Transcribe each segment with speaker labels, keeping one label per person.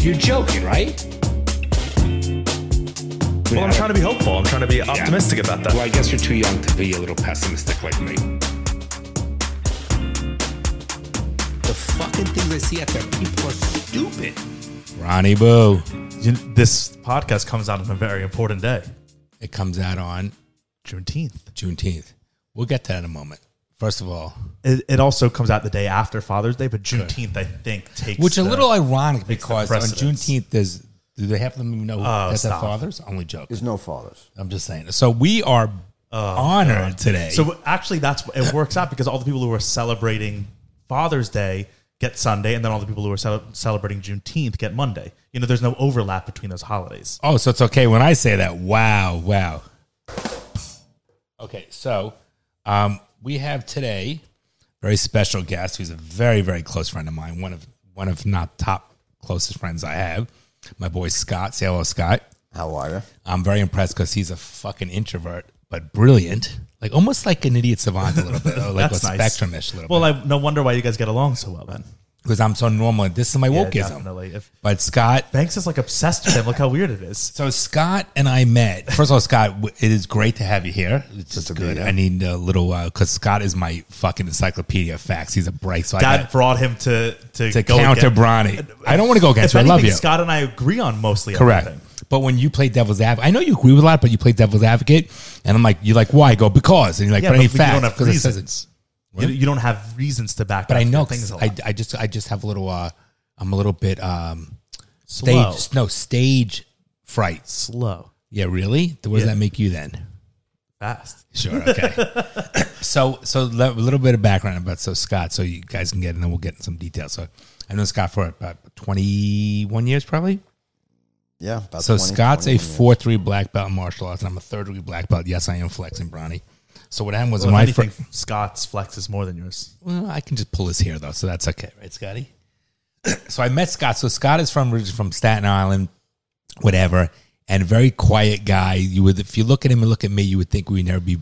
Speaker 1: You're joking, right?
Speaker 2: Well, I'm trying to be hopeful. I'm trying to be optimistic about that.
Speaker 1: Well, I guess you're too young to be a little pessimistic like me. The fucking things I see out there, people are stupid.
Speaker 3: Ronnie Boo.
Speaker 2: You- this podcast comes out on a very important day,
Speaker 3: It comes out on
Speaker 2: Juneteenth.
Speaker 3: Juneteenth. We'll get to that in a moment. First of all,
Speaker 2: It, it also comes out the day after Father's Day, but Juneteenth, I think, takes
Speaker 3: which a
Speaker 2: the-
Speaker 3: little ironic because on
Speaker 2: precedence.
Speaker 3: Juneteenth, there's do they have them even know
Speaker 2: Oh,
Speaker 3: that's their
Speaker 2: stop.
Speaker 3: fathers? Only joke.
Speaker 4: There's no fathers. Oh,
Speaker 3: I'm just saying. So we are honored today.
Speaker 2: So actually, that's it works out because all the people who are celebrating Father's Day get Sunday, and then all the people who are cel- celebrating Juneteenth get Monday. You know, there's no overlap between those holidays.
Speaker 3: oh, so it's okay when I say that. Wow, wow. Okay, so um, we have today a very special guest who's a very very close friend of mine. One of one of not top closest friends I have. My boy Scott. Say hello, Scott.
Speaker 4: How are you?
Speaker 3: I'm very impressed because he's a fucking introvert, but brilliant. Like almost like an idiot savant a little bit, or like a
Speaker 2: That's nice.
Speaker 3: spectrumish a little
Speaker 2: Well,
Speaker 3: bit.
Speaker 2: I, no wonder why you guys get along so well then.
Speaker 3: Because I'm so normal. This is my
Speaker 2: Yeah,
Speaker 3: wokeism.
Speaker 2: definitely. If
Speaker 3: But Scott,
Speaker 2: Banks is like obsessed with him. Look how weird it is.
Speaker 3: so Scott and I met. First of all, Scott, w- it is great to have you here. It's just
Speaker 4: to be
Speaker 3: good.
Speaker 4: here.
Speaker 3: I need a little because Scott is my fucking encyclopedia of facts. He's a bright, so I
Speaker 2: God
Speaker 3: got
Speaker 2: brought him to to,
Speaker 3: to
Speaker 2: go
Speaker 3: counter
Speaker 2: against-
Speaker 3: Bronny. I don't want to go
Speaker 2: If
Speaker 3: against you. I
Speaker 2: anything,
Speaker 3: love you.
Speaker 2: Scott and I agree on mostly
Speaker 3: Correct.
Speaker 2: everything.
Speaker 3: But when you play devil's advocate, I know you agree with a lot, but you play devil's advocate, and I'm like, you're like, why? I go because, and you're like,
Speaker 2: Yeah,
Speaker 3: but, any
Speaker 2: but you
Speaker 3: fact
Speaker 2: don't have
Speaker 3: 'cause it says it.
Speaker 2: reasons. You, you don't have reasons to back.
Speaker 3: but
Speaker 2: up
Speaker 3: I know
Speaker 2: your things. a lot.
Speaker 3: I, I just I just have a little uh I'm a little bit um stage
Speaker 2: slow,
Speaker 3: no stage frights.
Speaker 2: slow,
Speaker 3: Yeah, really? What does
Speaker 2: Yeah.
Speaker 3: that make you then?
Speaker 2: fast.
Speaker 3: Sure, okay. so so le- a little bit of background about so Scott, so you guys can get and then we'll get in some details. So I've known Scott for about twenty one years probably.
Speaker 4: Yeah. About
Speaker 3: So
Speaker 4: 20,
Speaker 3: Scott's a
Speaker 4: 21 years.
Speaker 3: four three black belt in martial arts and I'm a third degree black belt. Yes, I am flexing Bronny. So what happened was
Speaker 2: Well, if
Speaker 3: my
Speaker 2: anything,
Speaker 3: friend
Speaker 2: Scott's flex is more than yours.
Speaker 3: Well, I can just pull his hair though, so that's okay, right, Scotty? so I met Scott. So Scott is from originally from Staten Island, whatever, and a very quiet guy. You would, if you look at him and look at me, you would think we'd never be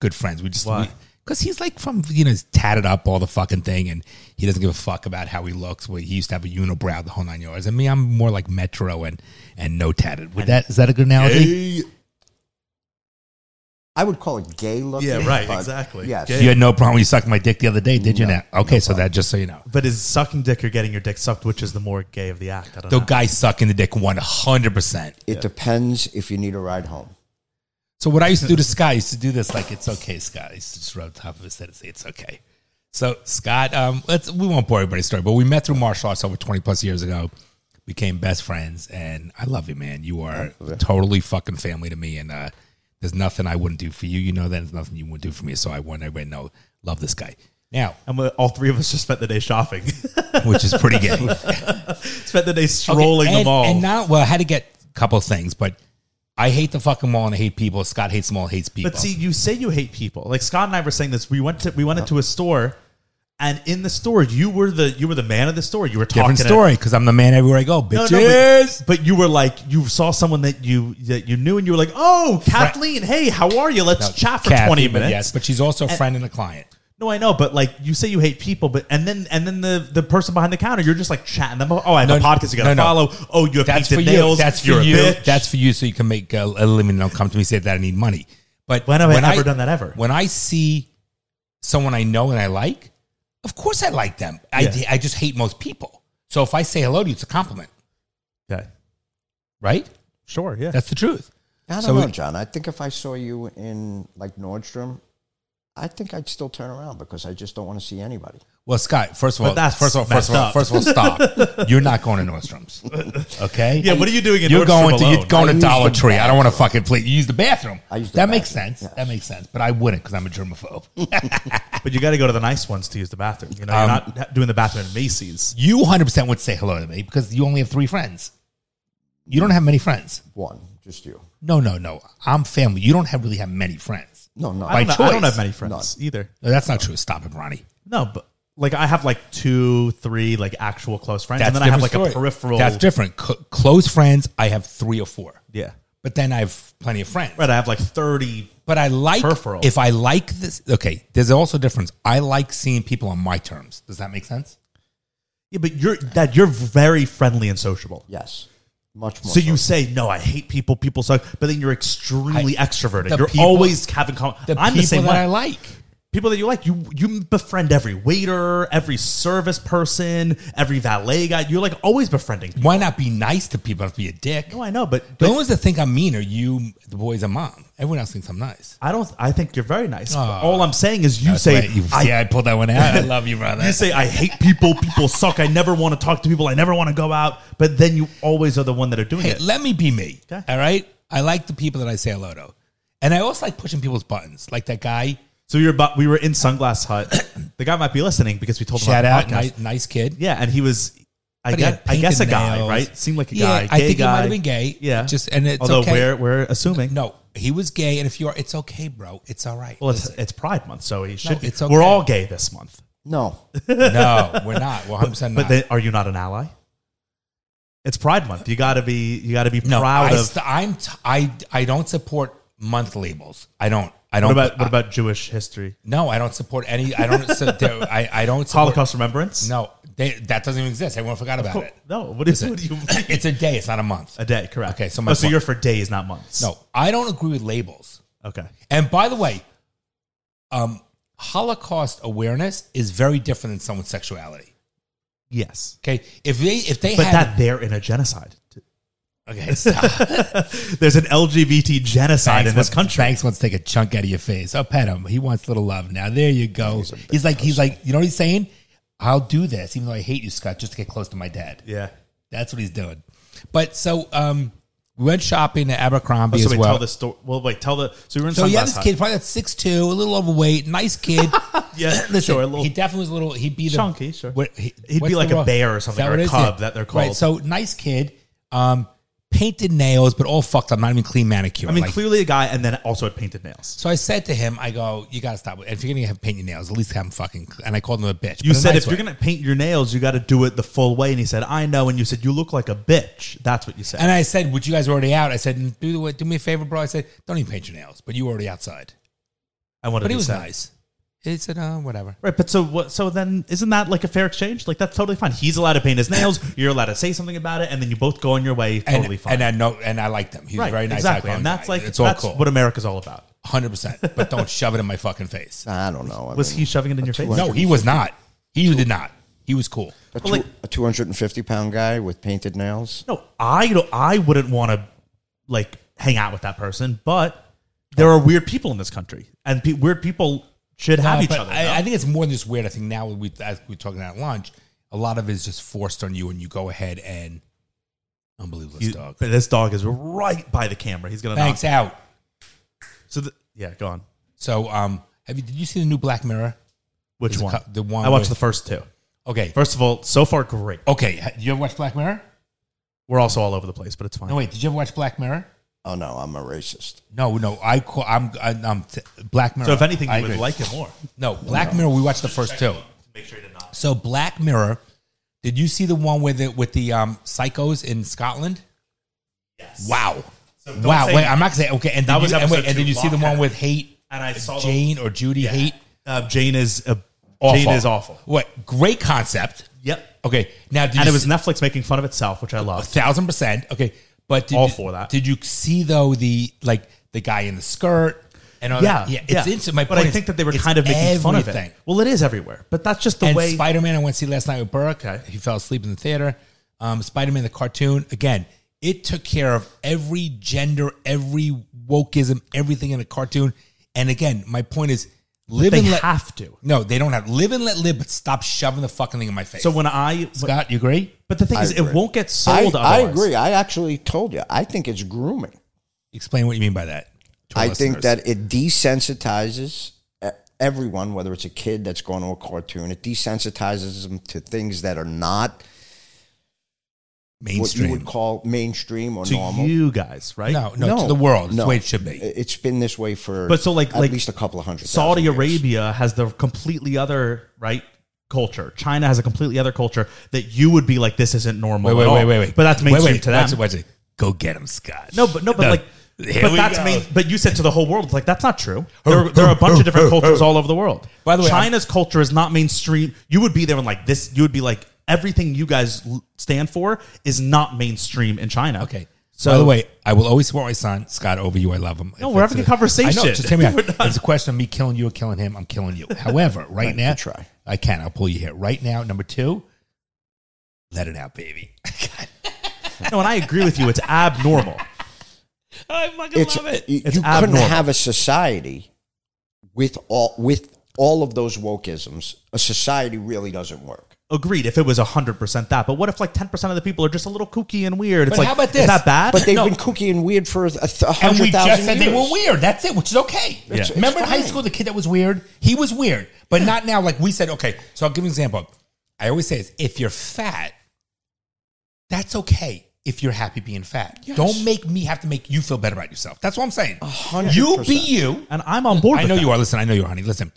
Speaker 3: good friends. We just
Speaker 2: Why?
Speaker 3: because he's like from you know he's tatted up all the fucking thing, and he doesn't give a fuck about how he looks. Well, he used to have a unibrow the whole nine yards. I mean, I'm more like Metro and and no tatted. Would that is that a good analogy?
Speaker 4: I would call it gay looking.
Speaker 2: Yeah, right,
Speaker 4: but
Speaker 2: exactly.
Speaker 4: Yes.
Speaker 2: Gay.
Speaker 3: You had no problem. when You sucked my dick the other day, did you?
Speaker 4: No,
Speaker 3: Now, okay, so that just so you know.
Speaker 2: But is sucking dick or getting your dick sucked, which is the more gay of the act? I don't
Speaker 3: The
Speaker 2: know.
Speaker 3: guy sucking the dick 100%.
Speaker 4: It depends if you need a ride home.
Speaker 3: So what I used to do to Scott, I used to do this like it's okay, Scott. I used to just rub the top of his head and say it's okay. So Scott, um, let's we won't bore everybody's story, but we met through martial arts over twenty plus years ago, became best friends, and I love you, man. You are totally fucking family to me, and uh, there's nothing I wouldn't do for you. You know that there's nothing you wouldn't do for me. So I want everybody to know, love this guy. Now,
Speaker 2: and we- all three of us just spent the day shopping.
Speaker 3: which is pretty gay.
Speaker 2: spent the day strolling
Speaker 3: Okay,
Speaker 2: the
Speaker 3: and,
Speaker 2: mall.
Speaker 3: And now, well, I had to get a couple of things, but I hate the fucking mall and I hate people. Scott hates the mall, and hates people.
Speaker 2: but see, you say you hate people. Like Scott and I were saying this. We went to we
Speaker 3: Uh-huh.
Speaker 2: went into a store, and in the store, you were the you were the man of the store. You were talking.
Speaker 3: different
Speaker 2: to-
Speaker 3: story because I'm the man everywhere I go,
Speaker 2: No,
Speaker 3: bitches.
Speaker 2: no, but, but you were like you saw someone that you that you knew, and you were like, "Oh, Kathleen, hey, how are you? Let's chat for
Speaker 3: Kathy,
Speaker 2: twenty
Speaker 3: but
Speaker 2: minutes."
Speaker 3: Yes, but she's also a friend and a client.
Speaker 2: No, I know, but like you say, you hate people, but and then and then the the person behind the counter, you're just like chatting them. up. Oh, I have
Speaker 3: No,
Speaker 2: a podcast you got
Speaker 3: no,
Speaker 2: to
Speaker 3: no.
Speaker 2: follow. Oh, you have
Speaker 3: That's for
Speaker 2: painted
Speaker 3: you.
Speaker 2: nails.
Speaker 3: That's for
Speaker 2: you're
Speaker 3: you.
Speaker 2: A bitch.
Speaker 3: That's for you, so you can make a, a living. And don't come to me and say that I need money. But
Speaker 2: When have I ever done that ever?
Speaker 3: When I see someone I know and I like, of course I like them. I
Speaker 2: Yeah.
Speaker 3: I just hate most people. So if I say hello to you, it's a compliment,
Speaker 2: yeah,
Speaker 3: right?
Speaker 2: sure, yeah.
Speaker 3: That's the truth.
Speaker 4: I don't
Speaker 3: So
Speaker 4: know,
Speaker 3: we-
Speaker 4: John. I think if I saw you in like Nordstrom, I think I'd still turn around because I just don't want to see anybody.
Speaker 3: Well, Scott, first of
Speaker 2: But
Speaker 3: all,
Speaker 2: that's
Speaker 3: first of all, first
Speaker 2: messed
Speaker 3: of all,
Speaker 2: up.
Speaker 3: first of all, stop. you're not going to Nordstrom's, okay?
Speaker 2: yeah, what are you doing in
Speaker 3: you're
Speaker 2: Nordstrom
Speaker 3: going to
Speaker 2: alone?
Speaker 3: you're going
Speaker 4: I
Speaker 3: to
Speaker 4: use
Speaker 3: Dollar
Speaker 4: the
Speaker 3: Tree. I don't want to fucking play. You use the bathroom.
Speaker 4: I use the
Speaker 3: that makes
Speaker 4: bathroom,
Speaker 3: sense.
Speaker 4: yes.
Speaker 3: That makes sense. But I wouldn't because I'm a germaphobe.
Speaker 2: but you got to go to the nice ones to use the bathroom. You know, you're
Speaker 3: Um,
Speaker 2: not ha- doing the bathroom at Macy's.
Speaker 3: you 100 percent would say hello to me because you only have three friends. You don't have many friends.
Speaker 4: One, just you.
Speaker 3: No, no, no. I'm family. You don't have really have many friends.
Speaker 4: No, no.
Speaker 2: I
Speaker 3: by
Speaker 2: don't, know- I don't
Speaker 3: choice.
Speaker 2: have many friends either.
Speaker 3: No, that's not true. Stop it, Ronnie.
Speaker 2: No, but like I have like two, three like actual close friends,
Speaker 3: That's
Speaker 2: and then I have like
Speaker 3: different
Speaker 2: a
Speaker 3: story.
Speaker 2: peripheral.
Speaker 3: That's different. Co- close friends. I have three or four,
Speaker 2: Yeah,
Speaker 3: but then I have plenty of friends.
Speaker 2: right. I have like thirty.
Speaker 3: But I like
Speaker 2: Peripheral.
Speaker 3: if I like this. Okay, there's also a difference. I like seeing people on my terms. Does that make sense?
Speaker 2: Yeah, but you're that you're very friendly and sociable.
Speaker 4: Yes, much more.
Speaker 2: So you say no, I hate people. People suck, but then you're extremely
Speaker 3: the
Speaker 2: extroverted. You're
Speaker 3: people-
Speaker 2: always having. Com-
Speaker 3: The
Speaker 2: I'm
Speaker 3: people
Speaker 2: the same
Speaker 3: that
Speaker 2: way.
Speaker 3: I like.
Speaker 2: people that you like. You you befriend every waiter, every service person, every valet guy. You're like always befriending. people.
Speaker 3: Why not be nice to people? Not be a dick.
Speaker 2: No, I know, but,
Speaker 3: the
Speaker 2: but
Speaker 3: only ones that think I'm mean are you, the boys, and mom. Everyone else thinks I'm nice.
Speaker 2: I don't. I think you're very nice. But all I'm saying is you
Speaker 3: That's
Speaker 2: say
Speaker 3: right. You-
Speaker 2: I.
Speaker 3: see, I pulled that one out. I love you, brother.
Speaker 2: You say I hate people. People suck. I never want to talk to people. I never want to go out. But then you always are the one that are doing
Speaker 3: hey,
Speaker 2: it.
Speaker 3: let me be me.
Speaker 2: Okay.
Speaker 3: All right. I like the people that I say hello to, and I also like pushing people's buttons. Like that guy.
Speaker 2: So we were about, we were in Sunglass Hut. the guy might be listening because we told him
Speaker 3: Shout
Speaker 2: about
Speaker 3: out,
Speaker 2: the podcast.
Speaker 3: nice, nice kid.
Speaker 2: Yeah, and he was. I
Speaker 3: But he
Speaker 2: guess,
Speaker 3: had
Speaker 2: I guess a
Speaker 3: painted
Speaker 2: guy,
Speaker 3: nails.
Speaker 2: right? Seemed like a
Speaker 3: Yeah,
Speaker 2: guy.
Speaker 3: I
Speaker 2: gay
Speaker 3: think he
Speaker 2: guy.
Speaker 3: might have been gay.
Speaker 2: Yeah.
Speaker 3: Just- and it's
Speaker 2: although
Speaker 3: okay.
Speaker 2: we're we're assuming
Speaker 3: No, he was gay, and if you are, it's okay, bro. It's all right.
Speaker 2: Well, it's,
Speaker 3: Listen,
Speaker 2: it's Pride Month, so he should. be.
Speaker 3: it's
Speaker 2: We're
Speaker 3: okay.
Speaker 2: all gay this month,
Speaker 4: no,
Speaker 3: no, we're not. One hundred percent not.
Speaker 2: but then, are you not an ally? It's Pride Month. You gotta be. You gotta be
Speaker 3: no,
Speaker 2: proud
Speaker 3: I
Speaker 2: of.
Speaker 3: st- I'm t- I I don't support month labels. I don't. I
Speaker 2: what
Speaker 3: don't.
Speaker 2: about what
Speaker 3: I-
Speaker 2: about Jewish history?
Speaker 3: no, I don't support any. I don't. So there, I I don't. Support,
Speaker 2: Holocaust remembrance?
Speaker 3: No, they, that doesn't even exist. Everyone forgot about
Speaker 2: Oh,
Speaker 3: it.
Speaker 2: no. What is what do you?
Speaker 3: It's a day. It's not a month.
Speaker 2: a day, correct?
Speaker 3: Okay, so
Speaker 2: Oh,
Speaker 3: my
Speaker 2: so
Speaker 3: point-
Speaker 2: you're for days, not months.
Speaker 3: No, I don't agree with labels.
Speaker 2: Okay.
Speaker 3: And by the way, um, Holocaust awareness is very different than someone's sexuality.
Speaker 2: Yes,
Speaker 3: Okay, if they if they
Speaker 2: but
Speaker 3: had
Speaker 2: that they're in a genocide.
Speaker 3: okay, stop.
Speaker 2: There's an LGBT genocide in this
Speaker 3: wants,
Speaker 2: country.
Speaker 3: Banks wants to take a chunk out of your face. I'll pet him. He wants a little love. Now there you go. He's, like he's like you know what he's saying. I'll do this even though I hate you, Scott, just to get close to my dad.
Speaker 2: Yeah.
Speaker 3: That's what he's doing. But so um, we went shopping at Abercrombie
Speaker 2: so
Speaker 3: as
Speaker 2: wait,
Speaker 3: well.
Speaker 2: tell the story. Well, wait, tell the. So we were in
Speaker 3: so
Speaker 2: Sunglass
Speaker 3: yeah, this
Speaker 2: Hut.
Speaker 3: kid probably that's six two, a little overweight, nice kid.
Speaker 2: Yeah,
Speaker 3: Listen,
Speaker 2: sure. A little,
Speaker 3: he definitely was a little. He'd be the,
Speaker 2: Chunky, sure.
Speaker 3: he,
Speaker 2: He'd be
Speaker 3: what's
Speaker 2: like
Speaker 3: the
Speaker 2: a
Speaker 3: wrong-
Speaker 2: bear or something,
Speaker 3: Is
Speaker 2: or a
Speaker 3: what it is?
Speaker 2: cub
Speaker 3: Yeah.
Speaker 2: that they're
Speaker 3: Right.
Speaker 2: called.
Speaker 3: So nice kid, um, painted nails, but all fucked up. Not even clean manicure.
Speaker 2: I mean,
Speaker 3: like-
Speaker 2: clearly a guy, and then also had painted nails.
Speaker 3: so I said to him, I go, you gotta stop. If you're gonna have paint your nails, at least have them fucking. cl-" And I called him a bitch.
Speaker 2: You
Speaker 3: but a
Speaker 2: said
Speaker 3: nice
Speaker 2: if you're
Speaker 3: way.
Speaker 2: gonna paint your nails, you got to do it the full way. And he said, "I know." And you said, "You look like a bitch." That's what you said.
Speaker 3: And I said, "Would you guys already out?" I said, "Do the do me a favor, bro." I said, "Don't even paint your nails." But you were already outside.
Speaker 2: I wanted.
Speaker 3: But he
Speaker 2: to
Speaker 3: was
Speaker 2: say.
Speaker 3: nice. He said, "Uh, whatever."
Speaker 2: Right, but so what? So then, isn't that like a fair exchange? Like that's totally fine. He's allowed to paint his nails. You're allowed to say something about it, and then you both go on your way.
Speaker 3: And,
Speaker 2: Totally fine.
Speaker 3: And I know, and I liked him. He was
Speaker 2: right,
Speaker 3: very nice.
Speaker 2: exactly.
Speaker 3: outgoing
Speaker 2: And that's
Speaker 3: guy.
Speaker 2: like
Speaker 3: it's all
Speaker 2: that's
Speaker 3: cool.
Speaker 2: what America's all about.
Speaker 3: hundred percent. But don't shove it in my fucking face.
Speaker 4: I don't know. I
Speaker 2: Was
Speaker 4: mean,
Speaker 2: he shoving it in your face?
Speaker 3: No, he was not. He did not. He was cool.
Speaker 4: a,
Speaker 2: Well, like-
Speaker 4: two- a 250 pound guy with painted nails?
Speaker 2: No, I don't, I wouldn't want to like hang out with that person, but there are weird people in this country, and pe- weird people should have
Speaker 3: Uh,
Speaker 2: each
Speaker 3: but
Speaker 2: other. no?
Speaker 3: I, I think it's more than just weird. I think now we as we were talking at lunch, a lot of it is just forced on you, and you go ahead and unbelievable this
Speaker 2: You-
Speaker 3: dog.
Speaker 2: but this dog is right by the camera. He's gonna
Speaker 3: Thanks
Speaker 2: knock.
Speaker 3: out.
Speaker 2: So the, yeah, go on.
Speaker 3: So, um, have you did you see the new Black Mirror?
Speaker 2: Which
Speaker 3: There's a
Speaker 2: one?
Speaker 3: cou- the one
Speaker 2: I watched
Speaker 3: with-
Speaker 2: the first two.
Speaker 3: Okay,
Speaker 2: First of all, so far great.
Speaker 3: okay. ha- You ever watch Black Mirror?
Speaker 2: We're also all over the place, but it's fine.
Speaker 3: No, wait. Did you ever watch Black Mirror?
Speaker 4: Oh no, I'm a racist.
Speaker 3: No, no. I call. I'm. I, I'm t- Black Mirror.
Speaker 2: so if anything, you
Speaker 3: I
Speaker 2: would
Speaker 3: agree.
Speaker 2: like it more.
Speaker 3: No, Black Mirror. We watched the first two.
Speaker 2: Make sure you did not.
Speaker 3: So Black Mirror, did you see the one with the with the um, psychos in Scotland?
Speaker 2: Yes.
Speaker 3: Wow.
Speaker 2: So don't
Speaker 3: wow.
Speaker 2: say-
Speaker 3: Wait, I'm not gonna say okay. And
Speaker 2: That
Speaker 3: did
Speaker 2: was
Speaker 3: you, and
Speaker 2: episode
Speaker 3: wait, and
Speaker 2: two,
Speaker 3: did you see the one
Speaker 2: Lockhead.
Speaker 3: with hate?
Speaker 2: And I saw the-
Speaker 3: Jane or Judy hate.
Speaker 2: Uh, Jane is uh,
Speaker 3: Awful.
Speaker 2: Jane is awful.
Speaker 3: What great concept?
Speaker 2: Yep.
Speaker 3: Okay, now did
Speaker 2: And
Speaker 3: you
Speaker 2: it was
Speaker 3: see-
Speaker 2: Netflix making fun of itself, which I
Speaker 3: a
Speaker 2: love.
Speaker 3: thousand percent okay. But did
Speaker 2: All
Speaker 3: you,
Speaker 2: for that.
Speaker 3: Did you see though the like the guy in the skirt and all
Speaker 2: Yeah,
Speaker 3: that? yeah, it's into my.
Speaker 2: But
Speaker 3: point
Speaker 2: I
Speaker 3: is,
Speaker 2: think that they were
Speaker 3: it's
Speaker 2: kind of making fun of
Speaker 3: everything.
Speaker 2: it. Well, it is everywhere, but that's just the
Speaker 3: and
Speaker 2: way.
Speaker 3: Spider Man, I went to see last night with Burke.
Speaker 2: Okay.
Speaker 3: He fell asleep in the theater. Um, Spider Man, the cartoon, again, it took care of every gender, every wokeism, everything in a cartoon. And again, my point is live
Speaker 2: they
Speaker 3: and let.
Speaker 2: have to.
Speaker 3: No, they don't have. Live and let live, but stop shoving the fucking thing in my face.
Speaker 2: So when I,
Speaker 3: Scott, you agree?
Speaker 2: but the thing
Speaker 4: I
Speaker 2: is,
Speaker 4: agree.
Speaker 2: it won't get
Speaker 4: I,
Speaker 2: sold.
Speaker 4: I
Speaker 2: otherwise.
Speaker 4: agree. I actually told you. I think it's grooming.
Speaker 3: Explain what you mean by that. to our
Speaker 4: I think
Speaker 3: listeners.
Speaker 4: that it desensitizes e- everyone, whether it's a kid that's going to a cartoon, it desensitizes them to things that are not
Speaker 3: mainstream.
Speaker 4: what you would call mainstream or
Speaker 2: to
Speaker 4: normal.
Speaker 2: you guys, right?
Speaker 3: no, no, to the world. It's
Speaker 4: no.
Speaker 3: the way it should be.
Speaker 4: It- It's been this way for
Speaker 2: But so, like-
Speaker 4: at
Speaker 2: like
Speaker 4: least a couple of hundred
Speaker 2: Saudi
Speaker 4: thousand years.
Speaker 2: Arabia has the completely other right culture. China has a completely other culture that you would be like, this isn't normal.
Speaker 3: Wait, wait,
Speaker 2: at all.
Speaker 3: wait, wait, wait.
Speaker 2: But that's mainstream
Speaker 3: wait, wait,
Speaker 2: to them.
Speaker 3: watch it, watch it. Go get him, Scott.
Speaker 2: No, but no, but like,
Speaker 3: here
Speaker 2: but
Speaker 3: we
Speaker 2: that's
Speaker 3: go.
Speaker 2: main. But you said to the whole world, it's like that's not true. There, are- there are a bunch of different cultures all over the world.
Speaker 3: By the way,
Speaker 2: China's culture is not mainstream. You would be there and like this. You would be like, everything you guys l- stand for is not mainstream in China.
Speaker 3: Okay.
Speaker 2: So
Speaker 3: By the way, I will always support my son, Scott, over you. I love him.
Speaker 2: No,
Speaker 3: If
Speaker 2: we're
Speaker 3: it's
Speaker 2: having a conversation.
Speaker 3: I know, just hear me out.
Speaker 2: We're not-
Speaker 3: It's a question of me killing you or killing him. I'm killing you. However, right now,
Speaker 4: good try.
Speaker 3: I can. I'll pull you here. Right now, number two, let it out, baby. God,
Speaker 2: no, and I agree with you. It's abnormal.
Speaker 3: I fucking
Speaker 4: It's,
Speaker 3: love it.
Speaker 4: you,
Speaker 2: It's
Speaker 4: you couldn't
Speaker 2: abnormal.
Speaker 4: have a society with all with all of those wokeisms. A society really doesn't work.
Speaker 2: Agreed. If it was hundred percent that, but what if like ten percent of the people are just a little kooky and weird? It's
Speaker 3: But
Speaker 2: like
Speaker 3: how about this?
Speaker 2: Is that bad?
Speaker 4: But they've
Speaker 3: No.
Speaker 4: been kooky and weird for a th- a
Speaker 3: And we
Speaker 4: hundred
Speaker 3: just
Speaker 4: thousand
Speaker 3: said
Speaker 4: years.
Speaker 3: they were weird. That's it, which is okay.
Speaker 4: It's- it's
Speaker 3: Remember in high
Speaker 4: fine.
Speaker 3: school, the kid that was weird? He was weird, but not now. Like we said, okay, so I'll give you an example. I always say this if you're fat, that's okay if you're happy being fat. Don't make me have to make you feel better about yourself. That's what I'm saying.
Speaker 4: hundred
Speaker 3: You be
Speaker 4: percent.
Speaker 3: you.
Speaker 2: and I'm on board.
Speaker 3: I know you are. Listen, I know you are, honey. Listen,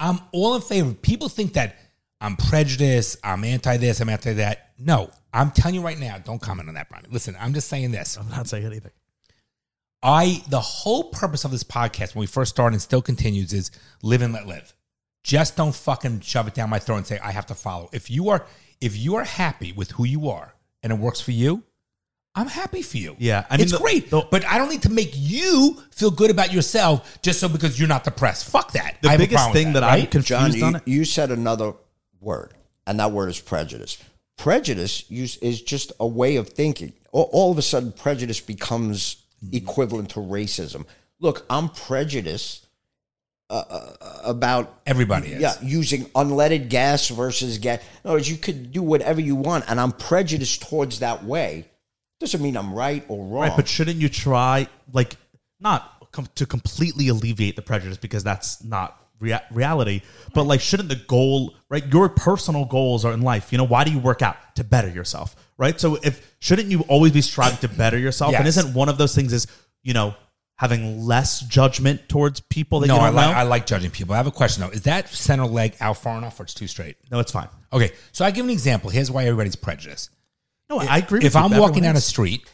Speaker 3: I'm all in favor. People think that I'm prejudiced, I'm anti this, I'm anti that. No, I'm telling you right now, don't comment on that, Brian. Listen, I'm just saying this.
Speaker 2: I'm not saying anything.
Speaker 3: I the whole purpose of this podcast when we first started and still continues is live and let live. Just don't fucking shove it down my throat and say I have to follow. If you are if you are happy with who you are and it works for you, I'm happy for you.
Speaker 2: Yeah, I
Speaker 3: I
Speaker 2: mean,
Speaker 3: mean, it's
Speaker 2: the-
Speaker 3: great.
Speaker 2: the-
Speaker 3: but I don't need to make you feel good about yourself just so because you're not depressed. Fuck that.
Speaker 2: The
Speaker 3: I have a
Speaker 2: biggest
Speaker 3: problem with
Speaker 2: thing that,
Speaker 3: that,
Speaker 2: I'm
Speaker 3: right?
Speaker 2: confused
Speaker 4: John,
Speaker 2: on.
Speaker 4: you, you said another word, and that word is prejudice. Prejudice use, is just a way of thinking. All, all of a sudden, prejudice becomes
Speaker 2: Hmm.
Speaker 4: equivalent to racism. Look, I'm prejudiced uh, uh, about
Speaker 3: everybody is.
Speaker 4: yeah, using unleaded gas versus gas. In other words, you could do whatever you want, and I'm prejudiced towards that way. Doesn't mean I'm right or wrong.
Speaker 2: Right, but shouldn't you try like not com- to completely alleviate the prejudice because that's not rea- reality, but like shouldn't the goal, right? Your personal goals are in life. You know, why do you work out to better yourself, right? So if shouldn't you always be striving to better yourself? And
Speaker 3: Yes.
Speaker 2: isn't one of those things is you know having less judgment towards people that
Speaker 3: No,
Speaker 2: you
Speaker 3: I
Speaker 2: don't
Speaker 3: like
Speaker 2: know?
Speaker 3: I like judging people. I have a question though. Is that center leg out far enough or it's too straight?
Speaker 2: no, it's fine.
Speaker 3: Okay, so I give an example. Here's why everybody's prejudiced.
Speaker 2: No, I agree.
Speaker 3: if
Speaker 2: with you.
Speaker 3: I'm
Speaker 2: Everyone
Speaker 3: walking down a
Speaker 2: is.
Speaker 3: street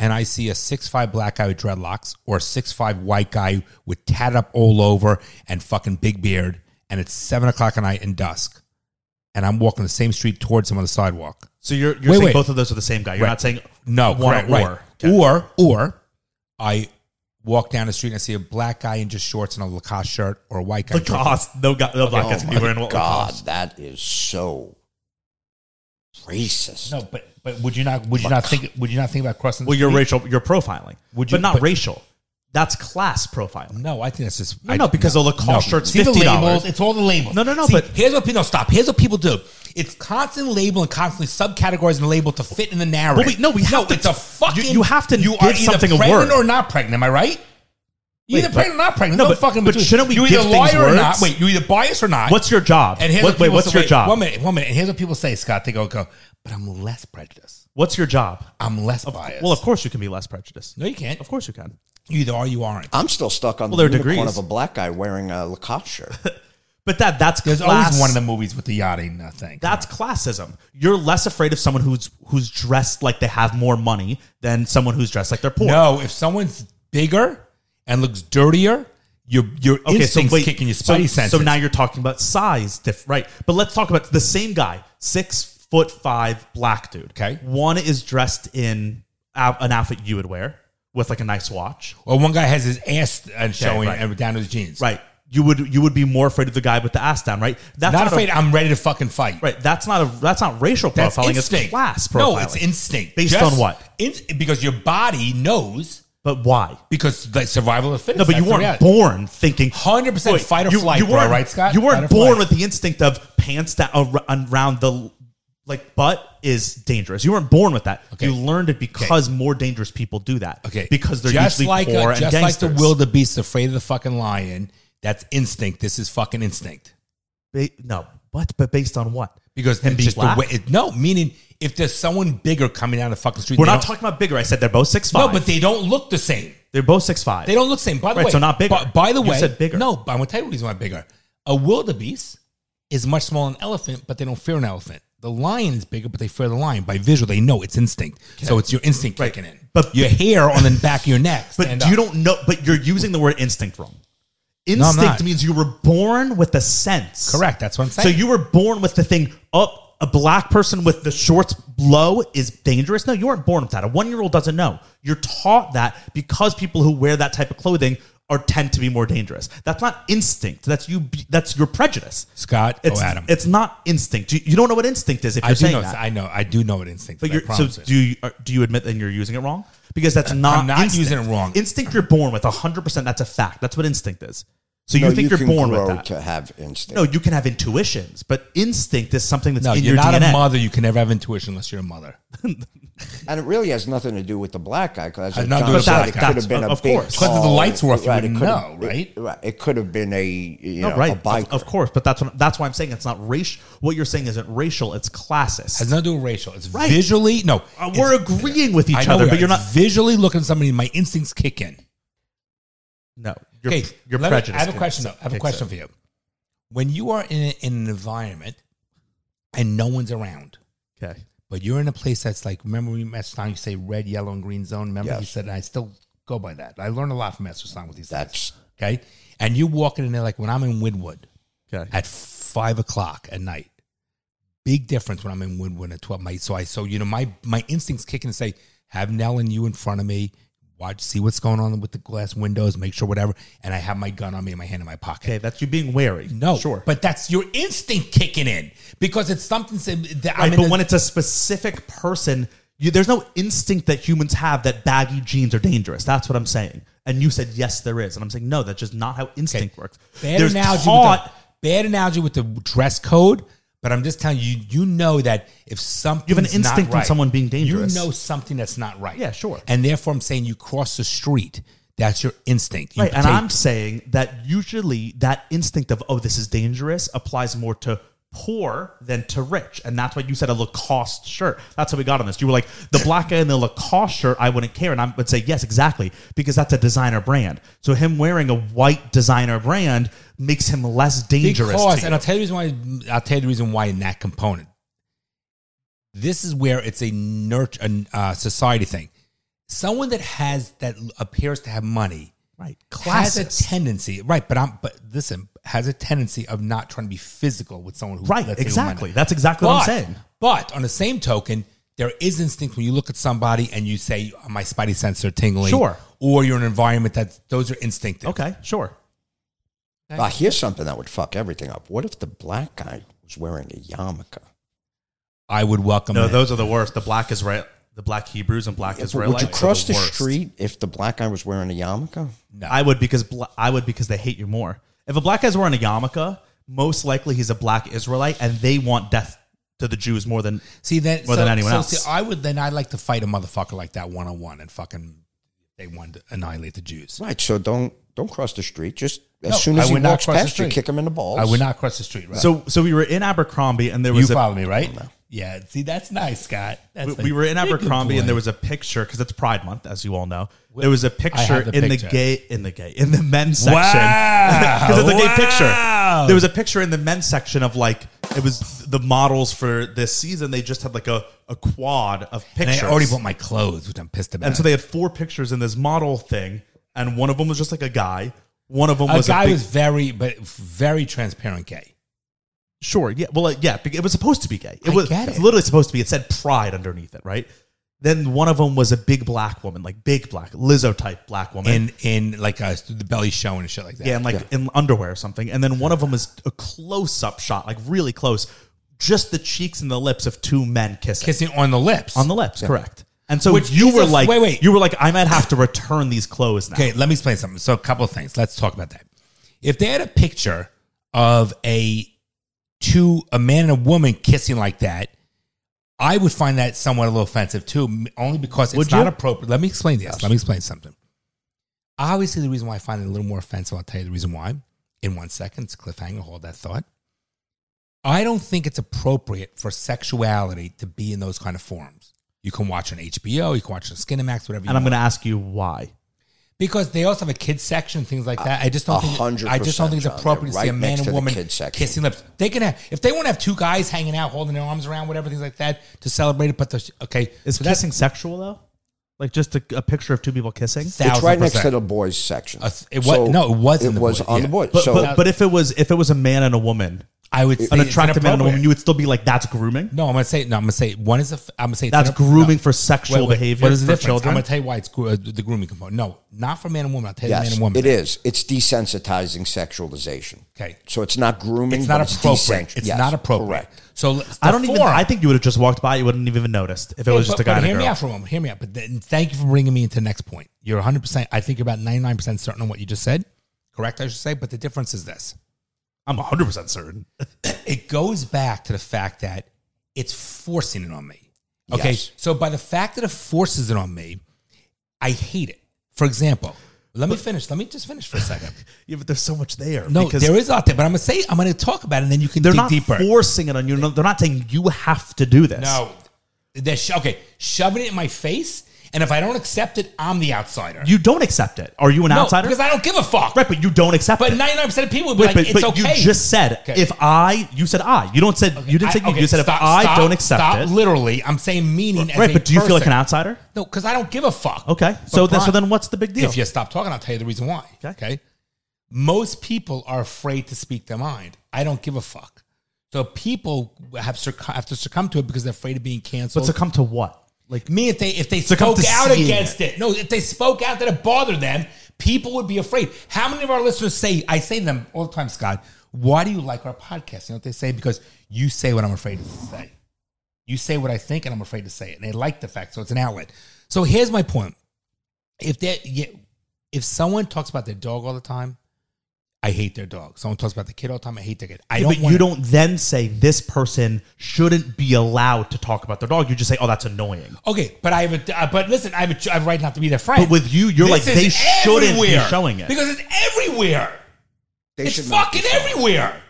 Speaker 3: and I see a six five black guy with dreadlocks or a six five white guy with tatted up all over and fucking big beard, and it's seven o'clock at night and dusk, and I'm walking the same street towards him on the sidewalk.
Speaker 2: so you're you're
Speaker 3: Wait,
Speaker 2: saying
Speaker 3: wait.
Speaker 2: both of those are the same guy. You're
Speaker 3: Right.
Speaker 2: not saying
Speaker 3: No,
Speaker 2: one
Speaker 3: correct,
Speaker 2: or
Speaker 3: right.
Speaker 2: Okay.
Speaker 3: or or I walk down the street and I see a black guy in just shorts and a Lacoste shirt or a white guy. in shorts.
Speaker 2: Lacoste. No, guy- no black
Speaker 4: oh
Speaker 2: guys can be
Speaker 4: my
Speaker 2: wearing what
Speaker 4: God,
Speaker 2: Lacoste.
Speaker 4: that is so racist.
Speaker 3: No, but but would you not would you not think would you not think about crossing? the
Speaker 2: Well, you're
Speaker 3: street?
Speaker 2: racial. You're profiling,
Speaker 3: Would you-
Speaker 2: but not
Speaker 3: but-
Speaker 2: racial. That's class profiling.
Speaker 3: No, I think that's just
Speaker 2: No,
Speaker 3: I,
Speaker 2: no, because the Lacoste shirt's
Speaker 3: See the
Speaker 2: $50.
Speaker 3: labels, It's all the labels.
Speaker 2: No, no, no,
Speaker 3: See,
Speaker 2: but-
Speaker 3: here's what people no, stop. Here's what people do. It's constant label and constantly subcategorizing the label to fit in the narrative.
Speaker 2: But we- no, we have to-
Speaker 3: It's a fucking.
Speaker 2: you- you have to
Speaker 3: You
Speaker 2: give
Speaker 3: are either
Speaker 2: something a
Speaker 3: pregnant
Speaker 2: word.
Speaker 3: or not pregnant. Am I right? You
Speaker 2: Wait,
Speaker 3: either
Speaker 2: but-
Speaker 3: pregnant or not pregnant.
Speaker 2: No,
Speaker 3: No,
Speaker 2: but-
Speaker 3: fucking.
Speaker 2: but
Speaker 3: between-
Speaker 2: shouldn't we
Speaker 3: You
Speaker 2: give
Speaker 3: either
Speaker 2: things
Speaker 3: lawyer or not?
Speaker 2: words?
Speaker 3: Wait, you either biased or not.
Speaker 2: What's your job?
Speaker 3: And here's
Speaker 2: What-
Speaker 3: what
Speaker 2: wait,
Speaker 3: people
Speaker 2: what's
Speaker 3: say,
Speaker 2: your job?
Speaker 3: One minute, one minute. And here's what people say, Scott. They go, go. But I'm less prejudiced.
Speaker 2: What's your job?
Speaker 3: I'm less biased.
Speaker 2: Well, of course you can be less prejudiced.
Speaker 3: no, you can't.
Speaker 2: Of course you can.
Speaker 3: You either are, or you aren't.
Speaker 2: Uh,
Speaker 4: I'm still stuck on
Speaker 2: Well,
Speaker 4: the
Speaker 2: there are
Speaker 4: unicorn
Speaker 2: degrees.
Speaker 4: of a black guy wearing a Lacoste shirt.
Speaker 2: But that that's
Speaker 3: There's
Speaker 2: class,
Speaker 3: always one of the movies with the yachting uh, thing.
Speaker 2: That's classism. You're less afraid of someone who's who's dressed like they have more money than someone who's dressed like they're poor.
Speaker 3: No, if someone's bigger and looks dirtier, your your instincts kicking your spidey
Speaker 2: so,
Speaker 3: senses.
Speaker 2: so now you're talking about size, diff, right? But let's talk about the same guy, six foot five, black dude.
Speaker 3: Okay.
Speaker 2: one is dressed in out- an outfit you would wear with like a nice watch,
Speaker 3: or one guy has his ass uh, showing
Speaker 2: right.
Speaker 3: and down to his jeans.
Speaker 2: right? You would you would be more afraid of the guy with the ass down, right? That's
Speaker 3: Not
Speaker 2: a-
Speaker 3: afraid. I'm ready to fucking fight.
Speaker 2: Right. That's not a that's not racial
Speaker 3: That's
Speaker 2: profiling. It's
Speaker 3: instinct.
Speaker 2: class profiling.
Speaker 3: No, it's instinct.
Speaker 2: Based on what?
Speaker 3: In- because your body knows
Speaker 2: But why?
Speaker 3: because the survival of fitness.
Speaker 2: No, but you weren't born thinking
Speaker 3: 100%
Speaker 2: Wait,
Speaker 3: fight or flight, bro,
Speaker 2: weren't-
Speaker 3: right, Scott?
Speaker 2: You
Speaker 3: Fight
Speaker 2: weren't
Speaker 3: or
Speaker 2: born
Speaker 3: flight.
Speaker 2: with the instinct of pants down ar- uh, around the like butt is dangerous. You weren't born with that.
Speaker 3: Okay.
Speaker 2: You learned it because more dangerous people do that.
Speaker 3: Okay,
Speaker 2: because they're
Speaker 3: just
Speaker 2: usually
Speaker 3: like
Speaker 2: poor
Speaker 3: uh,
Speaker 2: and
Speaker 3: just like
Speaker 2: gangsters.
Speaker 3: the wildebeest afraid of the fucking lion. That's instinct. This is fucking instinct.
Speaker 2: Ba- no, what? But based on what?
Speaker 3: Because
Speaker 2: Him
Speaker 3: it's
Speaker 2: being
Speaker 3: just the
Speaker 2: black?
Speaker 3: way it, no, meaning if there's someone bigger coming down the fucking street,
Speaker 2: We're
Speaker 3: they
Speaker 2: not
Speaker 3: don't-
Speaker 2: talking about bigger. I said they're both six five.
Speaker 3: No, but they don't look the same.
Speaker 2: they're both six five.
Speaker 3: They don't look the same. By the
Speaker 2: Right,
Speaker 3: way,
Speaker 2: so not bigger.
Speaker 3: By, by the
Speaker 2: You
Speaker 3: way,
Speaker 2: said bigger.
Speaker 3: No, but I'm gonna tell you the reason why bigger. A wildebeest is much smaller than an elephant, but they don't fear an elephant. The lion is bigger, but they fear the lion. By visual, they know it's instinct. So it's your instinct
Speaker 2: Right.
Speaker 3: kicking in.
Speaker 2: But-
Speaker 3: your hair on the back of your neck.
Speaker 2: But
Speaker 3: stand
Speaker 2: you
Speaker 3: up.
Speaker 2: don't know. But you're using the word instinct wrong.
Speaker 3: I'm
Speaker 2: Instinct
Speaker 3: not.
Speaker 2: means you were born with a sense.
Speaker 3: correct. That's what I'm
Speaker 2: So
Speaker 3: saying.
Speaker 2: you were born with the thing up. a black person with the shorts low is dangerous. No, you weren't born with that. A one year old doesn't know. You're taught that because people who wear that type of clothing are tend to be more dangerous. That's not instinct. That's you. be- That's your prejudice.
Speaker 3: Scott,
Speaker 2: It's,
Speaker 3: oh Adam,
Speaker 2: it's not instinct. You, you don't know what instinct is if you're
Speaker 3: I do
Speaker 2: saying
Speaker 3: know.
Speaker 2: that.
Speaker 3: I know. I do know what instinct.
Speaker 2: But
Speaker 3: is, I
Speaker 2: you're, so
Speaker 3: promise it.
Speaker 2: do you, are- do you admit that you're using it wrong? Because that's not
Speaker 3: not
Speaker 2: instinct.
Speaker 3: using it wrong.
Speaker 2: Instinct you're born with 100%. That's a fact. That's what instinct is. So you
Speaker 4: No,
Speaker 2: think you are
Speaker 4: can
Speaker 2: born
Speaker 4: grow
Speaker 2: with that.
Speaker 4: to have instinct.
Speaker 2: no, you can have intuitions, but instinct is something that's
Speaker 3: no,
Speaker 2: in
Speaker 3: you're
Speaker 2: your
Speaker 3: not
Speaker 2: DNA.
Speaker 3: a mother. You can never have intuition unless you're a mother.
Speaker 4: And it really has nothing to do with the black guy. Because
Speaker 3: Had nothing to do with the
Speaker 4: it
Speaker 3: black
Speaker 4: could
Speaker 3: guy.
Speaker 4: have been a
Speaker 2: Of
Speaker 4: big
Speaker 2: course.
Speaker 3: 'Cause if the
Speaker 4: tall-
Speaker 3: lights were off, you
Speaker 4: it
Speaker 3: wouldn't
Speaker 4: could have-
Speaker 3: know, right?
Speaker 4: It, it could have been a you know
Speaker 2: No, right.
Speaker 4: a
Speaker 2: Of-
Speaker 4: biker.
Speaker 2: Of, course, but that's what, that's why I'm saying it's not race. What you're saying isn't racial, it's classist.
Speaker 3: Has nothing to do with racial. It's
Speaker 2: Right.
Speaker 3: visually. No,
Speaker 2: Uh, we're
Speaker 3: it's-
Speaker 2: agreeing with
Speaker 3: I
Speaker 2: each
Speaker 3: know
Speaker 2: other,
Speaker 3: we
Speaker 2: but
Speaker 3: are.
Speaker 2: you're not
Speaker 3: It's visually looking at somebody. My instincts kick in.
Speaker 2: No, you're
Speaker 3: okay,
Speaker 2: you're
Speaker 3: let me-
Speaker 2: prejudiced.
Speaker 3: I have a question though. I have a question for you. When you are in, in an environment and no one's around,
Speaker 2: Okay.
Speaker 3: but you're in a place that's like, remember we met Stein, you say red, yellow, and green zone. Remember he
Speaker 4: Yes.
Speaker 3: said, and I still go by that. I learned a lot from Master Stein with these
Speaker 4: That's-
Speaker 3: things. Okay. And you're walking in there like when I'm in Winwood
Speaker 2: Okay.
Speaker 3: at five o'clock at night. Big difference when I'm in Winwood at twelve. My so I so you know my my instincts kick in and say, have Nell and you in front of me, watch, see what's going on with the glass windows, make sure whatever. And I have my gun on me and my hand in my pocket.
Speaker 2: Okay, that's you being wary.
Speaker 3: No,
Speaker 2: sure.
Speaker 3: but that's your instinct kicking in because it's something sim- that
Speaker 2: Right,
Speaker 3: I'm in
Speaker 2: but
Speaker 3: a-
Speaker 2: when it's a specific person, you, there's no instinct that humans have that baggy jeans are dangerous. That's what I'm saying. And you said yes, there is, and I'm saying no. That's just not how instinct works.
Speaker 3: Bad
Speaker 2: there's
Speaker 3: analogy.
Speaker 2: taught.
Speaker 3: With the, bad analogy with the dress code. But I'm just telling you, you know that if something
Speaker 2: an instinct on someone being dangerous.
Speaker 3: you know something that's not right.
Speaker 2: Yeah, sure.
Speaker 3: And therefore, I'm saying you cross the street. That's your instinct. You
Speaker 2: Right, and
Speaker 3: take-
Speaker 2: I'm saying that usually that instinct of oh this is dangerous applies more to poor than to rich, and that's why you said a Lacoste shirt. That's how we got on this. You were like the black guy in the Lacoste shirt, I wouldn't care, and I would say yes, exactly, because that's a designer brand. So him wearing a white designer brand makes him less dangerous. to
Speaker 3: because,
Speaker 2: you.
Speaker 3: and I'll tell you the reason why. I'll tell you the reason why in that component. This is where it's a nurture a uh, society thing. Someone that has that appears to have money
Speaker 2: right,
Speaker 3: has
Speaker 2: classist.
Speaker 3: a tendency, right? But I'm, but listen, has a tendency of not trying to be physical with someone who,
Speaker 2: Right,
Speaker 3: let's say, who might
Speaker 2: exactly.
Speaker 3: not.
Speaker 2: That's exactly what I'm
Speaker 3: But-
Speaker 2: saying.
Speaker 3: But on the same token, there is instinct when you look at somebody and you say, "My spidey senses are tingling,"
Speaker 2: Sure.
Speaker 3: or you're in an environment that those are instinctive.
Speaker 2: Okay, sure.
Speaker 4: Ah, here's something that would fuck everything up. What if the black guy was wearing a yarmulke?
Speaker 3: I would welcome.
Speaker 2: No,
Speaker 3: it.
Speaker 2: those are the worst. The black Israel, the black Hebrews, and black
Speaker 4: But
Speaker 2: Israelites.
Speaker 4: would you cross
Speaker 2: are
Speaker 4: the,
Speaker 2: worst.
Speaker 4: street if the black guy was wearing a yarmulke?
Speaker 2: I would because bla- I would because they hate you more. If a black guy's wearing a yarmulke, most likely he's a black Israelite, and they want death to the Jews more than
Speaker 3: See then
Speaker 2: More
Speaker 3: so,
Speaker 2: than anyone
Speaker 3: so,
Speaker 2: else.
Speaker 3: See, I would then I'd like to fight a motherfucker like that one on one and fucking they wanted to annihilate the Jews.
Speaker 4: Right. So don't don't cross the street. Just as
Speaker 3: No,
Speaker 4: soon
Speaker 3: I
Speaker 4: as he
Speaker 3: would not
Speaker 4: walks
Speaker 3: cross the
Speaker 4: past you,
Speaker 3: street.
Speaker 4: kick him in the balls.
Speaker 3: I would not cross the street. Right?
Speaker 2: so. So we were in Abercrombie, and there
Speaker 3: you
Speaker 2: was a,
Speaker 3: follow me, right? Yeah. See, that's nice, Scott. That's
Speaker 2: we,
Speaker 3: nice.
Speaker 2: we were in
Speaker 3: You're a good
Speaker 2: Abercrombie, and
Speaker 3: boy.
Speaker 2: there was a picture because it's Pride Month, as you all know. There was a picture
Speaker 3: the
Speaker 2: in
Speaker 3: picture.
Speaker 2: the gay in the gay in the men's section
Speaker 3: Wow.
Speaker 2: because it's a gay
Speaker 3: Wow.
Speaker 2: picture. There was a picture in the men's section of like it was the models for this season. They just had like a, a quad of
Speaker 3: And
Speaker 2: pictures.
Speaker 3: I already bought my clothes, which I'm pissed about.
Speaker 2: And so they had four pictures in this model thing, and one of them was just like a guy. One of them
Speaker 3: a
Speaker 2: was
Speaker 3: guy
Speaker 2: a big,
Speaker 3: was very, but very transparent gay.
Speaker 2: sure, yeah, well, like, yeah, bec- it was supposed to be gay. It
Speaker 3: I
Speaker 2: was
Speaker 3: get
Speaker 2: it's
Speaker 3: it.
Speaker 2: literally supposed to be. It said pride underneath it, right? Then one of them was a big black woman, like big black Lizzo type black woman,
Speaker 3: In in like a, the belly showing and shit like that.
Speaker 2: yeah, and like in underwear or something. And then one of them is a close up shot, like really close, just the cheeks and the lips of two men kissing.
Speaker 3: kissing on the lips.
Speaker 2: on the lips, correct? And so
Speaker 3: Which
Speaker 2: you
Speaker 3: is
Speaker 2: were
Speaker 3: a-
Speaker 2: like,
Speaker 3: wait, wait.
Speaker 2: you were like, I might have to return these clothes now.
Speaker 3: Okay, let me explain something. So a couple of things. Let's talk about that. If they had a picture of a two a man and a woman kissing like that, I would find that somewhat a little offensive too, m- only because it's
Speaker 2: Would
Speaker 3: not
Speaker 2: you?
Speaker 3: appropriate. Let me explain this. Let me explain something. Obviously, the reason why I find it a little more offensive, I'll tell you the reason why. In one second, it's a cliffhanger. Hold that thought. I don't think it's appropriate for sexuality to be in those kind of forums. You can watch on HBO, you can watch on Skinemax, whatever. you
Speaker 2: And I'm
Speaker 3: want
Speaker 2: going to ask you why.
Speaker 3: because they also have a kids section, things like that. I just don't
Speaker 4: A
Speaker 3: think
Speaker 4: hundred
Speaker 3: I just don't think
Speaker 4: percent,
Speaker 3: it's
Speaker 4: John.
Speaker 3: appropriate to
Speaker 4: They're
Speaker 3: see a
Speaker 4: right
Speaker 3: man
Speaker 4: next
Speaker 3: and
Speaker 4: to the
Speaker 3: woman
Speaker 4: kids section.
Speaker 3: kissing lips. They can have if they want to have two guys hanging out, holding their arms around, whatever things like that to celebrate it. But the okay,
Speaker 2: Is
Speaker 3: so that's
Speaker 2: kissing sexual though? Like just a, a picture of two people kissing?
Speaker 4: It's right
Speaker 3: 1000%.
Speaker 4: next to the boys section.
Speaker 3: Uh, it wa- no, it was in
Speaker 4: It
Speaker 3: the
Speaker 4: was
Speaker 3: boys,
Speaker 4: on
Speaker 3: yeah.
Speaker 4: the boys.
Speaker 2: But,
Speaker 4: so
Speaker 2: but, but if it was if it was a man and a woman,
Speaker 3: I would say
Speaker 2: an
Speaker 3: it's
Speaker 2: attractive man and
Speaker 3: inappropriate.
Speaker 2: a woman, you would still be like, that's grooming.
Speaker 3: No, I'm gonna say no. I'm gonna say one is a. f- I'm gonna say it's
Speaker 2: That's
Speaker 3: inap-
Speaker 2: grooming
Speaker 3: no.
Speaker 2: for sexual
Speaker 3: Wait, wait,
Speaker 2: behavior
Speaker 3: What is the
Speaker 2: for
Speaker 3: difference?
Speaker 2: children.
Speaker 3: I'm gonna tell you why it's gro- uh, the grooming component. No, not for man and woman. I'll tell you the man
Speaker 4: Yes,
Speaker 3: and woman.
Speaker 4: it is. It's desensitizing sexualization.
Speaker 3: Okay.
Speaker 4: So it's not grooming.
Speaker 3: It's not
Speaker 4: but
Speaker 3: appropriate.
Speaker 4: desensitized.
Speaker 3: It's
Speaker 4: Yes,
Speaker 3: not appropriate.
Speaker 4: Correct.
Speaker 3: So let's-
Speaker 2: I
Speaker 3: the
Speaker 2: don't even.
Speaker 3: forum-
Speaker 2: I think you would have just walked by. You wouldn't have even noticed if it was
Speaker 3: Yeah,
Speaker 2: just
Speaker 3: but-
Speaker 2: a guy
Speaker 3: but
Speaker 2: and a
Speaker 3: hear me
Speaker 2: girl.
Speaker 3: out for a moment. Hear me out. But then, thank you for bringing me into the next point. You're 100. percent I think you're about 99 percent certain on what you just said. Correct, I should say. But the difference is this:
Speaker 2: I'm 100 percent certain.
Speaker 3: it goes back to the fact that it's forcing it on me. Okay,
Speaker 4: Yes.
Speaker 3: so by the fact that it forces it on me, I hate it. For example, let me finish. Let me just finish for a second.
Speaker 2: Yeah, but there's so much there.
Speaker 3: No,
Speaker 2: because
Speaker 3: there is out there, but I'm gonna say I'm gonna talk about it, and then you can
Speaker 2: they're
Speaker 3: dig
Speaker 2: not
Speaker 3: deeper.
Speaker 2: forcing it on you. No, they're not saying you have to do this.
Speaker 3: no, they're sho- okay, shoving it in my face, and if I don't accept it, I'm the outsider.
Speaker 2: you don't accept it. Are you an
Speaker 3: No,
Speaker 2: outsider?
Speaker 3: because I don't give a fuck.
Speaker 2: right, but you don't accept
Speaker 3: But
Speaker 2: it.
Speaker 3: 99% of people would be
Speaker 2: Wait,
Speaker 3: like,
Speaker 2: but,
Speaker 3: it's
Speaker 2: but
Speaker 3: okay.
Speaker 2: you just said
Speaker 3: Okay.
Speaker 2: if I, you said I. You don't said you didn't say
Speaker 3: I-
Speaker 2: you.
Speaker 3: okay,
Speaker 2: you said
Speaker 3: stop-
Speaker 2: if I
Speaker 3: stop-
Speaker 2: don't accept
Speaker 3: stop
Speaker 2: it.
Speaker 3: Literally, I'm saying meaning as
Speaker 2: Right,
Speaker 3: a
Speaker 2: but do you feel like
Speaker 3: person.
Speaker 2: an outsider?
Speaker 3: No, because I don't give a fuck.
Speaker 2: Okay,
Speaker 3: But
Speaker 2: so then so
Speaker 3: Brian,
Speaker 2: then what's the big deal?
Speaker 3: If you stop talking, I'll tell you the reason why.
Speaker 2: Okay.
Speaker 3: okay. Most people are afraid to speak their mind. I don't give a fuck. So people have, succ- have to succumb to it because they're afraid of being canceled.
Speaker 2: but to come to what? Like
Speaker 3: Me, if they if they
Speaker 2: come
Speaker 3: spoke
Speaker 2: to
Speaker 3: out
Speaker 2: seeing
Speaker 3: against it. no, if they spoke out that it bothered them, people would be afraid. How many of our listeners say? I say to them all the time, Scott. Why do you like our podcast? You know what they say? Because you say what I'm afraid to say. You say what I think, and I'm afraid to say it. And they like the fact, so it's an outlet. So here's my point: if they yeah, if someone talks about their dog all the time, I hate their dog. Someone talks about the kid all the time, I hate their kid. I
Speaker 2: Yeah,
Speaker 3: don't.
Speaker 2: but
Speaker 3: wanna-
Speaker 2: you don't then say this person shouldn't be allowed to talk about their dog. You just say, "Oh, that's annoying."
Speaker 3: Okay, but I have a. Uh, but listen, I have a. ch- I have a right not to be their friend.
Speaker 2: But with you, you're
Speaker 3: This
Speaker 2: like
Speaker 3: is
Speaker 2: they shouldn't be
Speaker 3: everywhere,
Speaker 2: showing it.
Speaker 3: because it's everywhere.
Speaker 4: They
Speaker 3: It's
Speaker 4: should not
Speaker 3: fucking
Speaker 4: be showing.
Speaker 3: everywhere.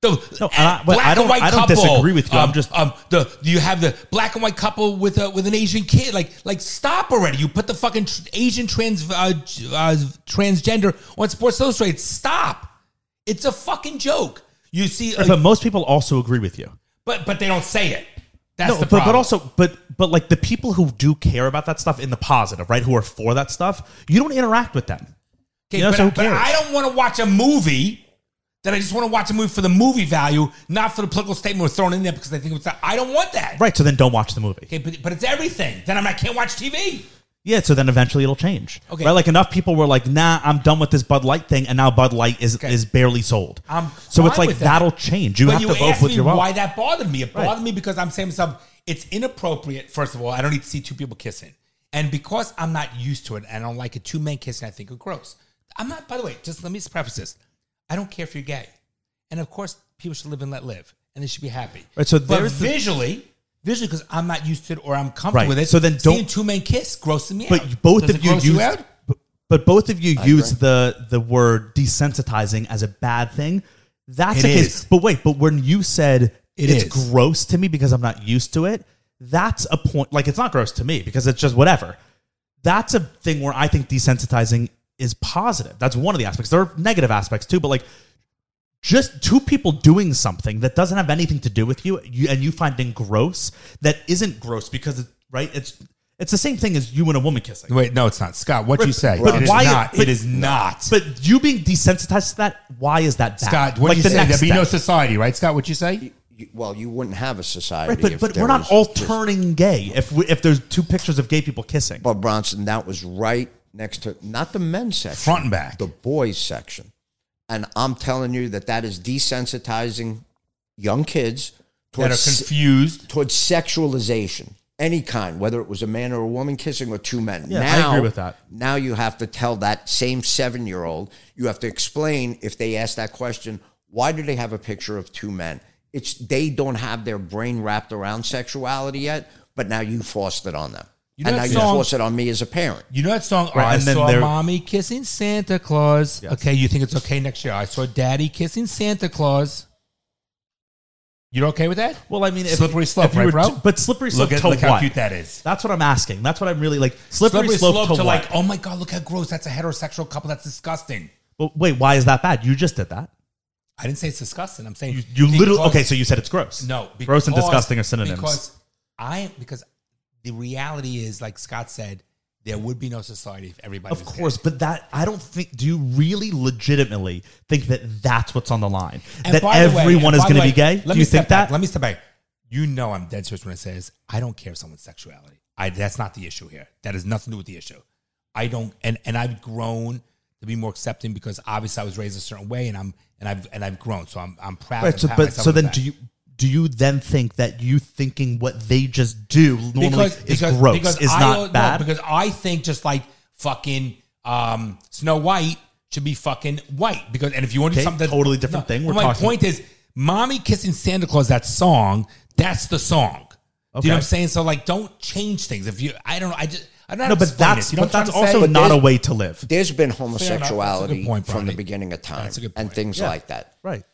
Speaker 3: The
Speaker 2: No, and I- but
Speaker 3: black
Speaker 2: I
Speaker 3: and
Speaker 2: don't-
Speaker 3: white
Speaker 2: I don't
Speaker 3: couple,
Speaker 2: disagree with you. I'm
Speaker 3: um,
Speaker 2: just-
Speaker 3: um the you have the black and white couple with a with an Asian kid. Like like stop already. You put the fucking tr- Asian trans uh, j- uh, transgender on Sports Illustrated. Stop. It's a fucking joke. You see, uh,
Speaker 2: But most people also agree with you.
Speaker 3: but but they don't say it. That's
Speaker 2: no,
Speaker 3: the
Speaker 2: but,
Speaker 3: problem.
Speaker 2: but also, but but like the people who do care about that stuff in the positive, right? Who are for that stuff, you don't interact with them.
Speaker 3: Okay,
Speaker 2: You know,
Speaker 3: but,
Speaker 2: so who
Speaker 3: but
Speaker 2: cares?
Speaker 3: I don't want to watch a movie that I just want to watch a movie for the movie value, not for the political statement we're thrown in there because I think it's. I don't want that.
Speaker 2: Right, so then don't watch the movie.
Speaker 3: Okay, but, but it's everything. Then I'm, I can't watch TV.
Speaker 2: Yeah, so then eventually it'll change.
Speaker 3: Okay.
Speaker 2: Right? Like enough people were like, nah, I'm done with this Bud Light thing, and now Bud Light is,
Speaker 3: Okay.
Speaker 2: is barely sold.
Speaker 3: I'm
Speaker 2: so it's
Speaker 3: fine
Speaker 2: like
Speaker 3: with that.
Speaker 2: will change. You
Speaker 3: but
Speaker 2: have
Speaker 3: you
Speaker 2: to vote
Speaker 3: asked
Speaker 2: with
Speaker 3: me
Speaker 2: your vote.
Speaker 3: why that bothered me. It
Speaker 2: Right.
Speaker 3: bothered me because I'm saying to myself, it's inappropriate. First of all, I don't need to see two people kissing, and because I'm not used to it and I don't like it, two men kissing I think are gross. I'm not. By the way, just let me just preface this: I don't care if you're gay, and of course, people should live and let live, and they should be happy.
Speaker 2: Right, so
Speaker 3: but
Speaker 2: there's the-
Speaker 3: visually. Visually, because I'm not used to it or I'm comfortable
Speaker 2: Right,
Speaker 3: with it.
Speaker 2: so then
Speaker 3: seeing
Speaker 2: don't-
Speaker 3: two men kiss grosses me out.
Speaker 2: but both
Speaker 3: Does
Speaker 2: of
Speaker 3: it
Speaker 2: you
Speaker 3: gross
Speaker 2: used,
Speaker 3: out?
Speaker 2: but- but both of you use the the word desensitizing as a bad thing. That's
Speaker 3: It
Speaker 2: the case.
Speaker 3: is.
Speaker 2: But wait, but when you said
Speaker 3: It
Speaker 2: it's
Speaker 3: is.
Speaker 2: gross to me because I'm not used to it, that's a point. Like it's not gross to me because it's just whatever. That's a thing where I think desensitizing is positive. That's one of the aspects. There are negative aspects too, but like just two people doing something that doesn't have anything to do with you, you and you finding gross that isn't gross because it, right it's it's the same thing as you and a woman kissing.
Speaker 3: Wait, no, it's not. Scott, what you say?
Speaker 2: but
Speaker 3: it is
Speaker 2: why-
Speaker 3: not.
Speaker 2: but-
Speaker 3: it is not.
Speaker 2: But you being desensitized to that, why is that bad?
Speaker 3: Scott, what you
Speaker 2: the
Speaker 3: say?
Speaker 2: next
Speaker 3: There'd be no
Speaker 2: step.
Speaker 3: society, right, Scott? What you say?
Speaker 4: You- Well, you wouldn't have a society.
Speaker 2: Right, but,
Speaker 4: if
Speaker 2: but
Speaker 4: there
Speaker 2: we're not
Speaker 4: was
Speaker 2: all
Speaker 4: just-
Speaker 2: turning gay if we, if there's two pictures of gay people kissing.
Speaker 4: But Bronson, that was right next to not the men's section,
Speaker 3: Front and back.
Speaker 4: the boys section, and I'm telling you that that is desensitizing young kids
Speaker 3: That are
Speaker 4: towards se-
Speaker 3: confused.
Speaker 4: towards sexualization, any kind, whether it was a man or a woman kissing or two men.
Speaker 2: Yeah, I
Speaker 4: now,
Speaker 2: agree with that.
Speaker 4: Now you have to tell that same seven year old, you have to explain if they ask that question, why do they have a picture of two men? It's they don't have their brain wrapped around sexuality yet, but now you forced it on them.
Speaker 3: You know
Speaker 4: and
Speaker 3: that
Speaker 4: now
Speaker 3: song-
Speaker 4: you force it on me as a parent.
Speaker 3: You know that song?
Speaker 2: Right,
Speaker 3: I
Speaker 2: and then
Speaker 3: saw
Speaker 2: there-
Speaker 3: mommy kissing Santa Claus. Okay, you think it's okay next year? I saw daddy kissing Santa Claus. You're okay with that?
Speaker 2: well, I mean, if,
Speaker 3: Slippery slope,
Speaker 2: if you
Speaker 3: right,
Speaker 2: were
Speaker 3: bro?
Speaker 2: to- but slippery slope
Speaker 3: look at
Speaker 2: to
Speaker 3: look
Speaker 2: what?
Speaker 3: how cute that is.
Speaker 2: That's what I'm asking. That's what I'm really like. Slippery, slope, to, what?
Speaker 3: like, oh my god, look how gross. That's a heterosexual couple. That's disgusting.
Speaker 2: But wait, why is that bad? You just did that.
Speaker 3: I didn't say it's disgusting. I'm saying
Speaker 2: You, you literally
Speaker 3: because-
Speaker 2: okay. So you said it's gross.
Speaker 3: No,
Speaker 2: gross and disgusting are synonyms.
Speaker 3: Because I because the reality is, like Scott said, There would be no society if everybody.
Speaker 2: Of
Speaker 3: was
Speaker 2: course, but that I don't think. Do you really legitimately think that that's what's on the line?
Speaker 3: And
Speaker 2: that
Speaker 3: by the way-
Speaker 2: everyone
Speaker 3: and
Speaker 2: is
Speaker 3: by
Speaker 2: going
Speaker 3: the
Speaker 2: to
Speaker 3: way,
Speaker 2: be gay?
Speaker 3: Let
Speaker 2: do
Speaker 3: me
Speaker 2: you
Speaker 3: step
Speaker 2: think
Speaker 3: back.
Speaker 2: that?
Speaker 3: Let me step back. You know, I'm dead serious when I say this. I don't care someone's sexuality. I that's not the issue here. That has nothing to do with the issue. I don't, and and I've grown to be more accepting because obviously I was raised a certain way, and I'm and I've and I've grown, so I'm I'm proud.
Speaker 2: Right,
Speaker 3: and
Speaker 2: so,
Speaker 3: pat
Speaker 2: but
Speaker 3: myself
Speaker 2: so
Speaker 3: on the
Speaker 2: then,
Speaker 3: back.
Speaker 2: do you do you then think that you thinking what they just do normally is gross is
Speaker 3: I-
Speaker 2: not
Speaker 3: no,
Speaker 2: bad?
Speaker 3: because I think just like fucking um, Snow White should be fucking white because and if you want to do
Speaker 2: Okay,
Speaker 3: something
Speaker 2: totally different thing.
Speaker 3: but
Speaker 2: We're
Speaker 3: my
Speaker 2: talking-
Speaker 3: point is, mommy kissing Santa Claus that song that's the song. Do you know what I'm
Speaker 2: Okay.
Speaker 3: saying? So like, don't change things. If you, I don't know, I just I don't know.
Speaker 2: no, but that's
Speaker 3: you know
Speaker 2: but
Speaker 3: what I'm
Speaker 2: that's
Speaker 3: trying to say?
Speaker 2: also not
Speaker 4: there's-
Speaker 2: a way to live.
Speaker 4: There's been
Speaker 3: enough. That's a good
Speaker 4: homosexuality
Speaker 3: point,
Speaker 4: from the
Speaker 3: Bronny.
Speaker 4: beginning of time
Speaker 3: That's a good
Speaker 4: and
Speaker 3: point.
Speaker 4: things
Speaker 2: Yeah.
Speaker 4: like that.
Speaker 2: Right.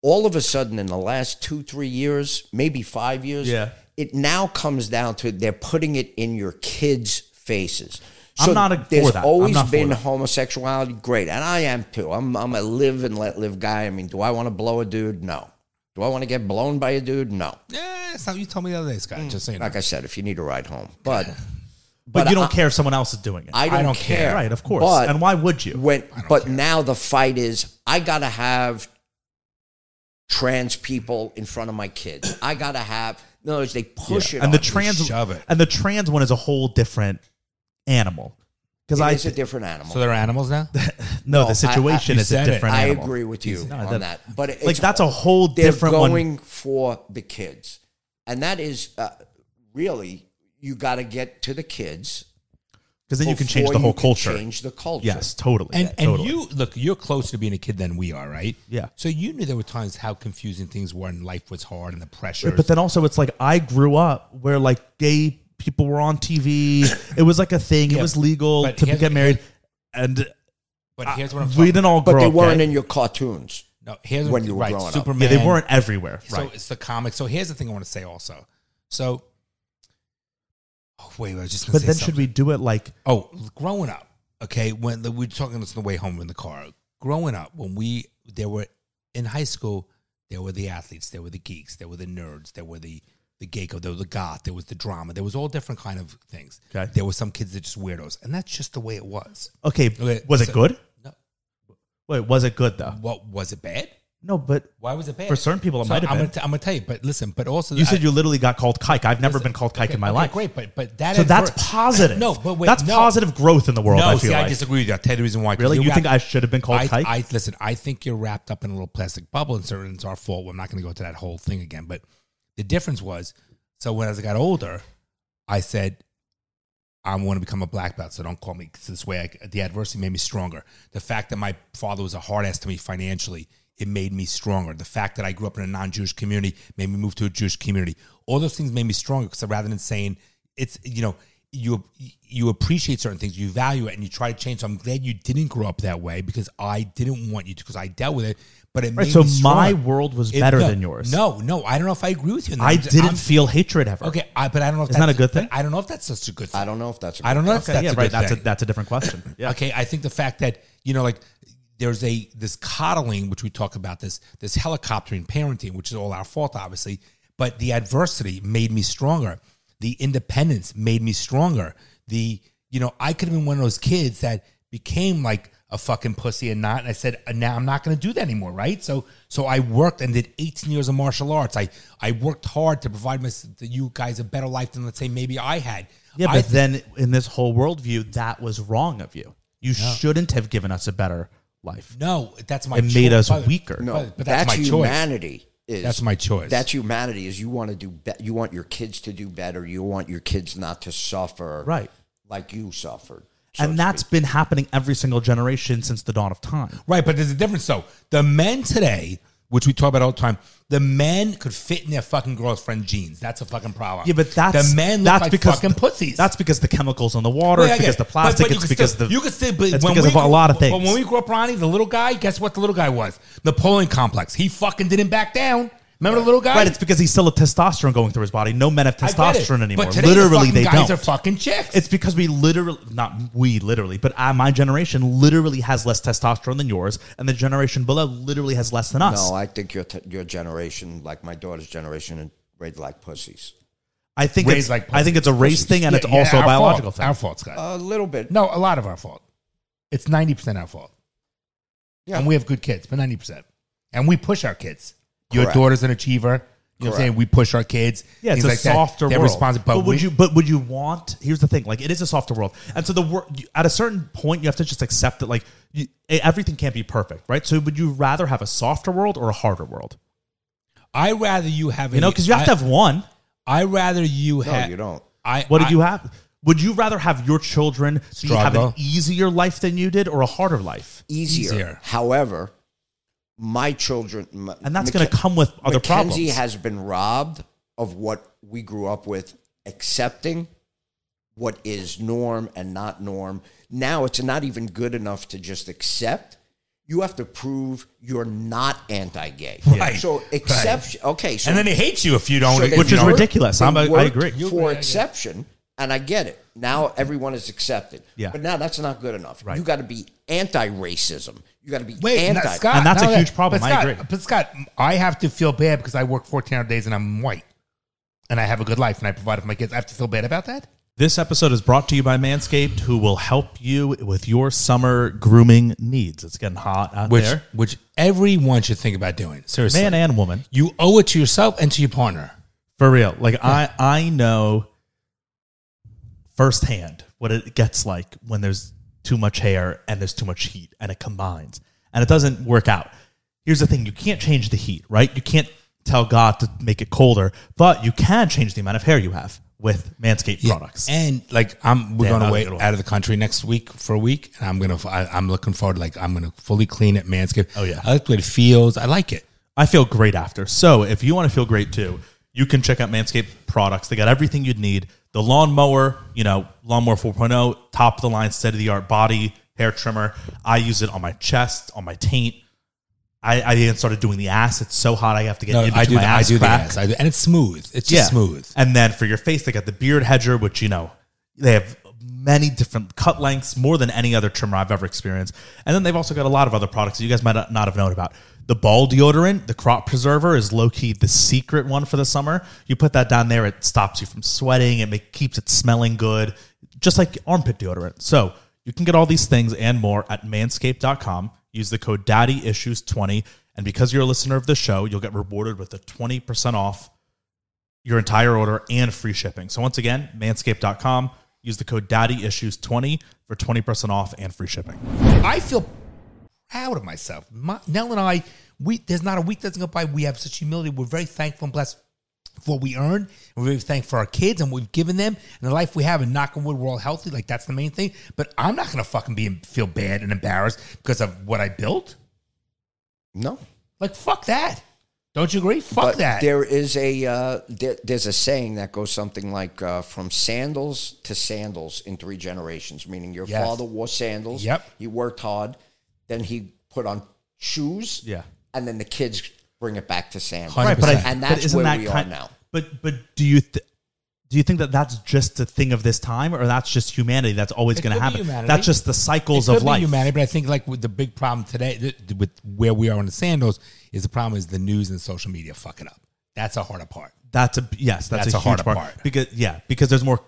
Speaker 4: all of a sudden in the last two, three years, maybe five years,
Speaker 2: Yeah.
Speaker 4: it now comes down to they're putting it in your kids' faces.
Speaker 2: I'm not a- for
Speaker 4: there's
Speaker 2: that. I'm
Speaker 4: always
Speaker 2: not for
Speaker 4: been
Speaker 2: that.
Speaker 4: homosexuality, great, and I am too. I'm I'm a live and let live guy. I mean, do I want to blow a dude? No. Do I want to get blown by a dude? No.
Speaker 3: Yeah, that's how you told me the other day,
Speaker 2: Mm,
Speaker 3: Scott. Just saying.
Speaker 4: Like I said, if you need a ride home, but
Speaker 2: But, you don't
Speaker 4: I-
Speaker 2: care if someone else is doing it.
Speaker 4: I don't,
Speaker 3: don't care.
Speaker 4: care.
Speaker 2: right, of course.
Speaker 4: But
Speaker 2: and why would you?
Speaker 4: when but now the fight is I gotta have trans people in front of my kids. I gotta have in other words, they push it
Speaker 2: and the
Speaker 4: on me.
Speaker 2: trans
Speaker 3: shove it.
Speaker 2: and the trans one is a whole different animal because
Speaker 4: It
Speaker 2: I
Speaker 4: is a different animal.
Speaker 3: so they're animals now.
Speaker 2: no, the
Speaker 4: I- I-
Speaker 2: situation
Speaker 3: You
Speaker 2: is a
Speaker 3: said it.
Speaker 2: different
Speaker 4: I
Speaker 2: animal.
Speaker 4: agree with you
Speaker 2: No,
Speaker 4: on that, but it's,
Speaker 2: like that's a whole
Speaker 4: they're
Speaker 2: different
Speaker 4: going
Speaker 2: one.
Speaker 4: for the kids, and that is uh, really you got to get to the kids.
Speaker 2: Because then you can change
Speaker 4: before
Speaker 2: the whole
Speaker 4: can
Speaker 2: culture.
Speaker 4: Change the culture.
Speaker 2: Yes, totally.
Speaker 3: And
Speaker 2: Yeah, totally.
Speaker 3: and you look, you're closer to being a kid than we are, right?
Speaker 2: Yeah.
Speaker 3: So you knew there were times how confusing things were and life was hard and the pressure.
Speaker 2: Right, But then also, it's like I grew up where like gay people were on TV. it was like a thing.
Speaker 3: Yeah,
Speaker 2: it was legal
Speaker 3: but
Speaker 2: to
Speaker 3: here's-
Speaker 2: get married, and
Speaker 3: But here's what I'm
Speaker 2: we
Speaker 3: talking
Speaker 2: didn't all
Speaker 4: but
Speaker 2: grow
Speaker 4: they
Speaker 2: up.
Speaker 4: weren't
Speaker 2: gay.
Speaker 4: in your cartoons.
Speaker 3: No, here's
Speaker 4: when you were
Speaker 3: right,
Speaker 4: growing up.
Speaker 2: yeah,
Speaker 3: Superman.
Speaker 2: they weren't everywhere.
Speaker 3: So
Speaker 2: Right.
Speaker 3: it's the comic. So here's the thing I want to say also. So, oh, wait, I was just. Gonna
Speaker 2: but then should we do it like
Speaker 3: we? Oh, growing up. Okay, when the, we were talking this on the way home in the car. Growing up, when we there were in high school, there were the athletes, there were the geeks, there were the nerds, there were the the gecko, there was the goth, there was the drama, there was all different kind of things.
Speaker 2: Okay.
Speaker 3: There were some kids that just weirdos, and that's just the way it was.
Speaker 2: okay?
Speaker 3: Okay,
Speaker 2: was
Speaker 3: so-
Speaker 2: it good?
Speaker 3: No,
Speaker 2: Wait, was it good though?
Speaker 3: what was it bad?
Speaker 2: No, but
Speaker 3: Why was it bad?
Speaker 2: For certain people, it might have
Speaker 3: I'm
Speaker 2: been.
Speaker 3: Gonna t- I'm gonna tell you, but listen, but also
Speaker 2: you said
Speaker 3: I-
Speaker 2: you literally got called kike. I've never been called kike
Speaker 3: okay,
Speaker 2: in my
Speaker 3: okay,
Speaker 2: life.
Speaker 3: Great, but but that
Speaker 2: So
Speaker 3: is
Speaker 2: that's
Speaker 3: ver-
Speaker 2: positive.
Speaker 3: No, but wait,
Speaker 2: that's
Speaker 3: no.
Speaker 2: positive growth in the world.
Speaker 3: No,
Speaker 2: I feel
Speaker 3: see,
Speaker 2: like
Speaker 3: I disagree with you. I'll tell you the reason why. 'cause
Speaker 2: really. You,
Speaker 3: wrap-
Speaker 2: think I should have been called
Speaker 3: I,
Speaker 2: kike?
Speaker 3: I listen. I think you're wrapped up in a little plastic bubble, and certainly it's our fault. Well, I'm not going to go to that whole thing again. But the difference was, so when as I got older, I said, "I want to become a black belt." So don't call me 'cause this way. I, the adversity made me stronger. The fact that my father was a hard ass to me financially, it made me stronger. The fact that I grew up in a non-Jewish community made me move to a Jewish community. All those things made me stronger. Because rather than saying it's you know you you appreciate certain things, you value it, and you try to change. So I'm glad you didn't grow up that way because I didn't want you to because I dealt with it. But it
Speaker 2: Right,
Speaker 3: made
Speaker 2: so
Speaker 3: me stronger.
Speaker 2: my world was
Speaker 3: It-
Speaker 2: better
Speaker 3: no,
Speaker 2: than yours.
Speaker 3: No, no, I don't know if I agree with you. in that.
Speaker 2: I
Speaker 3: I'm-
Speaker 2: didn't
Speaker 3: I'm-
Speaker 2: feel hatred ever.
Speaker 3: okay, I, but I don't know if
Speaker 2: Isn't that a good
Speaker 3: but
Speaker 2: thing?
Speaker 3: I don't know if that's such a good thing.
Speaker 4: I don't know if that's.
Speaker 3: I don't know if
Speaker 2: Okay,
Speaker 3: that's
Speaker 2: yeah,
Speaker 3: a
Speaker 2: right.
Speaker 3: good
Speaker 2: That's a
Speaker 3: thing.
Speaker 2: that's a different question. Yeah.
Speaker 3: Okay, I think the fact that you know, like, there's a this coddling which we talk about this this helicoptering parenting, which is all our fault, obviously. But the adversity made me stronger. The independence made me stronger. The you know, I could have been one of those kids that became like a fucking pussy and not. And I said, now I'm not going to do that anymore, right? So, so I worked and did 18 years of martial arts. I I worked hard to provide my, you guys a better life than let's say maybe I had.
Speaker 2: Yeah,
Speaker 3: I
Speaker 2: but
Speaker 3: thi-
Speaker 2: then in this whole worldview, that was wrong of you. You shouldn't have given us a better life.
Speaker 3: No, that's my.
Speaker 2: It made
Speaker 3: choice.
Speaker 2: us
Speaker 3: But-
Speaker 2: weaker.
Speaker 4: No,
Speaker 3: but, but that's,
Speaker 4: Oh, that's,
Speaker 3: my choice.
Speaker 4: humanity. Is
Speaker 3: That's my choice.
Speaker 4: That's humanity. Is you want to do. Be- you want your kids to do better. You want your kids not to suffer.
Speaker 2: Right.
Speaker 4: Like you suffered. so to
Speaker 2: and that's been happening every single generation since the dawn of time.
Speaker 3: right. But there's a difference. So the men today, which we talk about all the time, the men could fit in their fucking girlfriend jeans. That's a fucking problem.
Speaker 2: Yeah, but that's
Speaker 3: the men look
Speaker 2: that's
Speaker 3: like
Speaker 2: because
Speaker 3: fucking pussies.
Speaker 2: That's because the chemicals in the water,
Speaker 3: Yeah, I
Speaker 2: it's
Speaker 3: get
Speaker 2: because
Speaker 3: it.
Speaker 2: the plastic,
Speaker 3: But- but you
Speaker 2: it's
Speaker 3: can
Speaker 2: because
Speaker 3: still-
Speaker 2: the
Speaker 3: you can say, but
Speaker 2: it's
Speaker 3: when
Speaker 2: because
Speaker 3: we
Speaker 2: of a
Speaker 3: grew-
Speaker 2: lot of
Speaker 3: when-
Speaker 2: things.
Speaker 3: When we grew up, Ronnie, the little guy, guess what? The little guy was Napoleon complex. He fucking didn't back down. Remember the little guy?
Speaker 2: right, it's because he's still a testosterone going through his body. No men have
Speaker 3: I get it.
Speaker 2: testosterone anymore.
Speaker 3: But today the
Speaker 2: literally,
Speaker 3: fucking
Speaker 2: they
Speaker 3: guys
Speaker 2: don't.
Speaker 3: are fucking chicks.
Speaker 2: It's because we literally, not we literally, but I, my generation literally has less testosterone than yours, and the generation below literally has less than us.
Speaker 4: No, I think your t- your generation, like my daughter's generation, are bred like pussies.
Speaker 2: I think
Speaker 3: raise
Speaker 2: it's,
Speaker 3: like
Speaker 2: I think it's a race thing and
Speaker 3: Yeah,
Speaker 2: it's
Speaker 3: yeah,
Speaker 2: also
Speaker 3: our
Speaker 2: a biological
Speaker 3: fault.
Speaker 2: thing.
Speaker 3: Our fault, Scott.
Speaker 4: A little bit.
Speaker 3: no, a lot of our fault. It's ninety percent our fault.
Speaker 4: Yeah.
Speaker 3: And we have good kids, but ninety percent. And we push our kids. Your
Speaker 4: Correct.
Speaker 3: daughter's an achiever. You know what I'm
Speaker 4: Correct.
Speaker 3: saying? We push our kids.
Speaker 2: Yeah, it's
Speaker 3: things
Speaker 2: a
Speaker 3: like that.
Speaker 2: softer
Speaker 3: They're
Speaker 2: world.
Speaker 3: responsible.
Speaker 2: but, would
Speaker 3: we-
Speaker 2: you? But would you want? Here's the thing: like, it is a softer world, and so the wor- you- at a certain point, you have to just accept that, like, you, eh, everything can't be perfect, right? So, would you rather have a softer world or a harder world?
Speaker 3: I rather you have.
Speaker 2: You know, because you have to have one.
Speaker 3: I rather you
Speaker 4: No,
Speaker 3: have.
Speaker 4: you don't.
Speaker 3: I.
Speaker 2: What
Speaker 3: I-
Speaker 2: do you have? Would you rather have your children be, have an
Speaker 3: Struggle.
Speaker 2: easier life than you did, or a harder life?
Speaker 4: Easier.
Speaker 3: Easier.
Speaker 4: However, my children. m-
Speaker 2: And that's
Speaker 4: Macke-
Speaker 2: going to come with other problems.
Speaker 4: Mackenzie has been robbed of what we grew up with, accepting what is norm and not norm. Now it's not even good enough to just accept. You have to prove you're not anti-gay.
Speaker 3: Right.
Speaker 4: So accept. Okay. So
Speaker 3: And then they hate you if you don't.
Speaker 4: so
Speaker 3: if
Speaker 4: they
Speaker 3: you
Speaker 2: Which is
Speaker 3: don't-
Speaker 4: work-
Speaker 2: ridiculous.
Speaker 4: they
Speaker 2: I'm- I- I
Speaker 4: work
Speaker 2: agree.
Speaker 4: For exception, and I get it. Now everyone is accepted.
Speaker 2: Yeah.
Speaker 4: But now that's not good enough.
Speaker 2: Right.
Speaker 4: You got to be anti-racism. You got to be
Speaker 3: Wait,
Speaker 4: anti.
Speaker 3: now, Scott,
Speaker 2: And that's
Speaker 3: now
Speaker 2: a
Speaker 3: that-
Speaker 2: huge problem.
Speaker 3: But
Speaker 2: I
Speaker 3: Scott,
Speaker 2: agree.
Speaker 3: But Scott, I have to feel bad because I work 14 hour days and I'm white and I have a good life and I provide for my kids. I have to feel bad about that?
Speaker 2: This episode is brought to you by Manscaped, who will help you with your summer grooming needs. It's getting hot out
Speaker 3: Which,
Speaker 2: there,
Speaker 3: which everyone should think about doing. Seriously.
Speaker 2: man and woman.
Speaker 3: you owe it to yourself and to your partner.
Speaker 2: For real. Like I I know firsthand what it gets like when there's too much hair and there's too much heat and it combines and it doesn't work out. Here's the thing, you can't change the heat, right? You can't tell God to make it colder, but you can change the amount of hair you have with Manscaped products.
Speaker 3: And like I'm, we're
Speaker 2: Yeah,
Speaker 3: going
Speaker 2: that was
Speaker 3: away
Speaker 2: a good one.
Speaker 3: out of the country next week for a week, and I'm gonna. I, I'm looking forward. Like I'm gonna fully clean it, manscape.
Speaker 2: Oh, yeah.
Speaker 3: I like the way it feels. I like it.
Speaker 2: I feel great after. So if you want to feel great too, you can check out Manscaped products. They got everything you'd need. The lawnmower, you know, lawnmower 4.0, top of the line, state of the art body hair trimmer. I use it on my chest, on my taint. I, I even started doing the ass. It's so hot I have to get
Speaker 3: No,
Speaker 2: in
Speaker 3: I do.
Speaker 2: between
Speaker 3: The,
Speaker 2: my
Speaker 3: I
Speaker 2: ass
Speaker 3: do the
Speaker 2: crack.
Speaker 3: ass. I do, and it's smooth. It's just smooth.
Speaker 2: And then for your face, they got the beard hedger, which you know they have many different cut lengths, more than any other trimmer I've ever experienced. And then they've also got a lot of other products that you guys might not have known about. The ball deodorant, the crop preserver, is low key the secret one for the summer. You put that down there, it stops you from sweating. It make, keeps it smelling good, just like armpit deodorant. So you can get all these things and more at manscaped.com. Use the code DaddyIssues20. And because you're a listener of the show, you'll get rewarded with a 20% off your entire order and free shipping. So once again, manscaped.com. Use the code DaddyIssues20 for 20% off and free shipping.
Speaker 3: I feel proud of myself. My, Nell and I, we there's not a week that doesn't go by. We have such humility. We're very thankful and blessed for what we earned. We're very thankful for our kids and what we've given them and the life we have. And knock on wood, we're all healthy. Like that's the main thing. But I'm not gonna fucking be feel bad and embarrassed because of what I built.
Speaker 4: no.
Speaker 3: Like fuck that. Don't you agree? Fuck
Speaker 4: But
Speaker 3: that.
Speaker 4: there is a uh, there, there's a saying that goes something like uh, from sandals to sandals in three generations. Meaning your
Speaker 3: Yes.
Speaker 4: father wore sandals.
Speaker 3: Yep.
Speaker 4: He worked hard, then he put on shoes.
Speaker 2: Yeah.
Speaker 4: And then the kids bring it back to sandals.
Speaker 3: Right, but I-
Speaker 4: and
Speaker 2: but
Speaker 4: that's
Speaker 2: isn't
Speaker 4: where
Speaker 2: that
Speaker 4: we
Speaker 2: kind-
Speaker 4: are now.
Speaker 2: But but do you th- do you think that that's just a thing of this time, or that's just humanity? That's always
Speaker 3: It
Speaker 2: going
Speaker 3: could
Speaker 2: to
Speaker 3: be
Speaker 2: happen.
Speaker 3: humanity.
Speaker 2: That's just the cycles
Speaker 3: It could
Speaker 2: of
Speaker 3: be
Speaker 2: life.
Speaker 3: humanity, but I think like with the big problem today, th- with where we are in the sandals, is the problem is the news and social media fucking up. That's a harder part.
Speaker 2: That's a yes. That's,
Speaker 3: That's
Speaker 2: a,
Speaker 3: a harder
Speaker 2: huge part.
Speaker 3: part.
Speaker 2: because yeah, because there's more.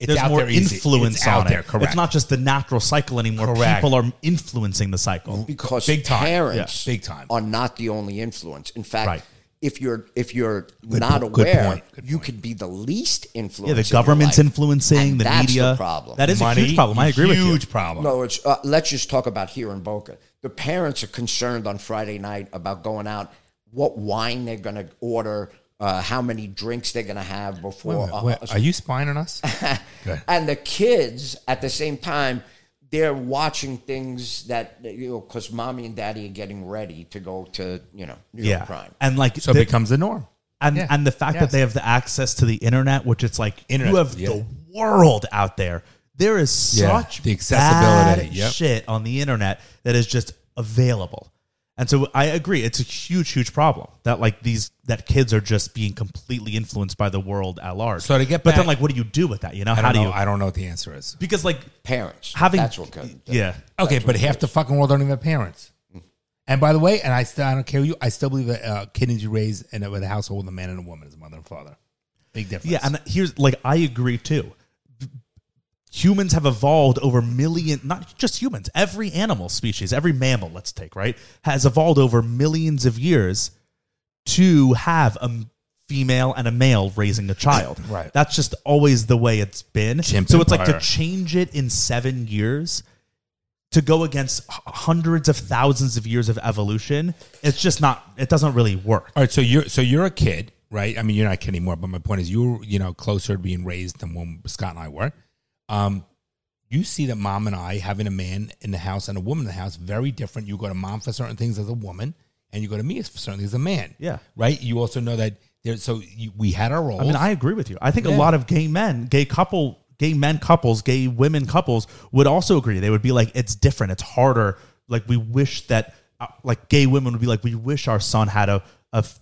Speaker 3: It's
Speaker 2: there's
Speaker 3: out
Speaker 2: more
Speaker 3: there easy.
Speaker 2: influence
Speaker 3: It's
Speaker 2: on
Speaker 3: out
Speaker 2: it.
Speaker 3: there, correct.
Speaker 2: It's not just the natural cycle anymore.
Speaker 3: Correct.
Speaker 2: People are influencing the cycle.
Speaker 4: because
Speaker 3: Big time.
Speaker 4: parents
Speaker 3: Yeah, big time.
Speaker 4: are not the only influence. In fact,
Speaker 2: Right.
Speaker 4: if you're if you're not
Speaker 3: po- good
Speaker 4: aware,
Speaker 3: point, good
Speaker 4: you could be the least influence.
Speaker 2: Yeah, the
Speaker 4: in your
Speaker 2: government's
Speaker 4: life.
Speaker 2: influencing
Speaker 4: And
Speaker 2: the
Speaker 4: that's
Speaker 2: media.
Speaker 4: The problem.
Speaker 2: That is a huge problem. I agree
Speaker 3: huge
Speaker 2: with you.
Speaker 3: problem.
Speaker 4: No, it's uh, let's just talk about here in Boca. The parents are concerned on Friday night about going out, what wine they're going to order, uh, how many drinks they're going to have
Speaker 3: Wait,
Speaker 4: before.
Speaker 3: wait, wait, are you spying on us? Good.
Speaker 4: and the kids at the same time they're watching things that you know because mommy and daddy are getting ready to go to you know New York
Speaker 2: Yeah,
Speaker 4: Prime.
Speaker 2: and like
Speaker 3: So it
Speaker 2: the-
Speaker 3: becomes the norm.
Speaker 2: and
Speaker 3: Yeah.
Speaker 2: and the fact
Speaker 3: Yes.
Speaker 2: that they have the access to the internet, which it's like
Speaker 3: Internet,
Speaker 2: you have
Speaker 3: yeah.
Speaker 2: the world out there. There is
Speaker 3: Yeah,
Speaker 2: such
Speaker 3: the accessibility,
Speaker 2: bad
Speaker 3: yep.
Speaker 2: shit on the internet that is just available, and so I agree. It's a huge, huge problem that like these that kids are just being completely influenced by the world at large.
Speaker 3: So to get
Speaker 2: but then
Speaker 3: back-
Speaker 2: like, what do you do with that? You know,
Speaker 3: I
Speaker 2: how
Speaker 3: don't
Speaker 2: do
Speaker 3: know.
Speaker 2: you?
Speaker 3: I don't know what the answer is.
Speaker 2: because like
Speaker 4: Parents,
Speaker 2: having
Speaker 4: that's what good.
Speaker 2: yeah,
Speaker 3: Okay, but half the fucking world don't even have parents.
Speaker 4: Mm.
Speaker 3: And by the way, and I still I don't care who you. I still believe that uh, kid needs to be raised in a, with a household with a man and a woman as a mother and father. Big difference.
Speaker 2: Yeah, and here's like I agree too. Humans have evolved over million, not just humans. Every animal species, every mammal, let's take right, has evolved over millions of years to have a female and a male raising a child.
Speaker 3: Right.
Speaker 2: That's just always the way it's been.
Speaker 3: Chimp
Speaker 2: so it's like to
Speaker 3: empire.
Speaker 2: change it in seven years to go against h- hundreds of thousands of years of evolution. It's just not. It doesn't really work.
Speaker 3: All right, so you're so you're a kid, right? I mean, you're not a kid anymore, but my point is, you're you know closer to being raised than when Scott and I were. Um, you see that mom and I having a man in the house and a woman in the house very different. You go to mom for certain things as a woman, and you go to me for certain things as a man.
Speaker 2: Yeah.
Speaker 3: right. You also know that there. So you, we had our roles.
Speaker 2: I mean, I agree with you. I think
Speaker 3: Yeah.
Speaker 2: a lot of gay men, gay couple, gay men couples, gay women couples would also agree. They would be like, it's different. It's harder. Like we wish that, uh, like gay women would be like, we wish our son had a, a f-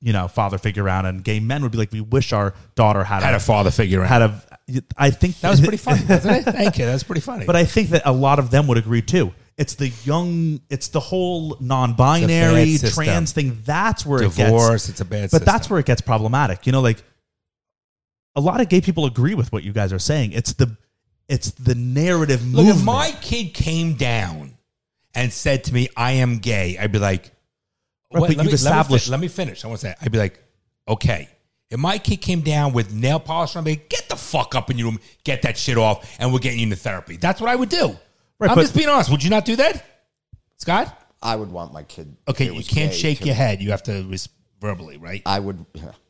Speaker 2: you know, father figure around, and gay men would be like, we wish our daughter had,
Speaker 3: had a father figure.
Speaker 2: had
Speaker 3: Had a,
Speaker 2: a. I think
Speaker 3: that was pretty funny, wasn't it? Thank you. That was pretty funny.
Speaker 2: But I think that a lot of them would agree too. It's the young, it's the whole
Speaker 3: It's
Speaker 2: non-binary
Speaker 3: a bad system.
Speaker 2: trans thing. That's where it
Speaker 3: divorce.
Speaker 2: gets
Speaker 3: It's a bad.
Speaker 2: but that's
Speaker 3: system.
Speaker 2: where it gets problematic. You know, like a lot of gay people agree with what you guys are saying. It's the it's the narrative
Speaker 3: Look,
Speaker 2: movement.
Speaker 3: if my kid came down and said to me, "I am gay," I'd be like,
Speaker 2: Right,
Speaker 3: "Wait, let
Speaker 2: but you've
Speaker 3: me- let me fin-
Speaker 2: established-
Speaker 3: Let me, finish. I want to say, I'd be like, "Okay." If my kid came down with nail polish, on, I'd be like, "Get the fuck up in your room, get that shit off, and we're getting you into therapy." That's what I would do.
Speaker 2: Right,
Speaker 3: I'm
Speaker 2: but-
Speaker 3: just being honest. Would you not do that, Scott?
Speaker 4: I would want my kid.
Speaker 3: Okay,
Speaker 4: if it
Speaker 3: you
Speaker 4: was
Speaker 3: can't
Speaker 4: gay,
Speaker 3: shake
Speaker 4: to-
Speaker 3: your head. You have to res- verbally, right?
Speaker 4: I would.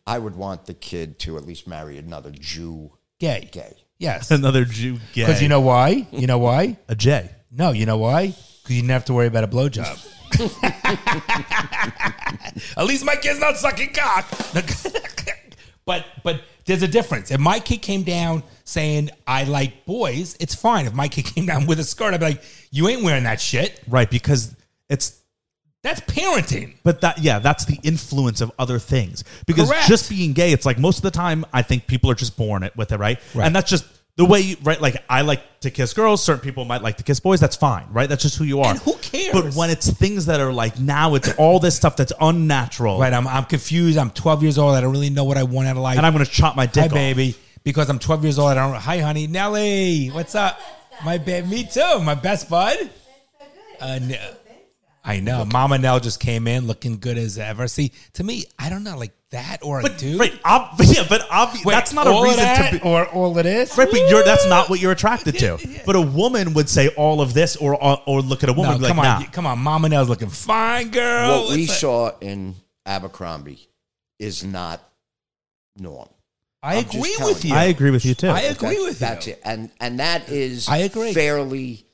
Speaker 4: I would want the kid to at least marry another Jew.
Speaker 3: Gay.
Speaker 4: Gay.
Speaker 3: Yes.
Speaker 2: another Jew gay.
Speaker 3: Because you know why? You know why?
Speaker 2: a J.
Speaker 3: No, you know why? Because you didn't have to worry about a blowjob. At least my kid's not sucking cock. but but there's a difference. If my kid came down saying I like boys, it's fine. If my kid came down with a skirt, I'd be like, you ain't wearing that shit.
Speaker 2: Right, because it's
Speaker 3: That's parenting.
Speaker 2: but that yeah, that's the influence of other things. Because
Speaker 3: Correct.
Speaker 2: just being gay, it's like most of the time I think people are just born it with it, right?
Speaker 3: Right.
Speaker 2: And that's just the way you, right like I like to kiss girls, certain people might like to kiss boys, that's fine, right? That's just who you are.
Speaker 3: And who cares?
Speaker 2: But when it's things that are like now it's all this stuff that's unnatural.
Speaker 3: Right, I'm, I'm confused. I'm 12 years old. I don't really know what I want out of life.
Speaker 2: And I'm gonna chop my dick
Speaker 3: Hi,
Speaker 2: off.
Speaker 3: baby. Because I'm 12 years old. I don't. Hi, honey. Nelly. What's up? My baby. Me too. My best bud. Uh, n- I know. Mama Nell just came in looking good as ever. See, to me, I don't know, like that or a
Speaker 2: But
Speaker 3: dude.
Speaker 2: right, ob- yeah, but obvi-
Speaker 3: Wait,
Speaker 2: that's not a
Speaker 3: all of
Speaker 2: reason
Speaker 3: that
Speaker 2: to be.
Speaker 3: or all it is.
Speaker 2: Right, but you're, that's not what you're attracted to. But a woman would say all of this, or or, or look at a
Speaker 3: No,
Speaker 2: woman and be
Speaker 3: come
Speaker 2: like,
Speaker 3: on,
Speaker 2: nah.
Speaker 3: you- come on. Mama Nell's looking fine, girl.
Speaker 4: what we
Speaker 3: It's like-
Speaker 4: saw in Abercrombie is not norm.
Speaker 3: I
Speaker 4: I'm just
Speaker 3: agree
Speaker 4: telling
Speaker 3: with
Speaker 4: you.
Speaker 3: you.
Speaker 2: I agree with you too.
Speaker 3: I agree
Speaker 4: That-
Speaker 3: with
Speaker 4: that's
Speaker 3: you.
Speaker 4: it, and and that is
Speaker 3: I agree.
Speaker 4: fairly.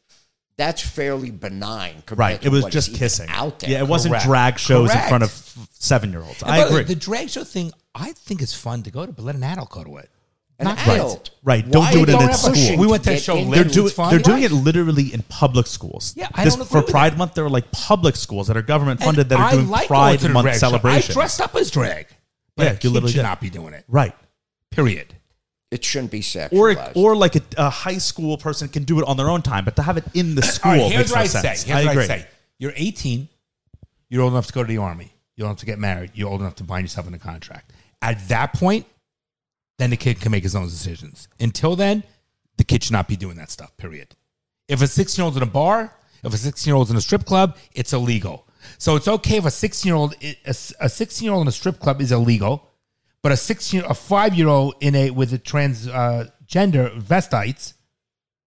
Speaker 4: That's fairly benign. Compared
Speaker 2: right,
Speaker 4: to
Speaker 2: it was
Speaker 4: what's
Speaker 2: just
Speaker 4: even
Speaker 2: kissing.
Speaker 4: out there.
Speaker 2: yeah, it wasn't
Speaker 3: Correct.
Speaker 2: drag shows in front of
Speaker 3: Correct.
Speaker 2: seven year olds.
Speaker 3: And
Speaker 2: I
Speaker 3: by the way,
Speaker 2: agree.
Speaker 3: The drag show thing, I think it's fun to go to, but let an adult go to it.
Speaker 4: An
Speaker 3: Not kids.
Speaker 4: adult.
Speaker 2: Right, don't
Speaker 4: Why
Speaker 2: do it in a
Speaker 4: don't have a
Speaker 2: school.
Speaker 4: pushing
Speaker 3: We went to
Speaker 4: get
Speaker 3: that show
Speaker 4: into
Speaker 2: they're
Speaker 3: Literally,
Speaker 2: doing
Speaker 3: it's fun.
Speaker 2: they're doing
Speaker 3: Right.
Speaker 2: it literally in public schools.
Speaker 3: Yeah, I don't agree
Speaker 2: for
Speaker 3: with
Speaker 2: Pride
Speaker 3: that.
Speaker 2: Month. There are like public schools that are government funded
Speaker 3: And
Speaker 2: that are
Speaker 3: I
Speaker 2: doing
Speaker 3: like going
Speaker 2: Pride
Speaker 3: to the
Speaker 2: Month
Speaker 3: drag show.
Speaker 2: celebrations.
Speaker 3: I dressed up as drag. But
Speaker 2: Yeah,
Speaker 3: a
Speaker 2: you
Speaker 3: kid
Speaker 2: literally
Speaker 3: should
Speaker 2: did.
Speaker 3: not be doing it.
Speaker 2: right.
Speaker 3: Period.
Speaker 4: It shouldn't be
Speaker 2: or
Speaker 4: sexualized.
Speaker 2: or like a, a high school person can do it on their own time, but to have it in the school
Speaker 3: All right, here's
Speaker 2: makes
Speaker 3: what
Speaker 2: no
Speaker 3: I
Speaker 2: sense.
Speaker 3: say. Here's
Speaker 2: I
Speaker 3: what
Speaker 2: agree.
Speaker 3: I say. You're 18. You're old enough to go to the army. You're old enough to get married. You're old enough to bind yourself in a contract. At that point, then the kid can make his own decisions. Until then, the kid should not be doing that stuff, period. If a 16 year old's in a bar, if a 16 year old's in a strip club, it's illegal. So it's okay if a 16 year old, a 16 year old in a strip club is illegal, but a 16, a five year old in a, with a transgender vestites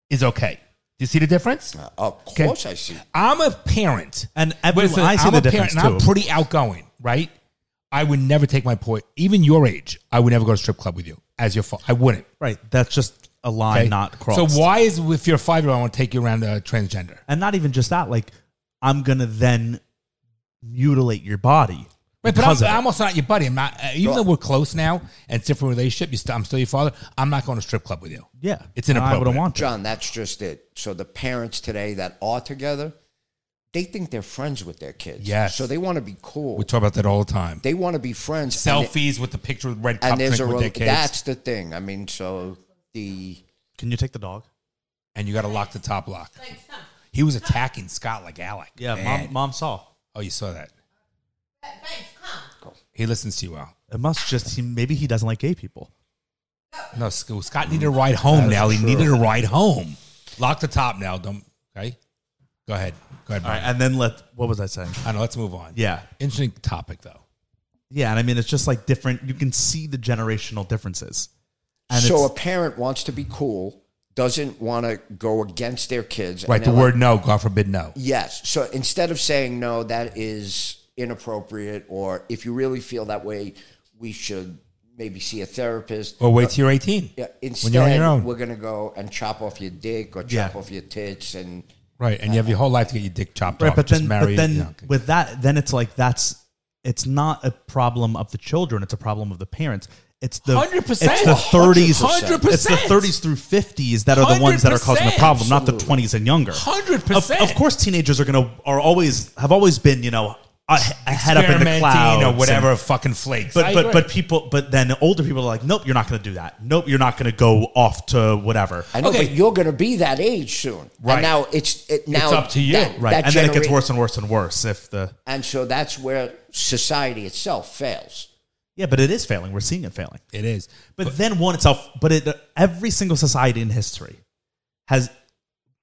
Speaker 3: is okay. Do you see the difference?
Speaker 4: of
Speaker 3: Okay.
Speaker 4: course, I see.
Speaker 3: I'm a parent,
Speaker 2: And everyone-
Speaker 3: Listen,
Speaker 2: I see
Speaker 3: I'm
Speaker 2: the
Speaker 3: a
Speaker 2: difference,
Speaker 3: parent, and I'm
Speaker 2: too.
Speaker 3: pretty outgoing, right? I would never take my boy, even your age. I would never go to strip club with you as your father. I wouldn't.
Speaker 2: Right. That's just a line
Speaker 3: okay?
Speaker 2: not crossed.
Speaker 3: So why is if you're a five year old, I want to take you around a transgender?
Speaker 2: And not even just that. Like, I'm gonna then mutilate your body.
Speaker 3: Right, but I'm,
Speaker 2: because of it.
Speaker 3: I'm also not your buddy. I'm not. uh, Even
Speaker 4: Well-
Speaker 3: though we're close now and it's a different relationship, you st- I'm still your father. I'm not going to strip club with you.
Speaker 2: yeah,
Speaker 3: it's
Speaker 2: And I
Speaker 3: inappropriate.
Speaker 2: wouldn't want to.
Speaker 4: John, that's just it. So the parents today that are together, they think they're friends with their kids.
Speaker 3: Yes.
Speaker 4: So they want to be cool.
Speaker 3: We talk about that all the time.
Speaker 4: they want to be friends. and it-
Speaker 3: Selfies with the picture with red cup
Speaker 4: And,
Speaker 3: drink
Speaker 4: there's a
Speaker 3: with
Speaker 4: rel-
Speaker 3: their kids,
Speaker 4: that's the thing. I mean, so the
Speaker 2: Can you take the dog?
Speaker 3: and you got to lock the top lock. He was attacking Scott like Alec.
Speaker 2: Yeah,
Speaker 3: Bad.
Speaker 2: mom. Mom saw.
Speaker 3: Oh, you saw that. He listens to you well.
Speaker 2: It must just he maybe he doesn't like gay people.
Speaker 3: No, Sc- Scott needed a ride home now. He needed a ride home. Lock the top now. Don't. Okay. Go ahead. Go ahead,
Speaker 2: All right,
Speaker 3: Brian.
Speaker 2: and then let what was I saying?
Speaker 3: I know. Let's move on.
Speaker 2: Yeah,
Speaker 3: Interesting topic, though.
Speaker 2: yeah, and I mean it's just like different. You can see the generational differences. And
Speaker 4: so a
Speaker 2: it's,
Speaker 4: parent wants to be cool, doesn't want to go against their kids. and
Speaker 3: Right. The
Speaker 4: they're like,
Speaker 3: word no, God forbid no.
Speaker 4: Yes. So instead of saying no, that is inappropriate, or if you really feel that way, we should maybe see a therapist.
Speaker 3: Or wait till you're 18.
Speaker 4: Yeah,
Speaker 3: Oh, when you're on
Speaker 4: Instead,
Speaker 3: your own.
Speaker 4: we're gonna go and chop off your dick or chop
Speaker 2: Yeah.
Speaker 4: off your tits, and
Speaker 3: Right. And you have your whole life to get your dick chopped
Speaker 2: right,
Speaker 3: off.
Speaker 2: but
Speaker 3: Just
Speaker 2: then,
Speaker 3: marry.
Speaker 2: but then
Speaker 3: you know, okay.
Speaker 2: with that, then it's like that's it's not a problem of the children; it's a problem of the parents. It's the
Speaker 3: 100%.
Speaker 2: It's the thirties.
Speaker 3: 100%.
Speaker 2: It's the thirties through fifties that are the ones that are causing the
Speaker 3: 100%.
Speaker 2: problem, not the twenties and younger.
Speaker 3: 100%.
Speaker 2: Of, of course, teenagers are gonna are always have always been you know a, a head up in the
Speaker 3: Experimenting
Speaker 2: clouds
Speaker 3: or
Speaker 2: and-
Speaker 3: whatever fucking flakes.
Speaker 2: But
Speaker 3: I
Speaker 2: but
Speaker 3: agree.
Speaker 2: but people but then older people are like, nope, you're not going to do that. Nope, you're not going to go off to whatever.
Speaker 4: I know,
Speaker 3: Okay.
Speaker 4: but you're gonna be that age soon.
Speaker 3: Right.
Speaker 4: And now it's it, now
Speaker 3: It's up to you.
Speaker 4: that-
Speaker 2: right,
Speaker 4: that
Speaker 2: and then it gets
Speaker 4: genera-
Speaker 2: worse and worse and worse if the
Speaker 4: And so that's where society itself fails.
Speaker 2: yeah, but it is failing. We're seeing it failing.
Speaker 3: it is.
Speaker 2: But, then one itself, but it, every single society in history has,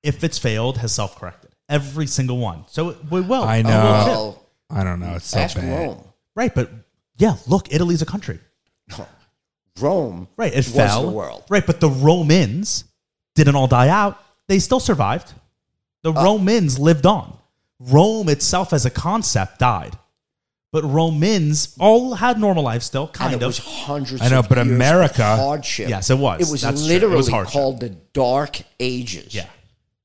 Speaker 2: if it's failed, has self corrected. Every single one. So it- we will.
Speaker 3: I
Speaker 2: Uh,
Speaker 3: know.
Speaker 2: we'll too.
Speaker 4: Well,
Speaker 3: I don't know. It's so
Speaker 4: ask
Speaker 3: bad.
Speaker 4: Rome.
Speaker 2: right, but yeah, look, Italy's a country.
Speaker 4: Rome,
Speaker 2: Right, it
Speaker 4: was
Speaker 2: fell.
Speaker 4: the world.
Speaker 2: Right, but the Romans didn't all die out. They still survived. The Romans lived on. Rome itself as a concept died. But Romans all had normal life still, kind
Speaker 4: and
Speaker 2: of.
Speaker 4: it was hundreds.
Speaker 3: I know,
Speaker 4: of
Speaker 3: but
Speaker 4: years of
Speaker 3: America-
Speaker 4: hardship.
Speaker 2: Yes, it was.
Speaker 4: It was
Speaker 2: That's true. It
Speaker 4: literally
Speaker 2: was hardship.
Speaker 4: called the Dark Ages.
Speaker 2: Yeah.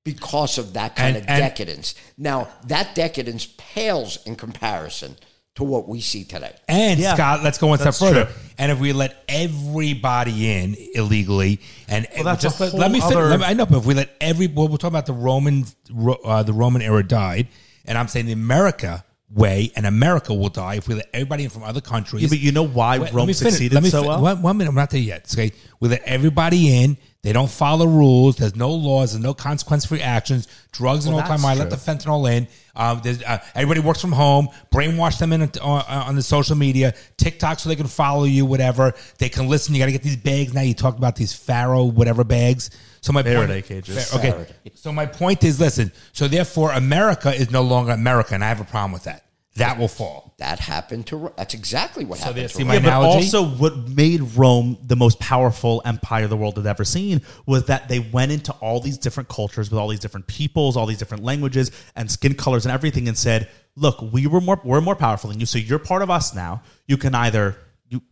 Speaker 4: because of that kind
Speaker 3: And-
Speaker 4: of
Speaker 3: and-
Speaker 4: decadence. Now that decadence pales in comparison to what we see today.
Speaker 3: And
Speaker 2: Yeah.
Speaker 3: Scott, let's go one step
Speaker 2: That's
Speaker 3: further.
Speaker 2: true.
Speaker 3: And if we let everybody in illegally, and
Speaker 2: Well, that's
Speaker 3: just
Speaker 2: a
Speaker 3: let,
Speaker 2: whole
Speaker 3: let me finish.
Speaker 2: other-
Speaker 3: Let me- I know, but if we let every well, we're talking about the Roman, Ro- uh, the Roman era died, and I'm saying the America way, and America will die if we let everybody in from other countries.
Speaker 2: Yeah, but you know why
Speaker 3: Wait,
Speaker 2: Rome
Speaker 3: finish.
Speaker 2: succeeded
Speaker 3: Let me
Speaker 2: so
Speaker 3: fin-
Speaker 2: well?
Speaker 3: One, one minute, I'm not there yet. Okay, we let everybody in. They don't follow rules. There's no laws. There's no consequence for your actions. Drugs and
Speaker 2: Well,
Speaker 3: all time.
Speaker 2: that's
Speaker 3: I let the
Speaker 2: true.
Speaker 3: fentanyl in. Um, there's, uh, everybody works from home. Brainwash them in on, on, on the social media, TikTok, so they can follow you. Whatever they can listen. You got to get these bags now. You talked about these Faro whatever bags. So my
Speaker 2: Faraday
Speaker 3: point,
Speaker 2: cages.
Speaker 3: Fa- okay. So my point is, listen. So therefore, America is no longer America, and I have a problem with that. That will fall.
Speaker 4: That happened to. Ro- That's exactly what happened.
Speaker 3: there-
Speaker 4: to
Speaker 3: see
Speaker 4: Rome.
Speaker 3: my-
Speaker 2: yeah, but
Speaker 3: analogy?
Speaker 2: also what made Rome the most powerful empire the world had ever seen was that they went into all these different cultures with all these different peoples, all these different languages and skin colors and everything, and said, "Look, we were more we're more powerful than you, so you're part of us now. You can either you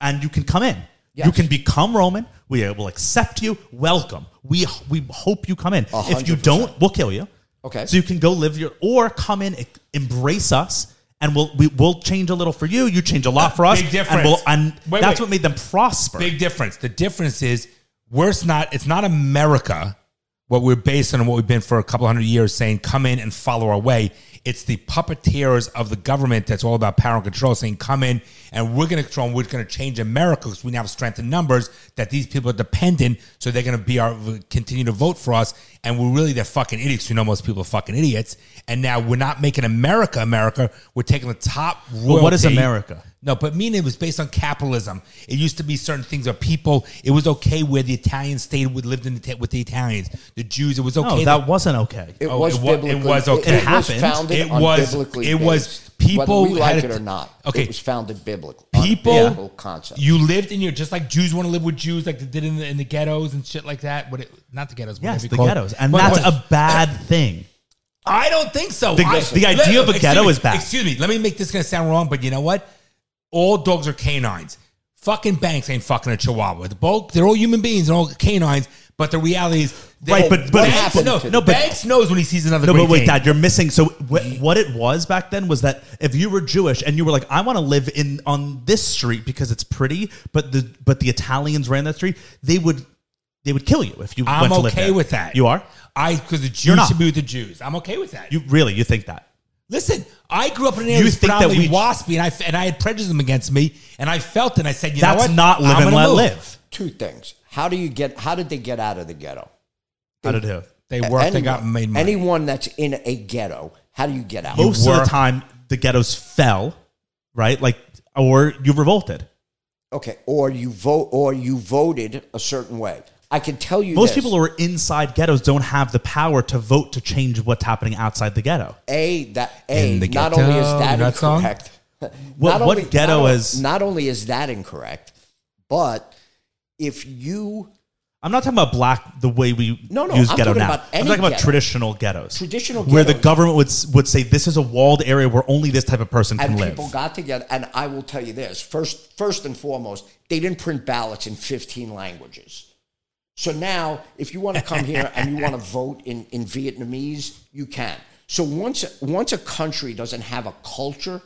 Speaker 2: and you can come in." You
Speaker 4: Yes.
Speaker 2: can become Roman. We will accept you. Welcome. We we hope you come in. If you
Speaker 4: 100%.
Speaker 2: don't, we'll kill you.
Speaker 4: Okay.
Speaker 2: So you can go live your or come in, e- embrace us, and we'll we, we'll change a little for you. You change a lot for us.
Speaker 3: Big
Speaker 2: And, we'll,
Speaker 3: difference.
Speaker 2: and
Speaker 3: Wait,
Speaker 2: that's
Speaker 3: wait.
Speaker 2: what made them prosper.
Speaker 3: Big difference. The difference is worse not it's not America what we're based on and what we've been for a couple hundred years saying come in and follow our way. It's the puppeteers of the government that's all about power and control saying come in and we're gonna control and we're gonna change America because we now have strength in numbers that these people are dependent, so they're gonna be our continue to vote for us and we're really they're fucking idiots. We know most people are fucking idiots. And now we're not making America America. We're taking the top royalty.
Speaker 2: what is America?
Speaker 3: No, but meaning it was based on capitalism. It used to be certain things of people. It was okay where the Italians stayed with lived in the, with the Italians, the Jews. It was okay.
Speaker 2: no, that, wasn't okay.
Speaker 4: It
Speaker 3: Oh,
Speaker 4: was
Speaker 3: it wa- it
Speaker 4: biblically.
Speaker 3: was okay.
Speaker 4: It,
Speaker 2: It
Speaker 4: was
Speaker 2: happened.
Speaker 4: founded
Speaker 3: It
Speaker 4: on
Speaker 3: was-
Speaker 4: biblically.
Speaker 3: it was
Speaker 4: based.
Speaker 3: people
Speaker 4: Whether we
Speaker 3: had
Speaker 4: like
Speaker 3: a-
Speaker 4: it or not.
Speaker 3: Okay.
Speaker 4: It was founded biblically. on
Speaker 3: people.
Speaker 4: biblical concept.
Speaker 3: You lived in your just like Jews want to live with Jews, like they did in the, in the ghettos and shit like that. What it, not the ghettos? whatever
Speaker 2: Yes,
Speaker 3: you
Speaker 2: the
Speaker 3: call it.
Speaker 2: ghettos, and
Speaker 3: But-
Speaker 2: that's
Speaker 3: but-
Speaker 2: a bad thing.
Speaker 3: I don't think so.
Speaker 2: The-
Speaker 3: I-
Speaker 2: the idea of a
Speaker 3: excuse
Speaker 2: ghetto
Speaker 3: me,
Speaker 2: is bad.
Speaker 3: Excuse me. Let me make this going to sound wrong, but you know what? All dogs are canines. Fucking banks ain't fucking a chihuahua. The bulk, they're all human beings and all canines, but the reality is. they-
Speaker 2: Right, but- but-
Speaker 3: Banks
Speaker 4: happened
Speaker 3: know-
Speaker 4: to
Speaker 3: no,
Speaker 4: them?
Speaker 3: Banks knows when he sees another
Speaker 2: No,
Speaker 3: great
Speaker 2: but wait,
Speaker 3: Dane.
Speaker 2: Dad, you're missing. So wh- what it was back then was that if you were Jewish and you were like, I want to live in on this street because it's pretty, but the but the Italians ran that street, they would they would kill you if you
Speaker 3: I'm
Speaker 2: went to live
Speaker 3: okay
Speaker 2: there.
Speaker 3: with that.
Speaker 2: You are.
Speaker 3: I, because the
Speaker 2: You're
Speaker 3: Jews
Speaker 2: not.
Speaker 3: should be with the Jews. I'm okay with that.
Speaker 2: You really you think that?
Speaker 3: Listen, I grew up in an area
Speaker 2: You
Speaker 3: that's
Speaker 2: think that
Speaker 3: predominantly
Speaker 2: we-
Speaker 3: waspy, and I, and I had prejudice against me, and I felt it, and I said, you know
Speaker 2: That's
Speaker 3: what?
Speaker 2: not live
Speaker 3: I'm
Speaker 2: and
Speaker 3: gonna
Speaker 2: let
Speaker 3: move.
Speaker 2: live.
Speaker 4: Two things. How do you get? How did they get out of the ghetto?
Speaker 2: How did it?
Speaker 3: They worked, they got made money.
Speaker 4: Anyone that's in a ghetto, how do you get out?
Speaker 2: most of
Speaker 3: were-
Speaker 2: the time the ghettos fell, right? Like, or you revolted.
Speaker 4: Okay, or you vote, or you voted a certain way. I can tell you,
Speaker 2: Most
Speaker 4: this.
Speaker 2: people who are inside ghettos don't have the power to vote to change what's happening outside the ghetto.
Speaker 4: a that a
Speaker 3: In the
Speaker 4: not only is
Speaker 3: ghetto,
Speaker 4: that,
Speaker 3: that song?
Speaker 4: incorrect.
Speaker 2: What- what ghetto
Speaker 4: not, o-
Speaker 2: is-
Speaker 4: Not only is that incorrect, but if you
Speaker 2: I'm not talking about black the way we
Speaker 4: No, no,
Speaker 2: use
Speaker 4: I'm
Speaker 2: ghetto
Speaker 4: talking
Speaker 2: now.
Speaker 4: about
Speaker 2: I'm
Speaker 4: any
Speaker 2: talking about
Speaker 4: ghetto.
Speaker 2: traditional ghettos.
Speaker 4: Traditional
Speaker 2: where the
Speaker 4: ghettos.
Speaker 2: government would s- would say this is a walled area where only this type of person can
Speaker 4: and
Speaker 2: live.
Speaker 4: people got together, and I will tell you this first, first and foremost, they didn't print ballots in 15 languages. So now, if you want to come here and you want to vote in, in Vietnamese, you can. So once once a country doesn't have a culture,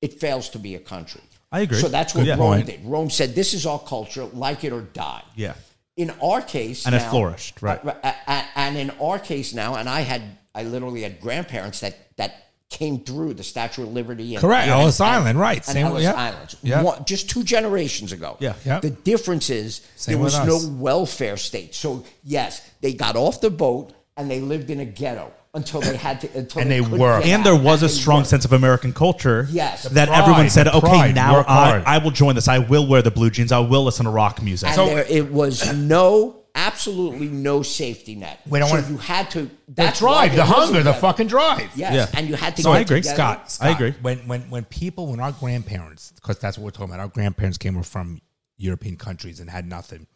Speaker 4: it fails to be a country.
Speaker 2: I agree.
Speaker 4: So that's what
Speaker 2: Good
Speaker 4: Rome
Speaker 2: point.
Speaker 4: did. Rome said, "This is our culture, like it or die."
Speaker 2: yeah.
Speaker 4: in our case
Speaker 2: And it
Speaker 4: now-
Speaker 2: flourished, right.
Speaker 4: uh, uh, uh, and in our case now and i had i literally had grandparents that that came through the statue of liberty and
Speaker 3: Correct,
Speaker 4: and-
Speaker 3: Ellis
Speaker 4: and-
Speaker 3: Island, right,
Speaker 4: and
Speaker 3: same-
Speaker 4: ellis
Speaker 3: yeah,
Speaker 4: islands
Speaker 3: yeah.
Speaker 4: One- just two generations ago
Speaker 2: Yeah,
Speaker 3: yeah.
Speaker 4: the difference is
Speaker 3: Same
Speaker 4: there was
Speaker 3: with
Speaker 4: no
Speaker 3: us.
Speaker 4: welfare state so yes they got off the boat and they lived in a ghetto until they had to until
Speaker 3: And they
Speaker 4: couldn't
Speaker 3: worked.
Speaker 4: get
Speaker 2: And
Speaker 4: out.
Speaker 2: there was a
Speaker 4: And they
Speaker 2: strong
Speaker 4: worked.
Speaker 2: sense of American culture
Speaker 4: Yes. The
Speaker 2: that
Speaker 3: pride,
Speaker 2: everyone said,
Speaker 3: the
Speaker 2: okay,
Speaker 3: pride,
Speaker 2: now
Speaker 3: work
Speaker 2: I,
Speaker 3: hard."
Speaker 2: I will join this. I will wear the blue jeans. I will listen to rock music.
Speaker 4: and
Speaker 3: So-
Speaker 4: there, it was no absolutely no safety net
Speaker 3: We don't
Speaker 4: so
Speaker 3: wanna-
Speaker 4: you had to
Speaker 3: The
Speaker 4: that's why
Speaker 3: drive,
Speaker 4: there
Speaker 3: the
Speaker 4: was a
Speaker 3: hunger, the
Speaker 4: ghetto.
Speaker 3: fucking drive.
Speaker 4: Yes,
Speaker 2: Yeah.
Speaker 4: and you had to.
Speaker 2: So
Speaker 4: get
Speaker 2: I agree.
Speaker 4: together.
Speaker 2: Scott, I agree.
Speaker 3: When when when people, when our grandparents, because that's what we're talking about, our grandparents came from European countries and had nothing.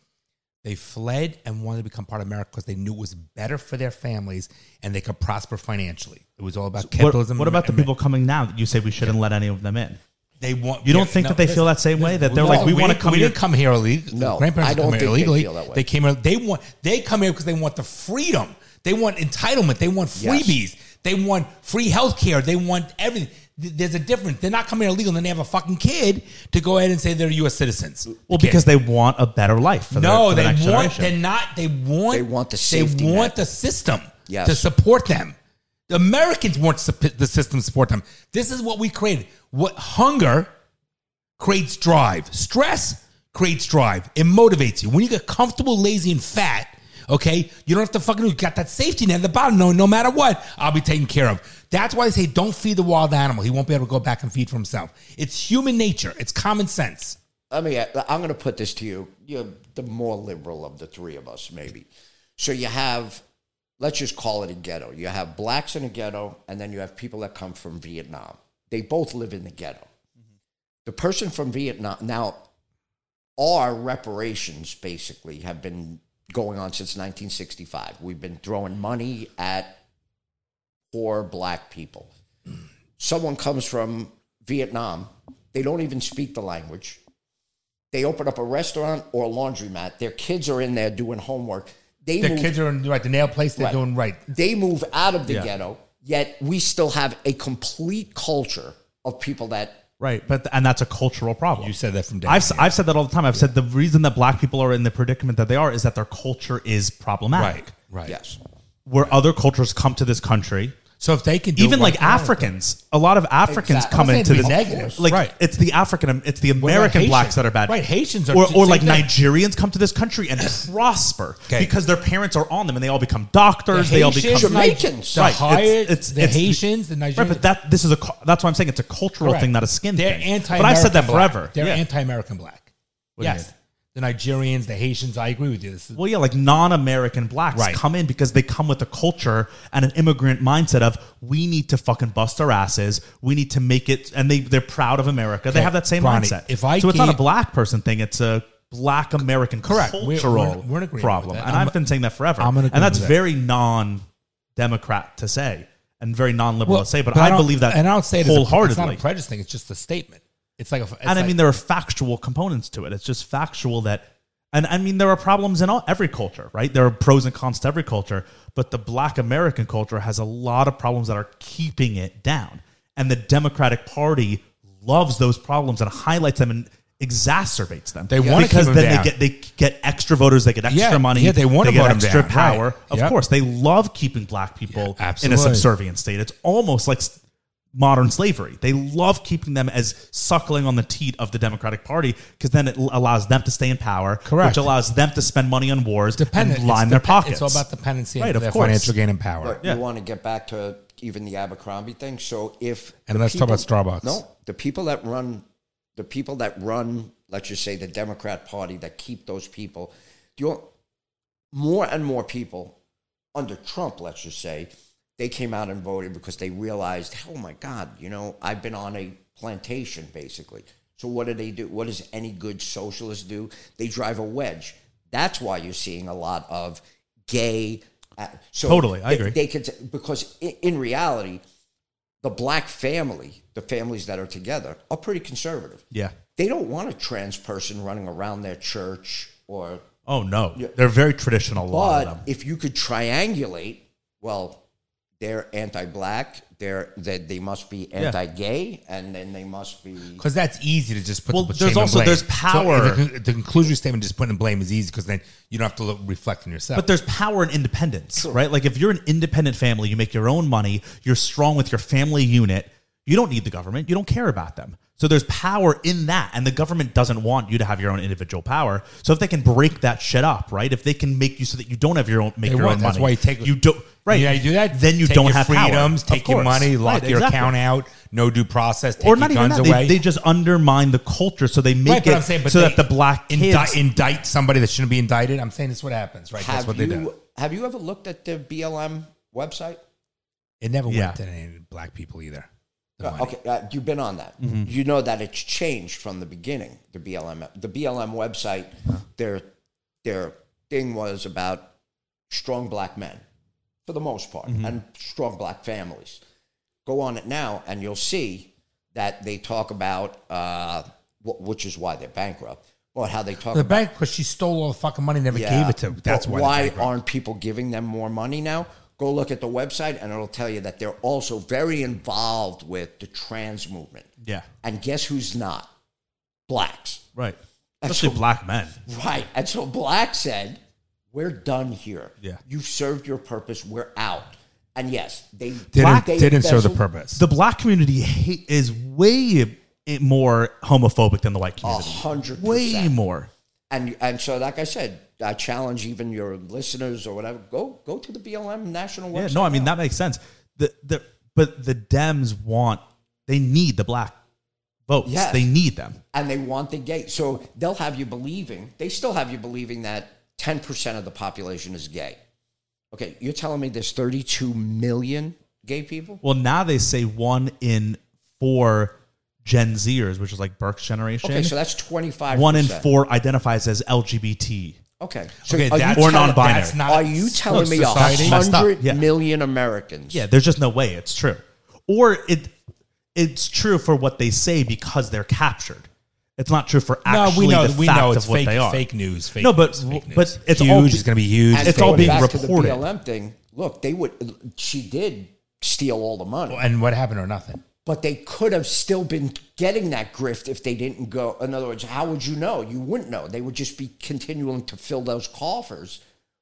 Speaker 3: They fled and wanted to become part of America because they knew it was better for their families and they could prosper financially. It was all about
Speaker 2: What,
Speaker 3: capitalism.
Speaker 2: what about the
Speaker 3: and-
Speaker 2: people coming now that you say we shouldn't let any of them in?
Speaker 3: They want.
Speaker 2: You don't think that they feel that same way? That they're like, we wanna
Speaker 3: didn't-
Speaker 2: come
Speaker 3: We
Speaker 2: here-
Speaker 3: didn't come here illegally.
Speaker 4: No,
Speaker 3: grandparents
Speaker 4: I
Speaker 3: didn't
Speaker 4: don't
Speaker 3: come
Speaker 4: think
Speaker 3: here
Speaker 4: they
Speaker 3: illegally.
Speaker 4: feel that way.
Speaker 3: They came here. They want. They come here because they want the freedom. They want entitlement. They want
Speaker 4: Yes.
Speaker 3: freebies. They want free health care. They want everything. Th- There's a difference. They're not coming here illegal, and then they have a fucking kid to go ahead and say they're U.S. citizens.
Speaker 2: Well,
Speaker 3: The kid.
Speaker 2: because they want a better life.
Speaker 3: no,
Speaker 2: For the, for the
Speaker 3: they
Speaker 2: next
Speaker 3: want.
Speaker 2: generation.
Speaker 3: They're not. They want.
Speaker 4: They want the
Speaker 3: They
Speaker 4: safety
Speaker 3: want
Speaker 4: net.
Speaker 3: the system
Speaker 4: Yes.
Speaker 3: to support them. The Americans want sup- the system to support them. This is what we created. What hunger creates drive. Stress creates drive. It motivates you. When you get comfortable, lazy, and fat, okay, you don't have to fucking. You got that safety net at the bottom. No, no matter what, I'll be taken care of. That's why they say don't feed the wild animal. He won't be able to go back and feed for himself. It's human nature. It's common sense.
Speaker 4: I mean, I- uh, I'm going to put this to you. You're the more liberal of the three of us, maybe. So you have, let's just call it a ghetto. You have blacks in a ghetto, and then you have people that come from Vietnam. They both live in the ghetto. The person from Vietnam now, our reparations basically have been going on since 1965. We've been throwing money at poor black people. Someone comes from Vietnam, they don't even speak the language. They open up a restaurant or a laundromat. Their kids are in there doing homework. They
Speaker 3: The
Speaker 4: move,
Speaker 3: kids are in right. The nail place. They're
Speaker 4: Right.
Speaker 3: doing right.
Speaker 4: they move out of the
Speaker 2: Yeah.
Speaker 4: ghetto, yet we still have a complete culture of people that
Speaker 2: right, but and that's a cultural problem.
Speaker 3: You said that from day.
Speaker 2: I've, I've said that all the time. I've said the reason that black people are in the predicament that they are is that their culture is problematic.
Speaker 3: right, right.
Speaker 4: yes.
Speaker 2: Where other cultures come to this country,
Speaker 3: So if they can do
Speaker 2: even
Speaker 3: it, why
Speaker 2: like
Speaker 3: can't we?
Speaker 2: Africans, a lot of Africans
Speaker 4: Exactly.
Speaker 2: come
Speaker 3: I'm not
Speaker 2: into
Speaker 3: saying
Speaker 2: this.
Speaker 3: to be negative.
Speaker 2: Like
Speaker 3: Right.
Speaker 2: it's the African, it's the
Speaker 3: about
Speaker 2: American
Speaker 3: Haitian?
Speaker 2: blacks that are bad.
Speaker 3: Right, Haitians are
Speaker 2: or,
Speaker 3: t-
Speaker 2: or
Speaker 3: same
Speaker 2: like
Speaker 3: thing.
Speaker 2: Nigerians come to this country and prosper
Speaker 3: Okay.
Speaker 2: because their parents are on them and they all become doctors.
Speaker 3: The
Speaker 2: they all
Speaker 3: Haitians,
Speaker 2: become
Speaker 4: Jamaican.
Speaker 3: Jamaicans, the
Speaker 2: Right, it's-
Speaker 3: higher,
Speaker 2: it's-
Speaker 3: the
Speaker 2: it's-
Speaker 3: Haitians, the Nigerians.
Speaker 2: Right, but that this is a cu- that's why I'm saying it's a cultural
Speaker 3: Correct.
Speaker 2: thing, not a skin
Speaker 3: They're
Speaker 2: thing.
Speaker 3: anti.
Speaker 2: but I've said that forever.
Speaker 3: They're
Speaker 2: Yeah.
Speaker 3: anti-American black.
Speaker 2: What do you
Speaker 3: yes, the Nigerians, the Haitians. I agree with you. This is,
Speaker 2: Well, yeah, like non-American blacks
Speaker 3: Right.
Speaker 2: come in because they come with a culture and an immigrant mindset of we need to fucking bust our asses, we need to make it, and they they're proud of America. They
Speaker 3: Okay,
Speaker 2: have that same
Speaker 3: Ronnie,
Speaker 2: mindset.
Speaker 3: if I
Speaker 2: so it's not a
Speaker 3: can't-
Speaker 2: black person thing; it's a black American
Speaker 3: Correct. We're- we're-
Speaker 2: cultural
Speaker 3: we're in agreement with
Speaker 2: problem,
Speaker 3: that.
Speaker 2: and i
Speaker 3: I'm-
Speaker 2: have been saying that forever.
Speaker 3: I'm in agreement
Speaker 2: and that's
Speaker 3: with that.
Speaker 2: very non-democrat to say and very non-liberal
Speaker 3: Well,
Speaker 2: to say, but, I,
Speaker 3: don't-
Speaker 2: believe that
Speaker 3: and I don't say it as a-
Speaker 2: wholeheartedly.
Speaker 3: It's not a prejudice thing. It's just a statement. It's like a. It's
Speaker 2: and I
Speaker 3: like-
Speaker 2: mean, there are factual components to it. It's just factual that, and I mean, there are problems in all, every culture, right? There are pros and cons to every culture, but the Black American culture has a lot of problems that are keeping it down, and the Democratic Party loves those problems and highlights them and exacerbates them.
Speaker 3: They wanna keep
Speaker 2: because
Speaker 3: them
Speaker 2: then
Speaker 3: down.
Speaker 2: they get they get extra voters, they get extra
Speaker 3: Yeah,
Speaker 2: money,
Speaker 3: yeah, they wanna
Speaker 2: get
Speaker 3: vote 'em
Speaker 2: extra
Speaker 3: down,
Speaker 2: power.
Speaker 3: right.
Speaker 2: Of
Speaker 3: Yep.
Speaker 2: course, they love keeping black people
Speaker 3: Yeah,
Speaker 2: in a
Speaker 3: absolutely.
Speaker 2: subservient state. It's almost like s- modern slavery. They love keeping them as suckling on the teat of the Democratic Party because then it l- allows them to stay in power,
Speaker 3: Correct.
Speaker 2: which allows them to spend money on wars
Speaker 3: dependent.
Speaker 2: and line
Speaker 3: it's
Speaker 2: their
Speaker 3: depe- It's
Speaker 2: pockets.
Speaker 3: all about dependency
Speaker 2: Right,
Speaker 3: and
Speaker 2: of
Speaker 3: their
Speaker 2: course.
Speaker 3: financial gain and power.
Speaker 4: But you want to get back to even the Abercrombie thing. So if
Speaker 3: And
Speaker 4: the
Speaker 3: let's talk about Starbucks.
Speaker 4: No, the people that run the people that run let's just say the Democrat Party that keep those people. The o- more and more people under Trump, let's just say, they came out and voted because they realized, oh my God, you know, I've been on a plantation basically. So what do they do? What does any good socialist do? They drive a wedge. That's why you're seeing a lot of gay. uh, so
Speaker 2: Totally, I
Speaker 4: they-
Speaker 2: agree.
Speaker 4: They could because i- in reality, the black family, the families that are together, are pretty conservative.
Speaker 2: Yeah.
Speaker 4: They don't want a trans person running around their church or
Speaker 2: Oh no, they're very traditional. A lot of
Speaker 4: but
Speaker 2: them.
Speaker 4: if you could triangulate, well, they're anti-black. They're they, they must be anti-gay, and then they must be.
Speaker 3: Because that's easy to just put.
Speaker 2: Well,
Speaker 3: the blame
Speaker 2: there's
Speaker 3: and
Speaker 2: also-
Speaker 3: blame.
Speaker 2: there's power.
Speaker 3: So the, the conclusion statement, just putting blame, is easy because then you don't have to look, reflect on yourself.
Speaker 2: But there's power in independence, right? Like if you're an independent family, you make your own money, you're strong with your family unit, you don't need the government, you don't care about them. So there's power in that, and the government doesn't want you to have your own individual power. So if they can break that shit up, right? If they can make you so that you don't have your own make
Speaker 3: They
Speaker 2: your
Speaker 3: won't.
Speaker 2: own
Speaker 3: That's
Speaker 2: money,
Speaker 3: why you take-
Speaker 2: don't right.
Speaker 3: Yeah, you do that.
Speaker 2: then you
Speaker 3: take
Speaker 2: don't
Speaker 3: your
Speaker 2: have power.
Speaker 3: freedoms.
Speaker 2: Of
Speaker 3: Take your
Speaker 2: course.
Speaker 3: money. Lock
Speaker 2: Right,
Speaker 3: your
Speaker 2: exactly.
Speaker 3: account out. No due process. Take
Speaker 2: Or
Speaker 3: your
Speaker 2: not even
Speaker 3: guns
Speaker 2: that.
Speaker 3: away.
Speaker 2: They, they just undermine the culture, so they make
Speaker 3: right,
Speaker 2: it
Speaker 3: but I'm saying, but
Speaker 2: so
Speaker 3: they
Speaker 2: that the black kids,
Speaker 3: indict, indict somebody that shouldn't be indicted. I'm saying that's what happens, right?
Speaker 4: Have
Speaker 3: that's what
Speaker 4: you
Speaker 3: they do.
Speaker 4: have you ever looked at the BLM website?
Speaker 3: It never
Speaker 2: Yeah.
Speaker 3: went to any black people either. The
Speaker 4: Uh,
Speaker 3: money. Mm-hmm.
Speaker 4: okay, uh, you've been on that. You know that it's changed from the beginning. The BLM, the BLM website,
Speaker 3: Uh-huh.
Speaker 4: their their thing was about strong black men, for the most part,
Speaker 3: Mm-hmm.
Speaker 4: and strong black families. Go on it now, and you'll see that they talk about, uh, wh- which is why they're bankrupt, or how they talk
Speaker 3: The
Speaker 4: about
Speaker 3: bank, because she stole all the fucking money, and never
Speaker 4: yeah,
Speaker 3: gave it to. Them.
Speaker 4: but
Speaker 3: That's why.
Speaker 4: why
Speaker 3: the bank-
Speaker 4: aren't people giving them more money now? Go look at the website, and it'll tell you that they're also very involved with the trans movement.
Speaker 2: yeah,
Speaker 4: And guess who's not? Blacks.
Speaker 2: right,
Speaker 4: And
Speaker 2: especially
Speaker 4: so-
Speaker 2: black men.
Speaker 4: Right. And so Black said, We're done here.
Speaker 2: Yeah.
Speaker 4: You've served your purpose. We're out. And yes, they
Speaker 3: didn't,
Speaker 4: they
Speaker 3: didn't serve the
Speaker 4: embezzled-
Speaker 3: purpose.
Speaker 2: the black community hate is way i- more homophobic than the white
Speaker 4: A
Speaker 2: community.
Speaker 4: hundred
Speaker 2: Way
Speaker 4: percent.
Speaker 2: more.
Speaker 4: And and so, like I said, I challenge even your listeners or whatever. Go go to the BLM national
Speaker 2: Yeah,
Speaker 4: website.
Speaker 2: no, I mean
Speaker 4: now.
Speaker 2: that makes sense. The the but the Dems want they need the black votes.
Speaker 4: Yes.
Speaker 2: They need them.
Speaker 4: and they want the gay. So they'll have you believing, they still have you believing that 10% of the population is gay. Okay, you're telling me there's 32 million gay people?
Speaker 2: Well, now they say one in four Gen Zers, which is like Burke's generation.
Speaker 4: Okay, so that's 25.
Speaker 2: one in four identifies as LGBT.
Speaker 4: Okay, so
Speaker 3: Okay,
Speaker 4: are,
Speaker 3: that's-
Speaker 4: you
Speaker 2: Or
Speaker 4: telling-
Speaker 2: non-binary.
Speaker 3: That's not.
Speaker 4: are you telling me a
Speaker 3: society?
Speaker 2: messed up,
Speaker 4: hundred
Speaker 2: yeah.
Speaker 4: million Americans?
Speaker 2: Yeah, there's just no way it's true. Or it it's true for what they say because they're captured. It's not true for
Speaker 3: No,
Speaker 2: actually
Speaker 3: we know.
Speaker 2: the
Speaker 3: We
Speaker 2: fact
Speaker 3: know
Speaker 2: of
Speaker 3: it's
Speaker 2: what
Speaker 3: fake.
Speaker 2: they are.
Speaker 3: Fake news. Fake
Speaker 2: No, but-
Speaker 3: news, fake
Speaker 2: but
Speaker 3: news.
Speaker 2: it's
Speaker 3: huge.
Speaker 2: all be-
Speaker 3: It's going to be huge.
Speaker 4: And
Speaker 2: It's all
Speaker 4: going
Speaker 2: being
Speaker 4: back
Speaker 2: reported.
Speaker 4: To the BLM thing. Look, they would. She did steal all the money.
Speaker 3: and what happened or nothing.
Speaker 4: but they could have still been getting that grift if they didn't go. In other words, how would you know? You wouldn't know. They would just be continuing to fill those coffers.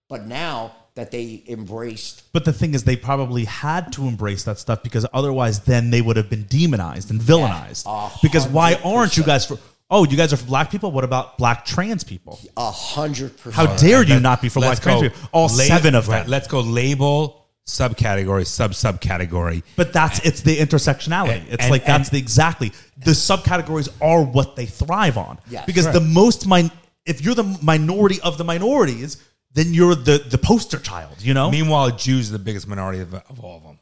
Speaker 4: But now that they embraced,
Speaker 2: But the thing is, they probably had to embrace that stuff because otherwise, then they would have been demonized and villainized.
Speaker 4: Yeah, a
Speaker 2: because why
Speaker 4: hundred
Speaker 2: aren't you guys for? Oh, you guys are for black people. What about black trans people?
Speaker 4: a hundred percent,
Speaker 2: How dare you not be for black
Speaker 3: Let's
Speaker 2: trans
Speaker 3: go.
Speaker 2: people? All
Speaker 3: Lab-
Speaker 2: seven of them.
Speaker 3: right, Let's go. Label subcategory, sub subcategory.
Speaker 2: but that's it's the intersectionality.
Speaker 3: And-
Speaker 2: it's
Speaker 3: and-
Speaker 2: like that's
Speaker 3: and-
Speaker 2: the exactly the subcategories are what they thrive on.
Speaker 4: Yes.
Speaker 2: because the most min if you're the minority of the minorities, then you're the the poster child. You know.
Speaker 3: Meanwhile, Jews are the biggest minority of, of all of them.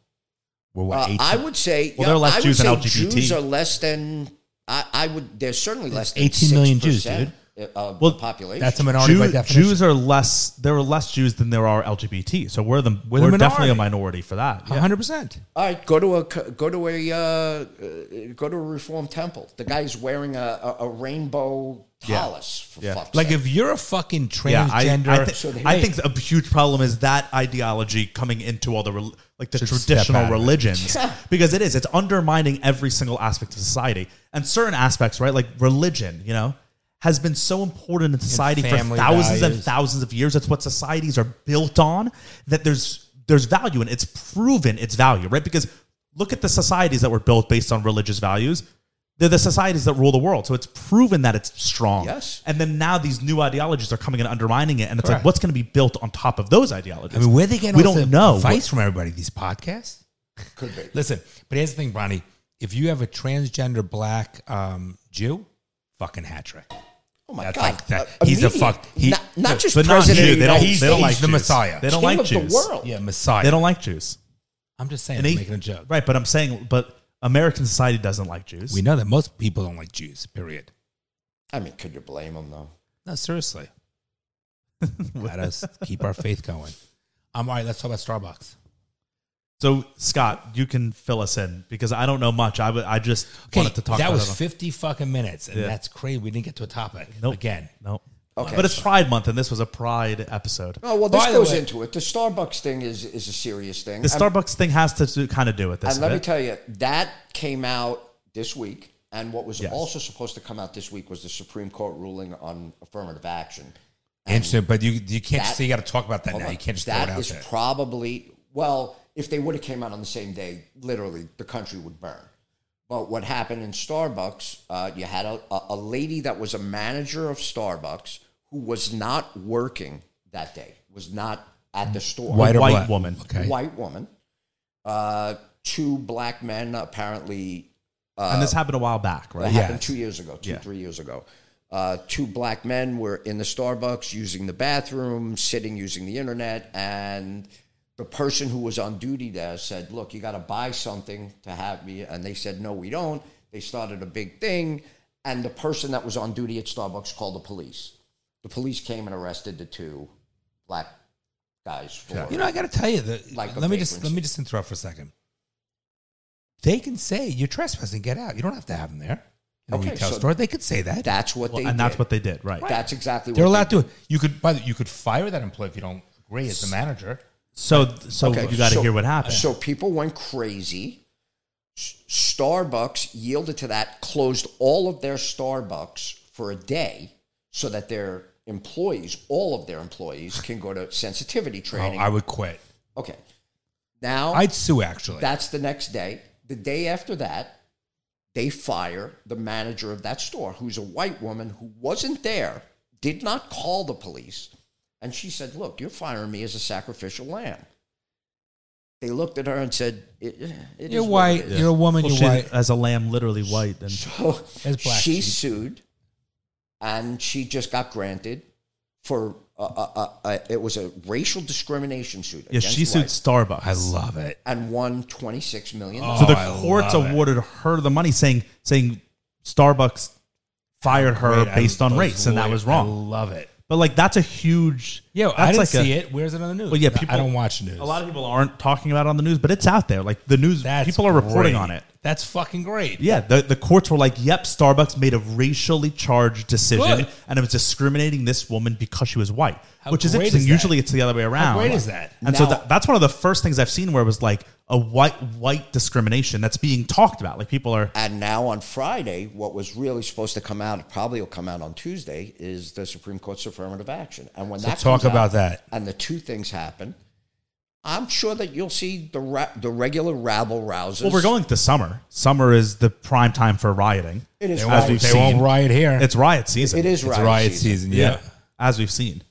Speaker 3: We're what?
Speaker 4: Uh,
Speaker 3: eight,
Speaker 4: I would say,
Speaker 2: Well, there are less
Speaker 4: I would
Speaker 2: Jews than
Speaker 4: say
Speaker 2: LGBT.
Speaker 4: Jews are less than. I, I would. They're certainly less than
Speaker 3: 18 million Jews,
Speaker 4: 6% Of
Speaker 2: Well,
Speaker 4: the population.
Speaker 3: that's a minority by
Speaker 2: Jew-
Speaker 3: definition.
Speaker 2: Jews are less. There are less Jews than there are LGBT. So we're the we're,
Speaker 3: the
Speaker 2: definitely a
Speaker 3: minority.
Speaker 2: minority for that. Yeah.
Speaker 3: 100%.
Speaker 4: All right, go to a go to a uh, uh, go to a reformed temple. The guy's wearing a, a, a rainbow palace. For
Speaker 2: Yeah.
Speaker 4: fuck's
Speaker 3: Like
Speaker 4: sake.
Speaker 3: if you're a fucking transgender,
Speaker 2: Yeah, I, I, thi-
Speaker 4: So they-
Speaker 2: I think a huge problem is that ideology coming into all the rel like the
Speaker 3: Should step out
Speaker 2: traditional
Speaker 3: of it.
Speaker 2: religions because it is it's undermining every single aspect of society and certain aspects right like religion you know has been so important in society for
Speaker 3: family
Speaker 2: thousands and
Speaker 3: values.
Speaker 2: thousands of years. That's what societies are built on. That there's there's value and it's proven its value right because look at the societies that were built based on religious values. They're the societies that rule the world, so it's proven that it's strong.
Speaker 4: Yes.
Speaker 2: And then now these new ideologies are coming and undermining it, and it's
Speaker 3: Correct.
Speaker 2: like what's going to be built on top of those ideologies?
Speaker 3: I mean, where they getting
Speaker 2: We
Speaker 3: all
Speaker 2: don't
Speaker 3: the
Speaker 2: know.
Speaker 3: advice from everybody? These podcasts
Speaker 4: Could be.
Speaker 3: Listen, but here's the thing, Bronny. If you have a transgender black um, Jew, fucking hat trick.
Speaker 4: Oh my
Speaker 3: That's
Speaker 4: God!
Speaker 3: like that.
Speaker 4: Uh,
Speaker 3: he's a
Speaker 4: immediate-
Speaker 3: fuck. He,
Speaker 4: not, not just
Speaker 2: but not
Speaker 4: president.
Speaker 2: Jew.
Speaker 4: of the
Speaker 2: They don't.
Speaker 4: United
Speaker 2: they don't
Speaker 4: States,
Speaker 2: like
Speaker 3: He's the
Speaker 2: Jews.
Speaker 3: Messiah.
Speaker 2: They don't
Speaker 4: king
Speaker 2: like
Speaker 4: of the
Speaker 2: Jews.
Speaker 4: world.
Speaker 3: yeah, Messiah.
Speaker 2: They don't like Jews.
Speaker 3: I'm just saying,
Speaker 2: And they-
Speaker 3: making a joke.
Speaker 2: right? But I'm saying, but American society doesn't like Jews.
Speaker 3: We know that most people don't like Jews. Period.
Speaker 4: I mean, could you blame him though?
Speaker 3: No, seriously. Let us keep our faith going. Um, all right, let's talk about Starbucks.
Speaker 2: So Scott, you can fill us in because I don't know much. I would- I just wanted to talk.
Speaker 3: that
Speaker 2: about
Speaker 3: was
Speaker 2: it.
Speaker 3: 50 fucking minutes, and
Speaker 2: Yeah.
Speaker 3: that's crazy. We didn't get to a topic
Speaker 2: Nope.
Speaker 3: again.
Speaker 2: no.
Speaker 4: Okay.
Speaker 2: but it's Pride Month, and this was a Pride episode.
Speaker 4: Oh well, this
Speaker 3: By the
Speaker 4: goes
Speaker 3: way-
Speaker 4: into it. The Starbucks thing is is a serious thing.
Speaker 2: The
Speaker 4: I'm-
Speaker 2: Starbucks thing has to do, kind of do with this.
Speaker 4: And let
Speaker 2: a
Speaker 4: me
Speaker 2: bit.
Speaker 4: tell you, that came out this week. And what was
Speaker 2: Yes.
Speaker 4: also supposed to come out this week was the Supreme Court ruling on affirmative action.
Speaker 3: Interesting, but you you can't
Speaker 4: That-
Speaker 3: just say you got to talk about that now.
Speaker 4: Hold on.
Speaker 3: You can't just
Speaker 4: That
Speaker 3: throw it out
Speaker 4: is
Speaker 3: there.
Speaker 4: probably well, if they would have came out on the same day, literally the country would burn. But what happened in Starbucks? Uh, you had a, a a lady that was a manager of Starbucks who was not working that day, was not at the store.
Speaker 3: White or
Speaker 2: white
Speaker 3: black?
Speaker 2: woman.
Speaker 3: Okay.
Speaker 4: white woman, uh, two black men apparently
Speaker 2: and this happened a while back, right?
Speaker 4: That happened
Speaker 3: Yes.
Speaker 4: two years ago, two,
Speaker 2: Yeah.
Speaker 4: three years ago. Uh, two black men were in the Starbucks using the bathroom, sitting using the internet, and the person who was on duty there said, Look, you got to buy something to have me. And they said, No, we don't. They started a big thing. And the person that was on duty at Starbucks called the police. The police came and arrested the two black guys. For
Speaker 3: You know, I got to tell you that.
Speaker 4: Like a
Speaker 3: let me just
Speaker 4: vagrant.
Speaker 3: let me just interrupt for a second. They can say you're trespassing. Get out. You don't have to have them there in
Speaker 4: Okay,
Speaker 3: a retail
Speaker 4: so
Speaker 3: store. They could say that.
Speaker 4: that's what
Speaker 2: Well,
Speaker 4: they
Speaker 2: and that's
Speaker 4: did.
Speaker 2: what they did, right?
Speaker 4: That's exactly
Speaker 3: They're
Speaker 4: what
Speaker 3: allowed
Speaker 4: they
Speaker 3: to. You could by the, you could fire that employee if you don't agree as the manager.
Speaker 2: So, so you got to
Speaker 4: so-
Speaker 2: hear what happened.
Speaker 4: So people went crazy. S- Starbucks yielded to that, closed all of their Starbucks for a day so that their employees, all of their employees, can go to sensitivity
Speaker 3: Oh,
Speaker 4: training.
Speaker 3: I would quit.
Speaker 4: okay. Now,
Speaker 3: I'd sue actually.
Speaker 4: that's the next day. The day after that, they fire the manager of that store, who's a white woman who wasn't there, did not call the police. And she said, Look, you're firing me as a sacrificial lamb. They looked at her and said, "It- it
Speaker 3: you're
Speaker 4: is what it
Speaker 3: white.
Speaker 4: is."
Speaker 3: You're a woman.
Speaker 2: Well,
Speaker 3: you're
Speaker 2: she-
Speaker 3: white.
Speaker 2: as a lamb, literally white. And
Speaker 4: So
Speaker 3: As black
Speaker 4: she
Speaker 3: sheep.
Speaker 4: sued, and she just got granted for uh, a, a, a, a, it was a racial discrimination suit.
Speaker 2: yeah, she
Speaker 4: against
Speaker 2: sued
Speaker 4: whites
Speaker 2: Starbucks.
Speaker 3: I love it.
Speaker 4: and won twenty six million.
Speaker 3: Oh,
Speaker 2: so the
Speaker 3: I
Speaker 2: courts
Speaker 3: love it.
Speaker 2: awarded her the money, saying saying Starbucks fired her
Speaker 3: Great. I-
Speaker 2: based on
Speaker 3: those
Speaker 2: race, and that
Speaker 3: lawyers-
Speaker 2: was wrong.
Speaker 3: I love it.
Speaker 2: But like that's a huge.
Speaker 3: Yeah,
Speaker 2: that's
Speaker 3: I didn't
Speaker 2: like
Speaker 3: see
Speaker 2: a,
Speaker 3: it. Where's it on the news?
Speaker 2: Well, yeah,
Speaker 3: I-
Speaker 2: people-
Speaker 3: I don't watch news.
Speaker 2: A lot of people aren't talking about it on the news, but it's out there. Like the news,
Speaker 3: That's
Speaker 2: people are reporting
Speaker 3: great.
Speaker 2: on it.
Speaker 3: That's fucking great.
Speaker 2: Yeah, the, the courts were like, "Yep, Starbucks made a racially charged decision,
Speaker 3: Good.
Speaker 2: and it was discriminating this woman because she was white."
Speaker 3: How
Speaker 2: which is
Speaker 3: great
Speaker 2: interesting.
Speaker 3: is that?
Speaker 2: Usually, it's the other way around.
Speaker 3: great is that?
Speaker 2: And so
Speaker 4: Now-
Speaker 2: that, that's one of the first things I've seen where it was like a white white discrimination that's being talked about. Like people are
Speaker 4: And now on Friday, what was really supposed to come out, it probably will come out on Tuesday, is the Supreme Court's affirmative action. And when that
Speaker 3: talk
Speaker 4: comes out,
Speaker 3: about that.
Speaker 4: and the two things happen, I'm sure that you'll see the ra- the regular rabble rousers.
Speaker 2: well, we're going to summer. Summer is the prime time for rioting.
Speaker 4: It is
Speaker 3: They
Speaker 2: As
Speaker 3: won't,
Speaker 2: we've
Speaker 3: they
Speaker 2: seen.
Speaker 3: won't riot here.
Speaker 2: It's riot season.
Speaker 4: It is
Speaker 3: It's
Speaker 4: riot,
Speaker 3: riot
Speaker 4: season.
Speaker 3: season. yeah.
Speaker 2: as we've seen.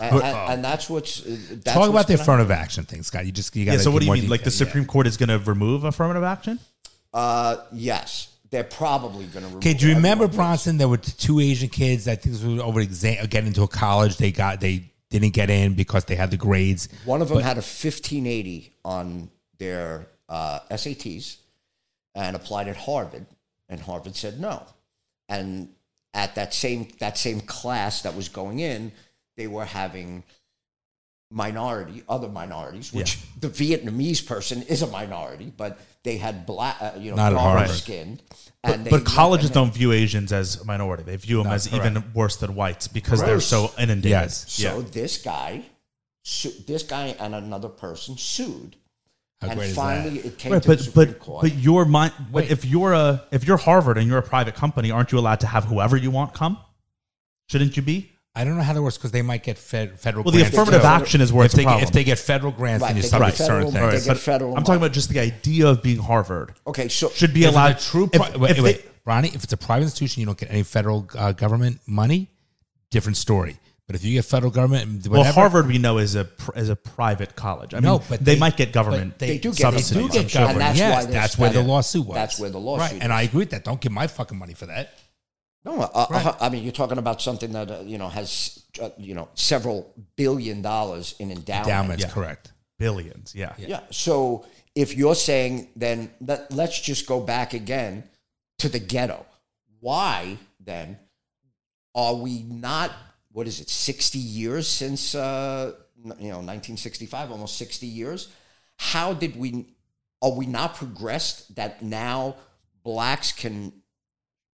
Speaker 4: and, and, and that's what's. uh, That's
Speaker 3: Talk
Speaker 4: what's
Speaker 3: about the
Speaker 4: gonna-
Speaker 3: affirmative action thing, Scott. You just you got
Speaker 2: Yeah. So what do you mean? Like the
Speaker 3: detail.
Speaker 2: Supreme Court is going to remove affirmative action?
Speaker 4: Uh, yes, they're probably going to.
Speaker 3: Okay, do you remember Bronson? There were t- two Asian kids. I think this was over exam, uh, getting into a college. They got they didn't get in because they had the grades.
Speaker 4: One of them had a 1580 on their uh, SATs and applied at Harvard, and Harvard said no. And at that same that same class that was going in, they were having minority other minorities, which the Vietnamese person is a minority, but they had black, uh, you know,
Speaker 3: Not at
Speaker 4: orange
Speaker 3: Harvard.
Speaker 4: skin.
Speaker 2: But,
Speaker 4: they-
Speaker 2: but colleges don't view Asians as a minority. They view them as even worse than whites because they're
Speaker 4: Gross.
Speaker 2: so inundated.
Speaker 3: Yes.
Speaker 2: Yeah.
Speaker 4: So this guy, su- this guy, and another person sued.
Speaker 3: How
Speaker 4: and
Speaker 3: great is
Speaker 4: finally,
Speaker 3: that?
Speaker 4: it came
Speaker 2: Right,
Speaker 4: to the
Speaker 2: but
Speaker 4: Supreme
Speaker 2: but
Speaker 4: Court.
Speaker 2: but your mind. But
Speaker 3: Wait.
Speaker 2: if you're a if you're Harvard and you're a private company, aren't you allowed to have whoever you want come? Shouldn't you be?
Speaker 3: I don't know how that works because they might get fed, federal.
Speaker 2: Well, the
Speaker 3: grants
Speaker 2: affirmative
Speaker 3: too.
Speaker 2: action is where
Speaker 3: if
Speaker 2: it's a
Speaker 3: they get,
Speaker 2: problem.
Speaker 3: if they get federal grants,
Speaker 4: Right,
Speaker 3: then you're
Speaker 4: they get
Speaker 3: subject to
Speaker 4: federal-
Speaker 3: certain things.
Speaker 4: they get
Speaker 2: But
Speaker 4: federal
Speaker 2: I'm talking
Speaker 4: money.
Speaker 2: about just the idea of being Harvard
Speaker 4: okay, so
Speaker 2: should be
Speaker 3: If it's
Speaker 2: allowed.
Speaker 3: a true.
Speaker 2: if-
Speaker 3: pri- wait,
Speaker 2: if they-
Speaker 3: wait, Ronnie. If it's a private institution, you don't get any federal uh, government money. Different story. But if you get federal government,
Speaker 2: well,
Speaker 3: whatever,
Speaker 2: Harvard we know is a pr- is a private college. I mean,
Speaker 3: No, but
Speaker 2: they,
Speaker 3: they-
Speaker 2: might get
Speaker 3: but
Speaker 2: government.
Speaker 3: they-
Speaker 4: they do get
Speaker 2: Subsidies,
Speaker 3: They do
Speaker 2: I'm
Speaker 3: get
Speaker 2: sure.
Speaker 3: government.
Speaker 4: And that's
Speaker 3: yes,
Speaker 4: why
Speaker 3: that's where the
Speaker 4: law.
Speaker 3: lawsuit was.
Speaker 4: That's where the lawsuit
Speaker 3: Right, and I agree with that. Don't get my fucking money for that.
Speaker 4: No, uh, uh, I mean you're talking about something that uh, you know has uh, you know several billion dollars in endowment.
Speaker 3: Endowments, correct.
Speaker 2: Billions, yeah.
Speaker 4: Yeah. So if you're saying then let, let's just go back again to the ghetto. Why then are we not? What is it? Sixty years since uh, n- you know 1965, almost sixty years. How did we? Are we not progressed that now blacks can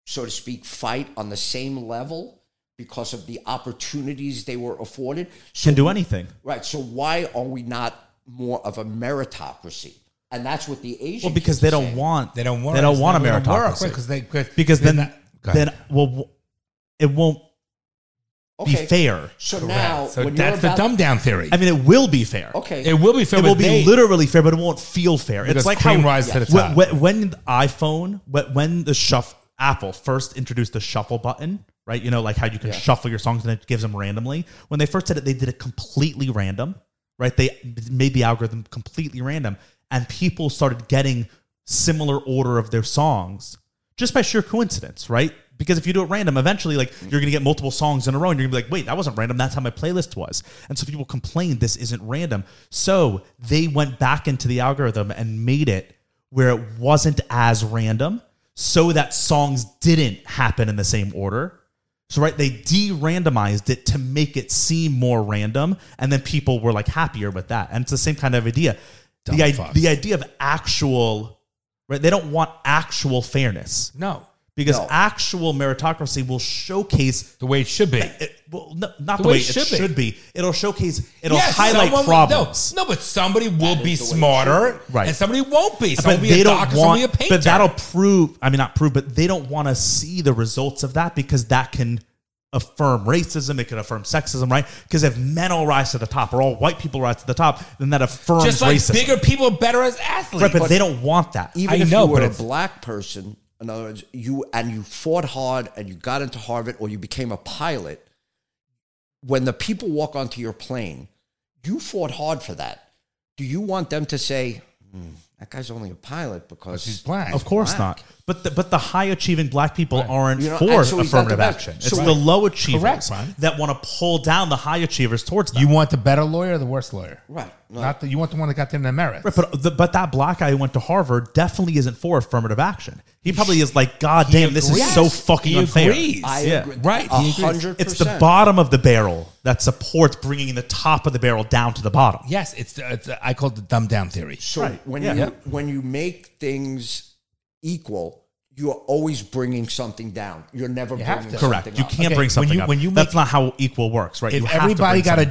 Speaker 4: so to speak, fight on the same level because of the opportunities they were afforded. So,
Speaker 2: Can do anything.
Speaker 4: right. So why are we not more of a meritocracy? And that's what the Asian.
Speaker 2: Well, because they don't
Speaker 4: saying.
Speaker 2: want
Speaker 3: They don't want
Speaker 2: they don't want a
Speaker 3: work,
Speaker 2: meritocracy
Speaker 3: right, 'cause they- 'cause-
Speaker 2: because
Speaker 3: they're
Speaker 2: then
Speaker 3: not- Go ahead.
Speaker 2: then well w- it won't be fair.
Speaker 4: So now,
Speaker 3: so
Speaker 4: when
Speaker 3: that's
Speaker 4: you're
Speaker 3: the
Speaker 4: about,
Speaker 3: dumb down theory.
Speaker 2: I mean, it will be fair.
Speaker 4: Okay.
Speaker 3: it will be fair.
Speaker 2: It will
Speaker 3: but
Speaker 2: be
Speaker 3: they-
Speaker 2: literally fair, but it won't feel fair.
Speaker 3: Because
Speaker 2: it's like
Speaker 3: cream
Speaker 2: how
Speaker 3: rise to the
Speaker 2: when-
Speaker 3: top.
Speaker 2: When, when the iPhone, when, when the shuffle, Apple first introduced the shuffle button, right? You know, like how you can shuffle your songs and it gives them randomly. When they first did it, they did it completely random, right? They made the algorithm completely random, and people started getting similar order of their songs just by sheer coincidence, right? Because if you do it random, eventually, like
Speaker 3: Mm.
Speaker 2: you're gonna get multiple songs in a row, and you're gonna be like, "Wait, that wasn't random. That's how my playlist was." And so people complained this isn't random. So they went back into the algorithm and made it where it wasn't as random, so that songs didn't happen in the same order. So right, they de-randomized it to make it seem more random, and then people were like happier with that. And it's the same kind of idea.
Speaker 3: Dumb
Speaker 2: the, i-
Speaker 3: fucks.
Speaker 2: the idea of actual, right? They don't want actual fairness
Speaker 3: no,
Speaker 2: because
Speaker 4: No.
Speaker 2: actual meritocracy will showcase
Speaker 3: the way it should be.
Speaker 2: it, well, no, not the, way, it should, be. It'll showcase. It'll
Speaker 3: Yes,
Speaker 2: highlight
Speaker 3: someone-
Speaker 2: problems.
Speaker 3: No, no, but somebody will be
Speaker 4: is the way it
Speaker 3: smarter,
Speaker 2: be. Right.
Speaker 3: And somebody won't be. Somebody will
Speaker 2: But
Speaker 3: be
Speaker 2: they
Speaker 3: a
Speaker 2: don't
Speaker 3: doctor. Somebody will
Speaker 2: want.
Speaker 3: be a painter.
Speaker 2: But that'll prove. I mean, not prove, but they don't want to see the results of that because that can affirm racism. It can affirm sexism, right? Because if men all rise to the top, or all white people rise to the top, then that affirms
Speaker 3: just like
Speaker 2: racism.
Speaker 3: bigger people are better as athletes.
Speaker 2: right, but, they don't want that.
Speaker 4: even
Speaker 3: I
Speaker 4: if
Speaker 3: know,
Speaker 4: you
Speaker 3: but
Speaker 4: were a
Speaker 3: it's-
Speaker 4: black person, in other words, you and you fought hard and you got into Harvard or you became a pilot, when the people walk onto your plane, you fought hard for that. Do you want them to say, hmm, that guy's only a pilot because
Speaker 3: He's black.
Speaker 2: Of course
Speaker 4: Black.
Speaker 2: not. But the, but the high achieving black people aren't
Speaker 4: You know,
Speaker 2: for
Speaker 4: and so he's not
Speaker 2: affirmative
Speaker 4: the best.
Speaker 2: action.
Speaker 4: So
Speaker 2: It's
Speaker 4: right.
Speaker 2: the low achievers
Speaker 3: Correct, Ron.
Speaker 2: that want to pull down the high achievers towards them.
Speaker 3: You want the better lawyer or the worse lawyer?
Speaker 4: Right. No.
Speaker 3: Not the, you want the one that got there in the merits.
Speaker 2: Right, but the, but that black guy who went to Harvard definitely isn't for affirmative action. He probably is like, God damn, this is
Speaker 3: agrees.
Speaker 2: so fucking
Speaker 3: He
Speaker 2: unfair.
Speaker 3: agrees.
Speaker 4: I
Speaker 2: Yeah.
Speaker 4: agree.
Speaker 3: Right,
Speaker 4: A
Speaker 3: he agrees.
Speaker 4: hundred
Speaker 2: It's the
Speaker 4: percent.
Speaker 2: bottom of the barrel that supports bringing the top of the barrel down to the bottom.
Speaker 3: yes, it's, it's I call it the dumb down theory.
Speaker 4: So
Speaker 2: Right,
Speaker 4: when
Speaker 2: yeah.
Speaker 4: you
Speaker 2: Yeah.
Speaker 4: when you make things equal, you are always bringing something down. You're never
Speaker 3: have
Speaker 4: bringing
Speaker 3: to.
Speaker 4: something
Speaker 2: Correct. You
Speaker 4: up.
Speaker 2: can't
Speaker 3: Okay, when
Speaker 2: bring something
Speaker 3: you-
Speaker 2: up.
Speaker 3: when you
Speaker 2: That's
Speaker 3: make-
Speaker 2: not how equal works, right?
Speaker 3: If
Speaker 2: You have to
Speaker 3: everybody
Speaker 2: bring
Speaker 3: got a
Speaker 2: something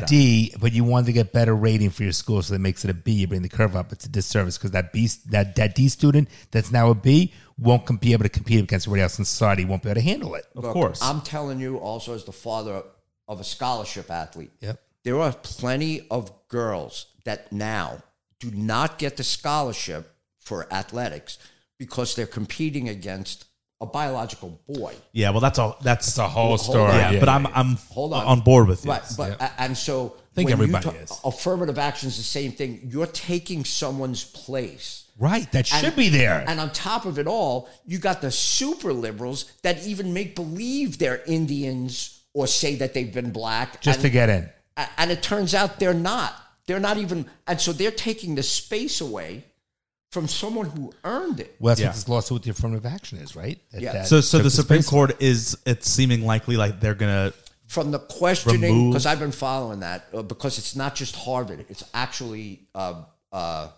Speaker 3: D,
Speaker 2: down.
Speaker 3: but you wanted to get better rating for your school, so that makes it a B, you bring the curve up. It's a disservice because that B, that, that D student that's now a B won't com- be able to compete against everybody else in society. Won't be able to handle it.
Speaker 2: of course.
Speaker 4: I'm telling you, also as the father of a scholarship athlete,
Speaker 3: Yep.
Speaker 4: there are plenty of girls that now do not get the scholarship for athletics because they're competing against a biological boy.
Speaker 2: yeah, well, that's a that's,
Speaker 3: It's a whole
Speaker 4: Hold on.
Speaker 3: story.
Speaker 2: yeah, but I'm I'm
Speaker 4: Hold on.
Speaker 2: on board with you.
Speaker 4: Right, but a- and so
Speaker 3: think
Speaker 4: when you
Speaker 3: everybody
Speaker 4: ta-
Speaker 3: is.
Speaker 4: affirmative action is the same thing. You're taking someone's place.
Speaker 3: right. That
Speaker 4: And-
Speaker 3: should be there.
Speaker 4: And on top of it all, you got the super liberals that even make believe they're Indians or say that they've been black.
Speaker 3: just
Speaker 4: and,
Speaker 3: to get in.
Speaker 4: a- and it turns out they're not. They're not even, and so they're taking the space away from someone who earned it.
Speaker 3: Well, that's
Speaker 2: Yeah.
Speaker 3: what this lawsuit with the affirmative action is, right? That-
Speaker 4: Yeah.
Speaker 3: that
Speaker 2: So so
Speaker 3: took
Speaker 2: the Supreme
Speaker 3: space-
Speaker 2: Court is it's seeming likely like they're gonna
Speaker 4: From the questioning,
Speaker 2: Remove-
Speaker 4: because I've been following that, uh, because it's not just Harvard; it's actually uh, uh,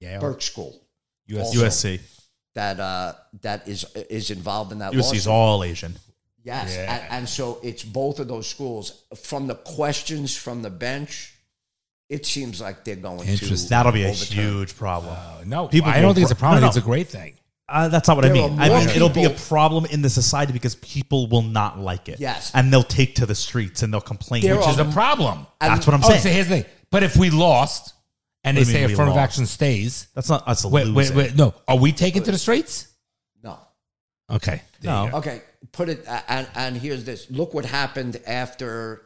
Speaker 3: Yeah,
Speaker 4: Burke School
Speaker 3: US,
Speaker 4: Also-
Speaker 2: USC
Speaker 4: that uh, that is is involved in that.
Speaker 2: USC
Speaker 4: lawsuit.
Speaker 2: is all Asian.
Speaker 4: Yes,
Speaker 3: Yeah.
Speaker 4: and, and so it's both of those schools. From the questions from the bench, it seems like they're going
Speaker 3: Interesting.
Speaker 4: to.
Speaker 2: That'll be a
Speaker 4: overturn.
Speaker 2: huge problem.
Speaker 4: Uh,
Speaker 3: No,
Speaker 2: People
Speaker 3: I don't
Speaker 2: will
Speaker 3: think it's a
Speaker 2: pro-
Speaker 3: problem.
Speaker 2: No, no.
Speaker 3: It's a great thing.
Speaker 2: Uh, that's not what I
Speaker 4: There
Speaker 2: mean.
Speaker 4: are
Speaker 2: I
Speaker 4: more
Speaker 2: mean it'll be a
Speaker 4: people-
Speaker 2: problem in the society because people will not like it.
Speaker 4: Yes.
Speaker 2: and they'll take to the streets and they'll complain.
Speaker 4: There
Speaker 2: which
Speaker 4: are-
Speaker 2: is
Speaker 3: It's a problem.
Speaker 2: that's what I'm
Speaker 3: Oh,
Speaker 2: saying.
Speaker 3: so here's the thing. But if we lost and they
Speaker 2: What do you
Speaker 3: say
Speaker 2: mean we
Speaker 3: affirmative
Speaker 2: lost?
Speaker 3: action stays,
Speaker 2: that's not us
Speaker 3: wait,
Speaker 2: losing.
Speaker 3: wait, wait, no, are we taken to the streets?
Speaker 4: No,
Speaker 3: Okay. there
Speaker 2: No.
Speaker 3: you go.
Speaker 4: Okay, put it a- and and here's this. Look what happened after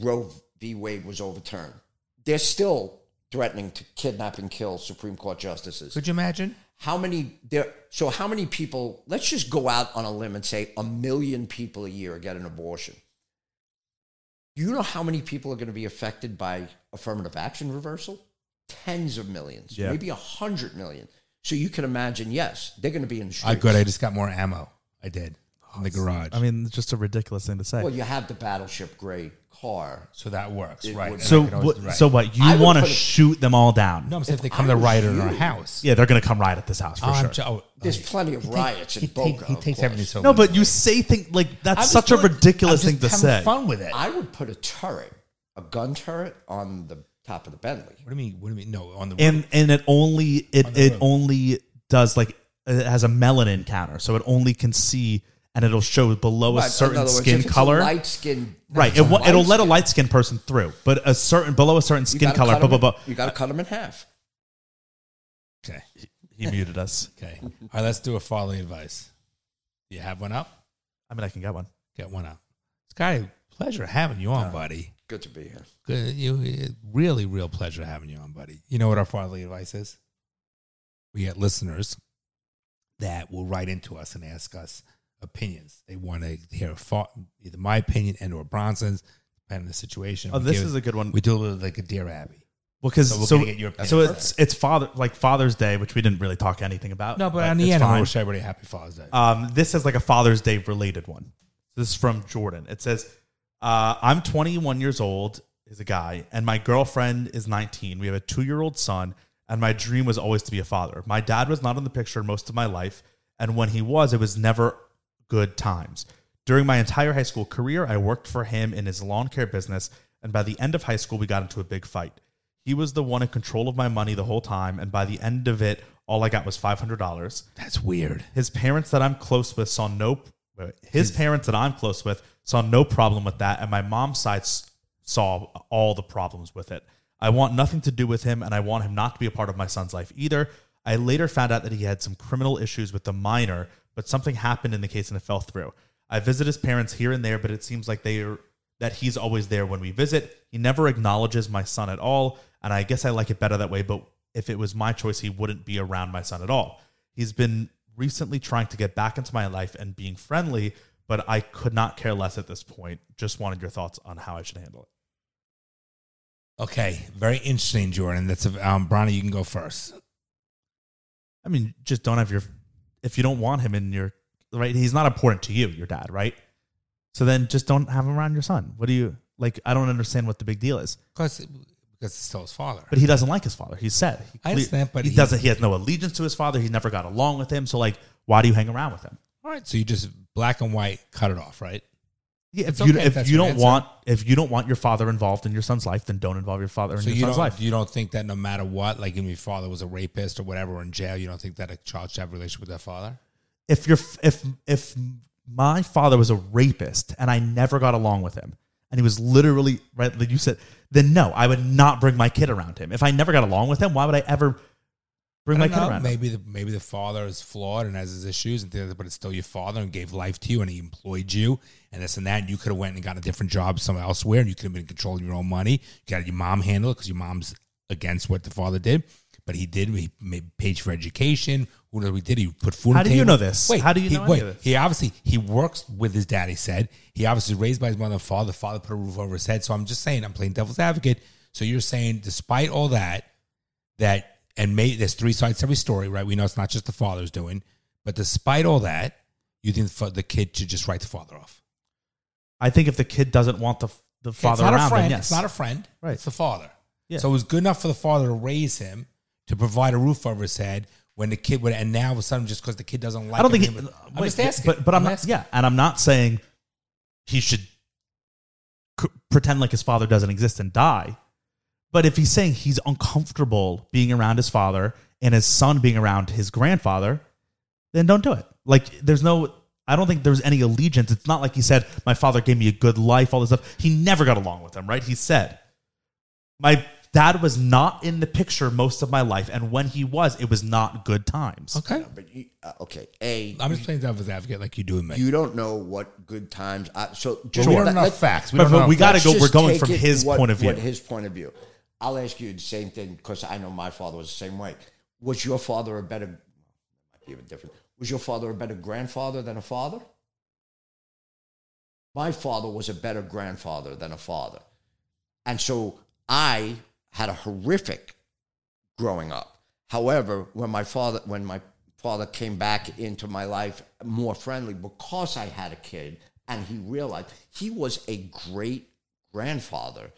Speaker 4: Roe v. Wade was overturned. They're still threatening to kidnap and kill Supreme Court justices.
Speaker 3: Could you imagine?
Speaker 4: how many there so how many people let's just go out on a limb and say a million people a year get an abortion do you know how many people are going to be affected by affirmative action reversal tens of millions
Speaker 2: Yeah.
Speaker 4: maybe a hundred million so you can imagine yes they're going to be in the
Speaker 3: I
Speaker 4: streets.
Speaker 3: good. I just got more ammo. I did in the garage.
Speaker 2: I mean, it's just a ridiculous thing to say.
Speaker 4: well you have the battleship gray car
Speaker 3: so that works,
Speaker 4: It
Speaker 3: right?
Speaker 4: would-
Speaker 3: And
Speaker 2: so
Speaker 3: I could always-
Speaker 2: what?
Speaker 3: right.
Speaker 2: So what?
Speaker 4: I
Speaker 2: You
Speaker 4: would
Speaker 2: want to
Speaker 4: put it-
Speaker 2: shoot them all down?
Speaker 3: No, I'm saying if they
Speaker 4: If
Speaker 3: come
Speaker 4: I
Speaker 3: to
Speaker 4: was
Speaker 3: riot in
Speaker 4: you-
Speaker 3: our house.
Speaker 2: Yeah, they're gonna come riot at this house for
Speaker 3: I'm
Speaker 2: sure.
Speaker 3: ju- oh,
Speaker 4: There's
Speaker 3: okay.
Speaker 4: plenty of
Speaker 3: He
Speaker 4: riots in
Speaker 3: he
Speaker 4: Boca,
Speaker 3: He
Speaker 4: of
Speaker 3: takes
Speaker 4: course.
Speaker 3: everything so
Speaker 2: no, but you say things like
Speaker 3: I'm
Speaker 2: that's
Speaker 3: just
Speaker 2: such a
Speaker 3: doing-
Speaker 2: ridiculous
Speaker 3: I'm
Speaker 2: thing
Speaker 3: just
Speaker 2: to
Speaker 3: having
Speaker 2: say.
Speaker 3: Fun with it.
Speaker 4: i would put a turret a gun turret on the top of the bentley
Speaker 3: What do you mean? What do you mean? No, on the
Speaker 2: and and it only it
Speaker 3: On the
Speaker 2: it
Speaker 3: road.
Speaker 2: only does like it has a melanin counter, so it only can see and it'll show below
Speaker 4: Right,
Speaker 2: a
Speaker 4: in
Speaker 2: certain
Speaker 4: other words,
Speaker 2: skin
Speaker 4: if it's a
Speaker 2: color.
Speaker 4: light skin
Speaker 2: Right, it, won't- it'll let a light skin person through, but a certain below a certain skin color. Blah blah blah.
Speaker 4: You got to cut them in half.
Speaker 3: okay,
Speaker 2: He muted us.
Speaker 3: okay. All right, let's do a following advice. Do you have one up?
Speaker 2: I mean, I can get one.
Speaker 3: Get one up. Sky, pleasure having you on, buddy.
Speaker 4: Good to be here.
Speaker 3: Good, you really, real pleasure having you on, buddy. You know what our fatherly advice is? We get listeners that will write into us and ask us opinions. They want to hear a thought, either my opinion and or Bronson's, depending on the situation.
Speaker 2: Oh,
Speaker 3: We
Speaker 2: this
Speaker 3: give-
Speaker 2: is a good one.
Speaker 3: We do a little like a Dear Abby.
Speaker 2: Well, because
Speaker 3: So we're
Speaker 2: so,
Speaker 3: gonna get your opinion
Speaker 2: so
Speaker 3: on
Speaker 2: it's it's father like Father's Day, which we didn't really talk anything about.
Speaker 3: No, but on the
Speaker 2: it's
Speaker 3: end, I
Speaker 2: fine.
Speaker 3: wish everybody a happy Father's Day.
Speaker 2: Um, this is like a Father's Day related one. This is from Jordan. It says, uh, "I'm 21 years old, is a guy, and my girlfriend is 19. We have a two year old son, and my dream was always to be a father. My dad was not in the picture most of my life, and when he was, it was never good times. During my entire high school career, I worked for him in his lawn care business, and by the end of high school, we got into a big fight." He was the one in control of my money the whole time, and by the end of it, all I got was five hundred dollars.
Speaker 3: That's weird.
Speaker 2: His parents that I'm close with saw no. wait, wait. His parents that I'm close with saw no problem with that, and my mom's side s- saw all the problems with it. I want nothing to do with him, and I want him not to be a part of my son's life either. I later found out that he had some criminal issues with the minor, but something happened in the case and it fell through. I visit his parents here and there, but it seems like they are that he's always there when we visit. He never acknowledges my son at all, and I guess I like it better that way, but if it was my choice, he wouldn't be around my son at all. He's been recently trying to get back into my life and being friendly, but I could not care less at this point. Just wanted your thoughts on how I should handle it.
Speaker 3: Okay, very interesting, Jordan. That's a, um, Bronny. You can go first.
Speaker 2: I mean, just don't have your if you don't want him in your right, he's not important to you, your dad, right? So then just don't have him around your son. What do you like I don't understand what the big deal is.
Speaker 3: Because because it's still his father.
Speaker 2: But he doesn't like his father. He said he,
Speaker 3: I understand, but
Speaker 2: he,
Speaker 3: he-
Speaker 2: doesn't. He has no allegiance to his father. He never got along with him. So like, why do you hang around with him?
Speaker 3: All right, so you just black and white cut it off, right?
Speaker 2: Yeah, if
Speaker 3: It's
Speaker 2: you
Speaker 3: okay if
Speaker 2: if
Speaker 3: that's
Speaker 2: you
Speaker 3: your
Speaker 2: don't
Speaker 3: answer.
Speaker 2: want if you don't want your father involved in your son's life, then don't involve your father in
Speaker 3: So
Speaker 2: your
Speaker 3: you
Speaker 2: son's
Speaker 3: don't
Speaker 2: life.
Speaker 3: you don't think that no matter what, like if your father was a rapist or whatever or in jail, you don't think that a child should have a relationship with their father?
Speaker 2: If your if if my father was a rapist and I never got along with him, and he was literally right, like you said, then no, I would not bring my kid around him. If I never got along with him, why would I ever bring
Speaker 3: I
Speaker 2: my
Speaker 3: don't
Speaker 2: kid
Speaker 3: know,
Speaker 2: around? him?
Speaker 3: maybe the maybe the father is flawed and has his issues and things, like that, but it's still your father and gave life to you and he employed you and this and that. And you could have went and got a different job somewhere elsewhere and you could have been in control of your own money. You got your mom handle it because your mom's against what the father did. But he did. He made paid for education. Who knows? what He did. He put food.
Speaker 2: How
Speaker 3: on the
Speaker 2: do you
Speaker 3: table.
Speaker 2: know this? How do you
Speaker 3: he,
Speaker 2: know any
Speaker 3: Wait,
Speaker 2: of this?
Speaker 3: he obviously he works with his dad. He said he obviously was raised by his mother and father. The father put a roof over his head. So I'm just saying, I'm playing devil's advocate. So you're saying, despite all that, that and may there's three sides to every story, right? We know it's not just the father's doing, but despite all that, you think the fa- the kid should just write the father off.
Speaker 2: I think if the kid doesn't want the the father
Speaker 3: it's not
Speaker 2: around,
Speaker 3: a friend.
Speaker 2: then yes,
Speaker 3: It's not a friend.
Speaker 2: Right.
Speaker 3: It's the father.
Speaker 2: Yeah.
Speaker 3: So it was good enough for the father to raise him to provide a roof over his head when the kid would, and now all of a sudden, just because the kid doesn't like,
Speaker 2: I don't think.
Speaker 3: him,
Speaker 2: He,
Speaker 3: I'm
Speaker 2: wait,
Speaker 3: just asking.
Speaker 2: But, but I'm, not.
Speaker 3: asking.
Speaker 2: Yeah, and I'm not saying he should c- pretend like his father doesn't exist and die. But if he's saying he's uncomfortable being around his father and his son being around his grandfather, then don't do it. Like, there's no. I don't think there's any allegiance. It's not like he said, "My father gave me a good life." All this stuff. He never got along with him, right? He said, "My dad was not in the picture most of my life, and when he was, it was not good times."
Speaker 3: Okay.
Speaker 4: But you, uh, okay, a
Speaker 3: I'm just playing devil's advocate like you do with me.
Speaker 4: you don't know what good times. I, so
Speaker 3: But
Speaker 4: just
Speaker 3: we don't
Speaker 4: let-
Speaker 3: know
Speaker 4: let-
Speaker 3: facts. We
Speaker 2: but
Speaker 3: don't
Speaker 2: but
Speaker 3: know
Speaker 2: we got to
Speaker 4: let's
Speaker 2: go. We're
Speaker 4: just
Speaker 2: going
Speaker 4: take
Speaker 2: from
Speaker 4: it
Speaker 2: his
Speaker 4: what-
Speaker 2: point of view.
Speaker 4: What his point of view. I'll ask you the same thing because I know my father was the same way. Was your father a better? you have a difference. Was your father a better grandfather than a father? My father was a better grandfather than a father. And so I had a horrific growing up. However, when my father when my father came back into my life more friendly because I had a kid and he realized he was a great grandfather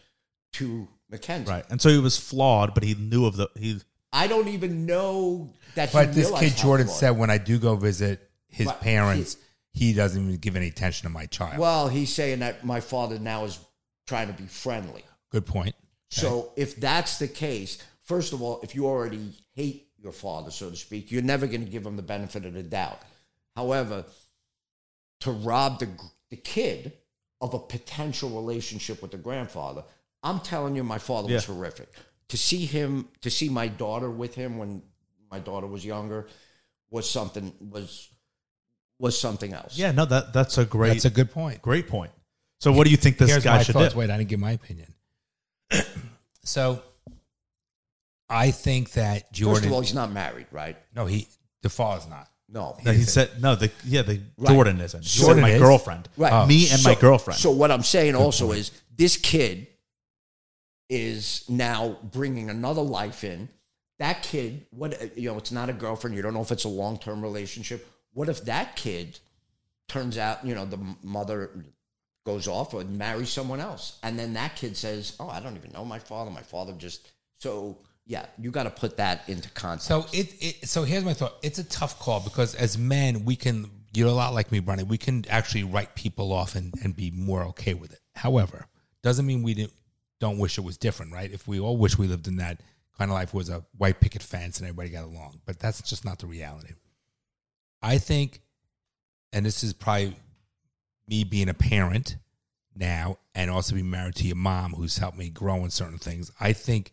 Speaker 4: to Mackenzie.
Speaker 2: Right. And so he was flawed, but he knew of the he
Speaker 4: I don't even know that he
Speaker 3: But this
Speaker 4: realized
Speaker 3: kid
Speaker 4: how
Speaker 3: Jordan
Speaker 4: flawed-
Speaker 3: said, when I do go visit his
Speaker 4: Right.
Speaker 3: parents, he, doesn't even give any attention to my child.
Speaker 4: Well, he's saying that my father now is trying to be friendly.
Speaker 3: Good point.
Speaker 4: So if that's the case, first of all, if you already hate your father, so to speak, you're never going to give him the benefit of the doubt. However, to rob the, gr- the kid of a potential relationship with the grandfather, I'm telling you, my father was
Speaker 2: Yeah.
Speaker 4: horrific. To see him, to see my daughter with him when my daughter was younger, was something was was something else.
Speaker 2: Yeah, no, that that's a great
Speaker 3: That's a good point.
Speaker 2: great point. So what do you think this
Speaker 3: Here's
Speaker 2: guy
Speaker 3: my
Speaker 2: should
Speaker 3: thoughts.
Speaker 2: do?
Speaker 3: Wait, I didn't give my opinion. so I think that Jordan.
Speaker 4: First of all, he's not married, right?
Speaker 3: no, he the fall is not.
Speaker 4: No.
Speaker 2: No, he said no. The yeah, the
Speaker 4: Right.
Speaker 2: Jordan isn't. He
Speaker 3: Jordan
Speaker 2: said my
Speaker 3: is?
Speaker 2: girlfriend,
Speaker 4: Right. Oh.
Speaker 2: Me and my
Speaker 4: So-
Speaker 2: girlfriend.
Speaker 4: So what I'm saying also is this kid is now bringing another life in. That kid, what you know, it's not a girlfriend. You don't know if it's a long term relationship. What if that kid turns out, you know, the m- mother goes off or marries someone else, and then that kid says, "Oh, I don't even know my father. My father just so." Yeah, you got to put that into context.
Speaker 3: So it, it. So here's my thought. It's a tough call because as men, we can. You're a lot like me, Bronny. We can actually write people off and, and be more okay with it. However, doesn't mean we didn't, don't wish it was different, right? If we all wish we lived in that kind of life, was a white picket fence and everybody got along, but that's just not the reality. I think, and this is probably me being a parent now and also being married to your mom who's helped me grow in certain things, I think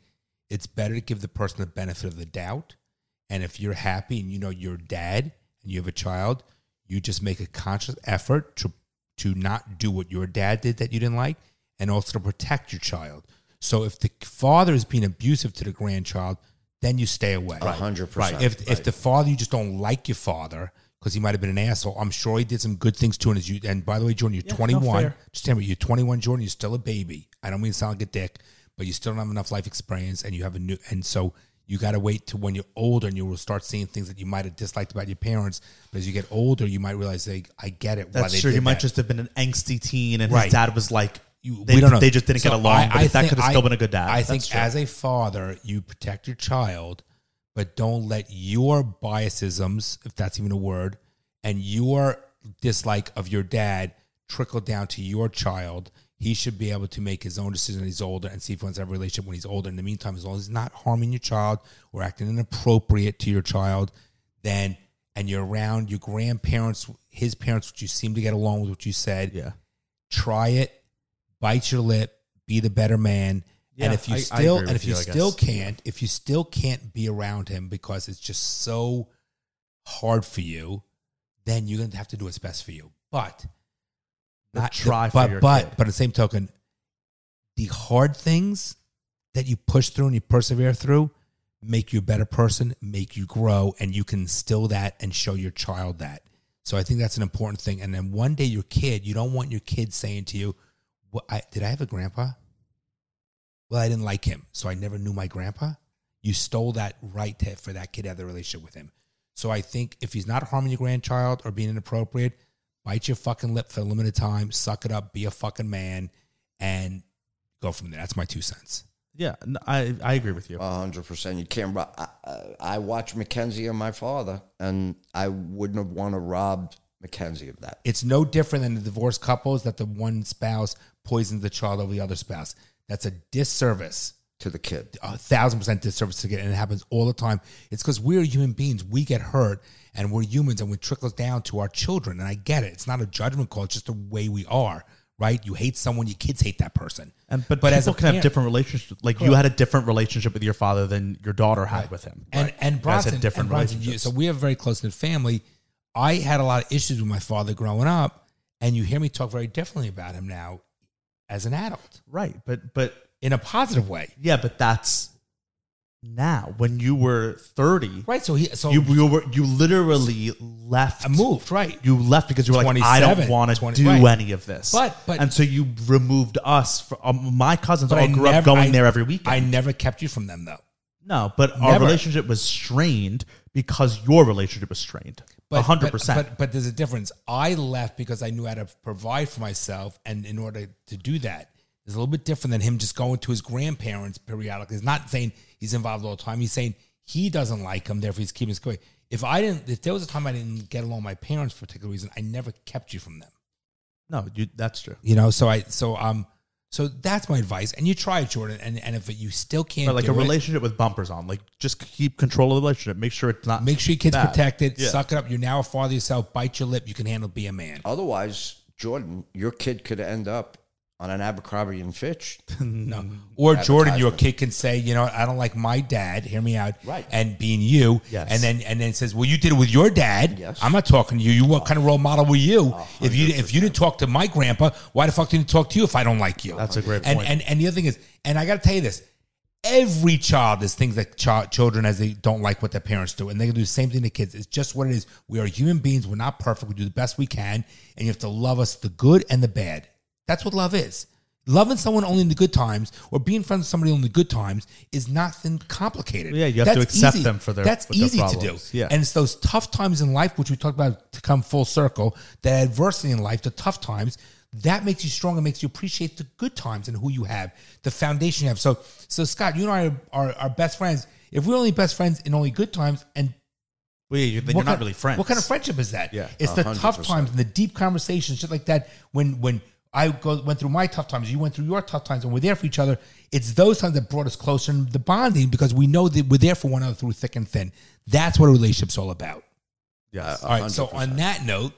Speaker 3: it's better to give the person the benefit of the doubt. And if you're happy and you know you're dad and you have a child, you just make a conscious effort to to not do what your dad did that you didn't like and also to protect your child. So if the father is being abusive to the grandchild, then you stay away.
Speaker 4: A hundred percent.
Speaker 3: If if the father you just don't like your father because he might have been an asshole, I'm sure he did some good things too. And as you and by the way, Jordan, you're 21.
Speaker 2: fair.
Speaker 3: Just remember, you're 21, Jordan. You're still a baby. I don't mean to sound like a dick, but you still don't have enough life experience, and you have a new. And so you got to wait to when you're older, and you will start seeing things that you might have disliked about your parents. But as you get older, you might realize, like, I get it. why
Speaker 2: That's
Speaker 3: they
Speaker 2: true.
Speaker 3: did
Speaker 2: He might
Speaker 3: that.
Speaker 2: just have been an angsty teen, and
Speaker 3: Right.
Speaker 2: his dad was like,
Speaker 3: You-
Speaker 2: they,
Speaker 3: we don't know.
Speaker 2: they just didn't
Speaker 3: So
Speaker 2: get along. but that
Speaker 3: think-
Speaker 2: could have still
Speaker 3: I-
Speaker 2: been a good dad.
Speaker 3: I
Speaker 2: That's
Speaker 3: think
Speaker 2: true.
Speaker 3: as a father, you protect your child, but don't let your biasisms, if that's even a word, and your dislike of your dad trickle down to your child. He should be able to make his own decision when he's older and see if he wants to have a relationship when he's older. In the meantime, as long as he's not harming your child or acting inappropriate to your child, then and you're around your grandparents, his parents, which you seem to get along with what you said,
Speaker 2: yeah,
Speaker 3: try it, bite your lip, be the better man.
Speaker 2: Yeah,
Speaker 3: and if you
Speaker 2: I- I
Speaker 3: still
Speaker 2: agree
Speaker 3: and
Speaker 2: with
Speaker 3: if you,
Speaker 2: you, I
Speaker 3: still
Speaker 2: guess.
Speaker 3: can't, if you still can't be around him because it's just so hard for you, then you're gonna have to do what's best for you. But
Speaker 2: But
Speaker 3: not the-
Speaker 2: try for
Speaker 3: but
Speaker 2: your
Speaker 3: but
Speaker 2: kid.
Speaker 3: but at the same token, the hard things that you push through and you persevere through make you a better person, make you grow, and you can instill that and show your child that. So I think that's an important thing. And then one day your kid, you don't want your kid saying to you, "What I, did I have a grandpa? Well, I didn't like him, so I never knew my grandpa." You stole that right to, for that kid to have the relationship with him. So I think if he's not harming your grandchild or being inappropriate, bite your fucking lip for a limited time, suck it up, be a fucking man, and go from there. That's my two cents.
Speaker 2: yeah, no, I I agree with you.
Speaker 4: A hundred percent. You can't. ro- I, I- I watched Mackenzie and my father, and I wouldn't have want to rob Mackenzie of that.
Speaker 3: It's no different than the divorced couples that the one spouse poisons the child over the other spouse. That's a disservice,
Speaker 4: to the kid.
Speaker 3: a thousand percent disservice to get, and it happens all the time. It's because we're human beings. We get hurt, and we're humans, and it trickles down to our children. And I get it. It's not a judgment call. It's just the way we are. Right? You hate someone. Your kids hate that person.
Speaker 2: And but,
Speaker 3: But
Speaker 2: people
Speaker 3: as a
Speaker 2: can have
Speaker 3: parent-
Speaker 2: different relationships. Like you had a different relationship with your father than your daughter had with him.
Speaker 3: and
Speaker 2: Right.
Speaker 3: and
Speaker 2: You guys
Speaker 3: Bronson,
Speaker 2: had different
Speaker 3: and Bronson, you-
Speaker 2: relationships.
Speaker 3: so we have a very close knit family. I had a lot of issues with my father growing up, and you hear me talk very differently about him now, as an adult,
Speaker 2: right, but but
Speaker 3: in a positive way.
Speaker 2: yeah, but that's now when you were 30
Speaker 3: Right. So he so
Speaker 2: you, you were you literally left
Speaker 3: I moved. Right.
Speaker 2: you left because you were like i
Speaker 3: 27,
Speaker 2: don't want to
Speaker 3: 20
Speaker 2: do
Speaker 3: right.
Speaker 2: any of this
Speaker 3: But- but-
Speaker 2: and so you removed us from um, my cousins all
Speaker 3: I
Speaker 2: grew
Speaker 3: never-
Speaker 2: up going
Speaker 3: I-
Speaker 2: there every weekend
Speaker 3: I never kept you from them though.
Speaker 2: no but our
Speaker 3: Never.
Speaker 2: relationship was strained because your relationship was strained
Speaker 3: But,
Speaker 2: 100%
Speaker 3: But, but but there's a difference. I left because I knew how to provide for myself, and in order to do that, it's a little bit different than him just going to his grandparents periodically. It's not saying he's involved all the time. He's saying he doesn't like him, therefore he's keeping his quiet. If I didn't, if there was a time I didn't get along with my parents for a particular reason, I never kept you from them.
Speaker 2: no you, that's true
Speaker 3: You know, so I so um so that's my advice. And you try it, Jordan. And and if you still can't,
Speaker 2: but like
Speaker 3: do
Speaker 2: a
Speaker 3: it,
Speaker 2: relationship with bumpers on like just keep control of the relationship make sure it's not
Speaker 3: Make sure your kid's
Speaker 2: bad.
Speaker 3: protected.
Speaker 2: Yeah.
Speaker 3: Suck it up. You're now a father yourself. Bite your lip. You can handle. Be a man.
Speaker 4: Otherwise, Jordan, your kid could end up on an Abercrombie and Fitch.
Speaker 3: No.
Speaker 2: Mm-hmm.
Speaker 3: Or Jordan, your kid can say, you know, I don't like my dad. Hear me out.
Speaker 4: Right.
Speaker 3: And being you.
Speaker 2: Yes.
Speaker 3: And then and then says, well, you did it with your dad.
Speaker 4: Yes.
Speaker 3: I'm not talking to you. You what kind of role model were you? If you if you didn't talk to my grandpa, why the fuck didn't you talk to you if I don't like you?
Speaker 2: That's a great
Speaker 3: and,
Speaker 2: point.
Speaker 3: And and the other thing is, and I got to tell you this. Every child is things that chi- children as they don't like what their parents do, and they can do the same thing to kids. It's just what it is. We are human beings. We're not perfect. We do the best we can, and you have to love us the good and the bad. That's what love is. Loving someone only in the good times or being friends with somebody only in the good times is nothing complicated.
Speaker 2: Yeah, you have to
Speaker 3: That's
Speaker 2: accept
Speaker 3: easy.
Speaker 2: them for their-
Speaker 3: That's
Speaker 2: with their
Speaker 3: easy to do.
Speaker 2: problems. Yeah.
Speaker 3: And it's those tough times in life, which we talked about to come full circle, the adversity in life, the tough times, that makes you strong and makes you appreciate the good times and who you have, the foundation you have. So, so Scott, you and I are, are, are best friends. If we're only best friends in only good times and
Speaker 2: well, yeah, you- then you're
Speaker 3: what
Speaker 2: not
Speaker 3: kind-
Speaker 2: really friends
Speaker 3: What kind of friendship is that?
Speaker 2: Yeah,
Speaker 3: it's the tough times and the deep conversations, shit like that. When when I go, went through my tough times, you went through your tough times, and we're there for each other. It's those times that brought us closer and the bonding because we know that we're there for one another through thick and thin. That's what a relationship's all about.
Speaker 2: yes.
Speaker 3: All right. So on that note,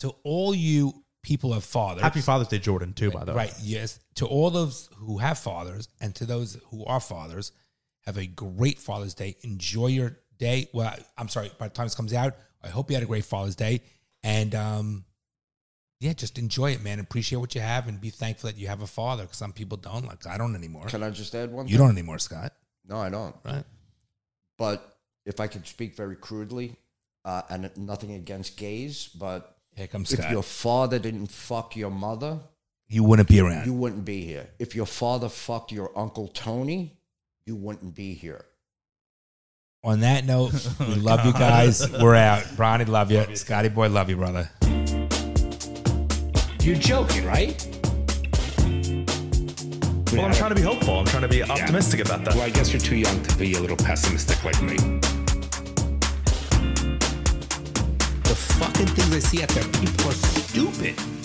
Speaker 3: to all you people of fathers,
Speaker 2: happy father's day jordan too by the way
Speaker 3: Right. Yes. To all those who have fathers and to those who are fathers, have a great Father's Day. Enjoy your day. Well, I'm sorry. By the time this comes out, I hope you had a great Father's Day. And um, yeah, just enjoy it, man. Appreciate what you have and be thankful that you have a father because some people don't. Like, I don't anymore.
Speaker 4: Can I just add one?
Speaker 3: You
Speaker 4: thing?
Speaker 3: don't anymore, Scott.
Speaker 4: No, I don't.
Speaker 3: Right.
Speaker 4: But if I could speak very crudely, uh, and nothing against gays, but
Speaker 3: Here comes
Speaker 4: if your
Speaker 3: Scott.
Speaker 4: father didn't fuck your mother,
Speaker 3: You wouldn't be around.
Speaker 4: you wouldn't be here. If your father fucked your uncle Tony, you wouldn't be here.
Speaker 3: on that note, we love you guys. We're out. Bronny, love you. Scotty boy, love you, brother. You're joking, right?
Speaker 5: Well, I'm trying to be hopeful. I'm trying to be optimistic about that.
Speaker 6: Well, I guess you're too young to be a little pessimistic like me.
Speaker 1: The fucking things I see out there, people are stupid.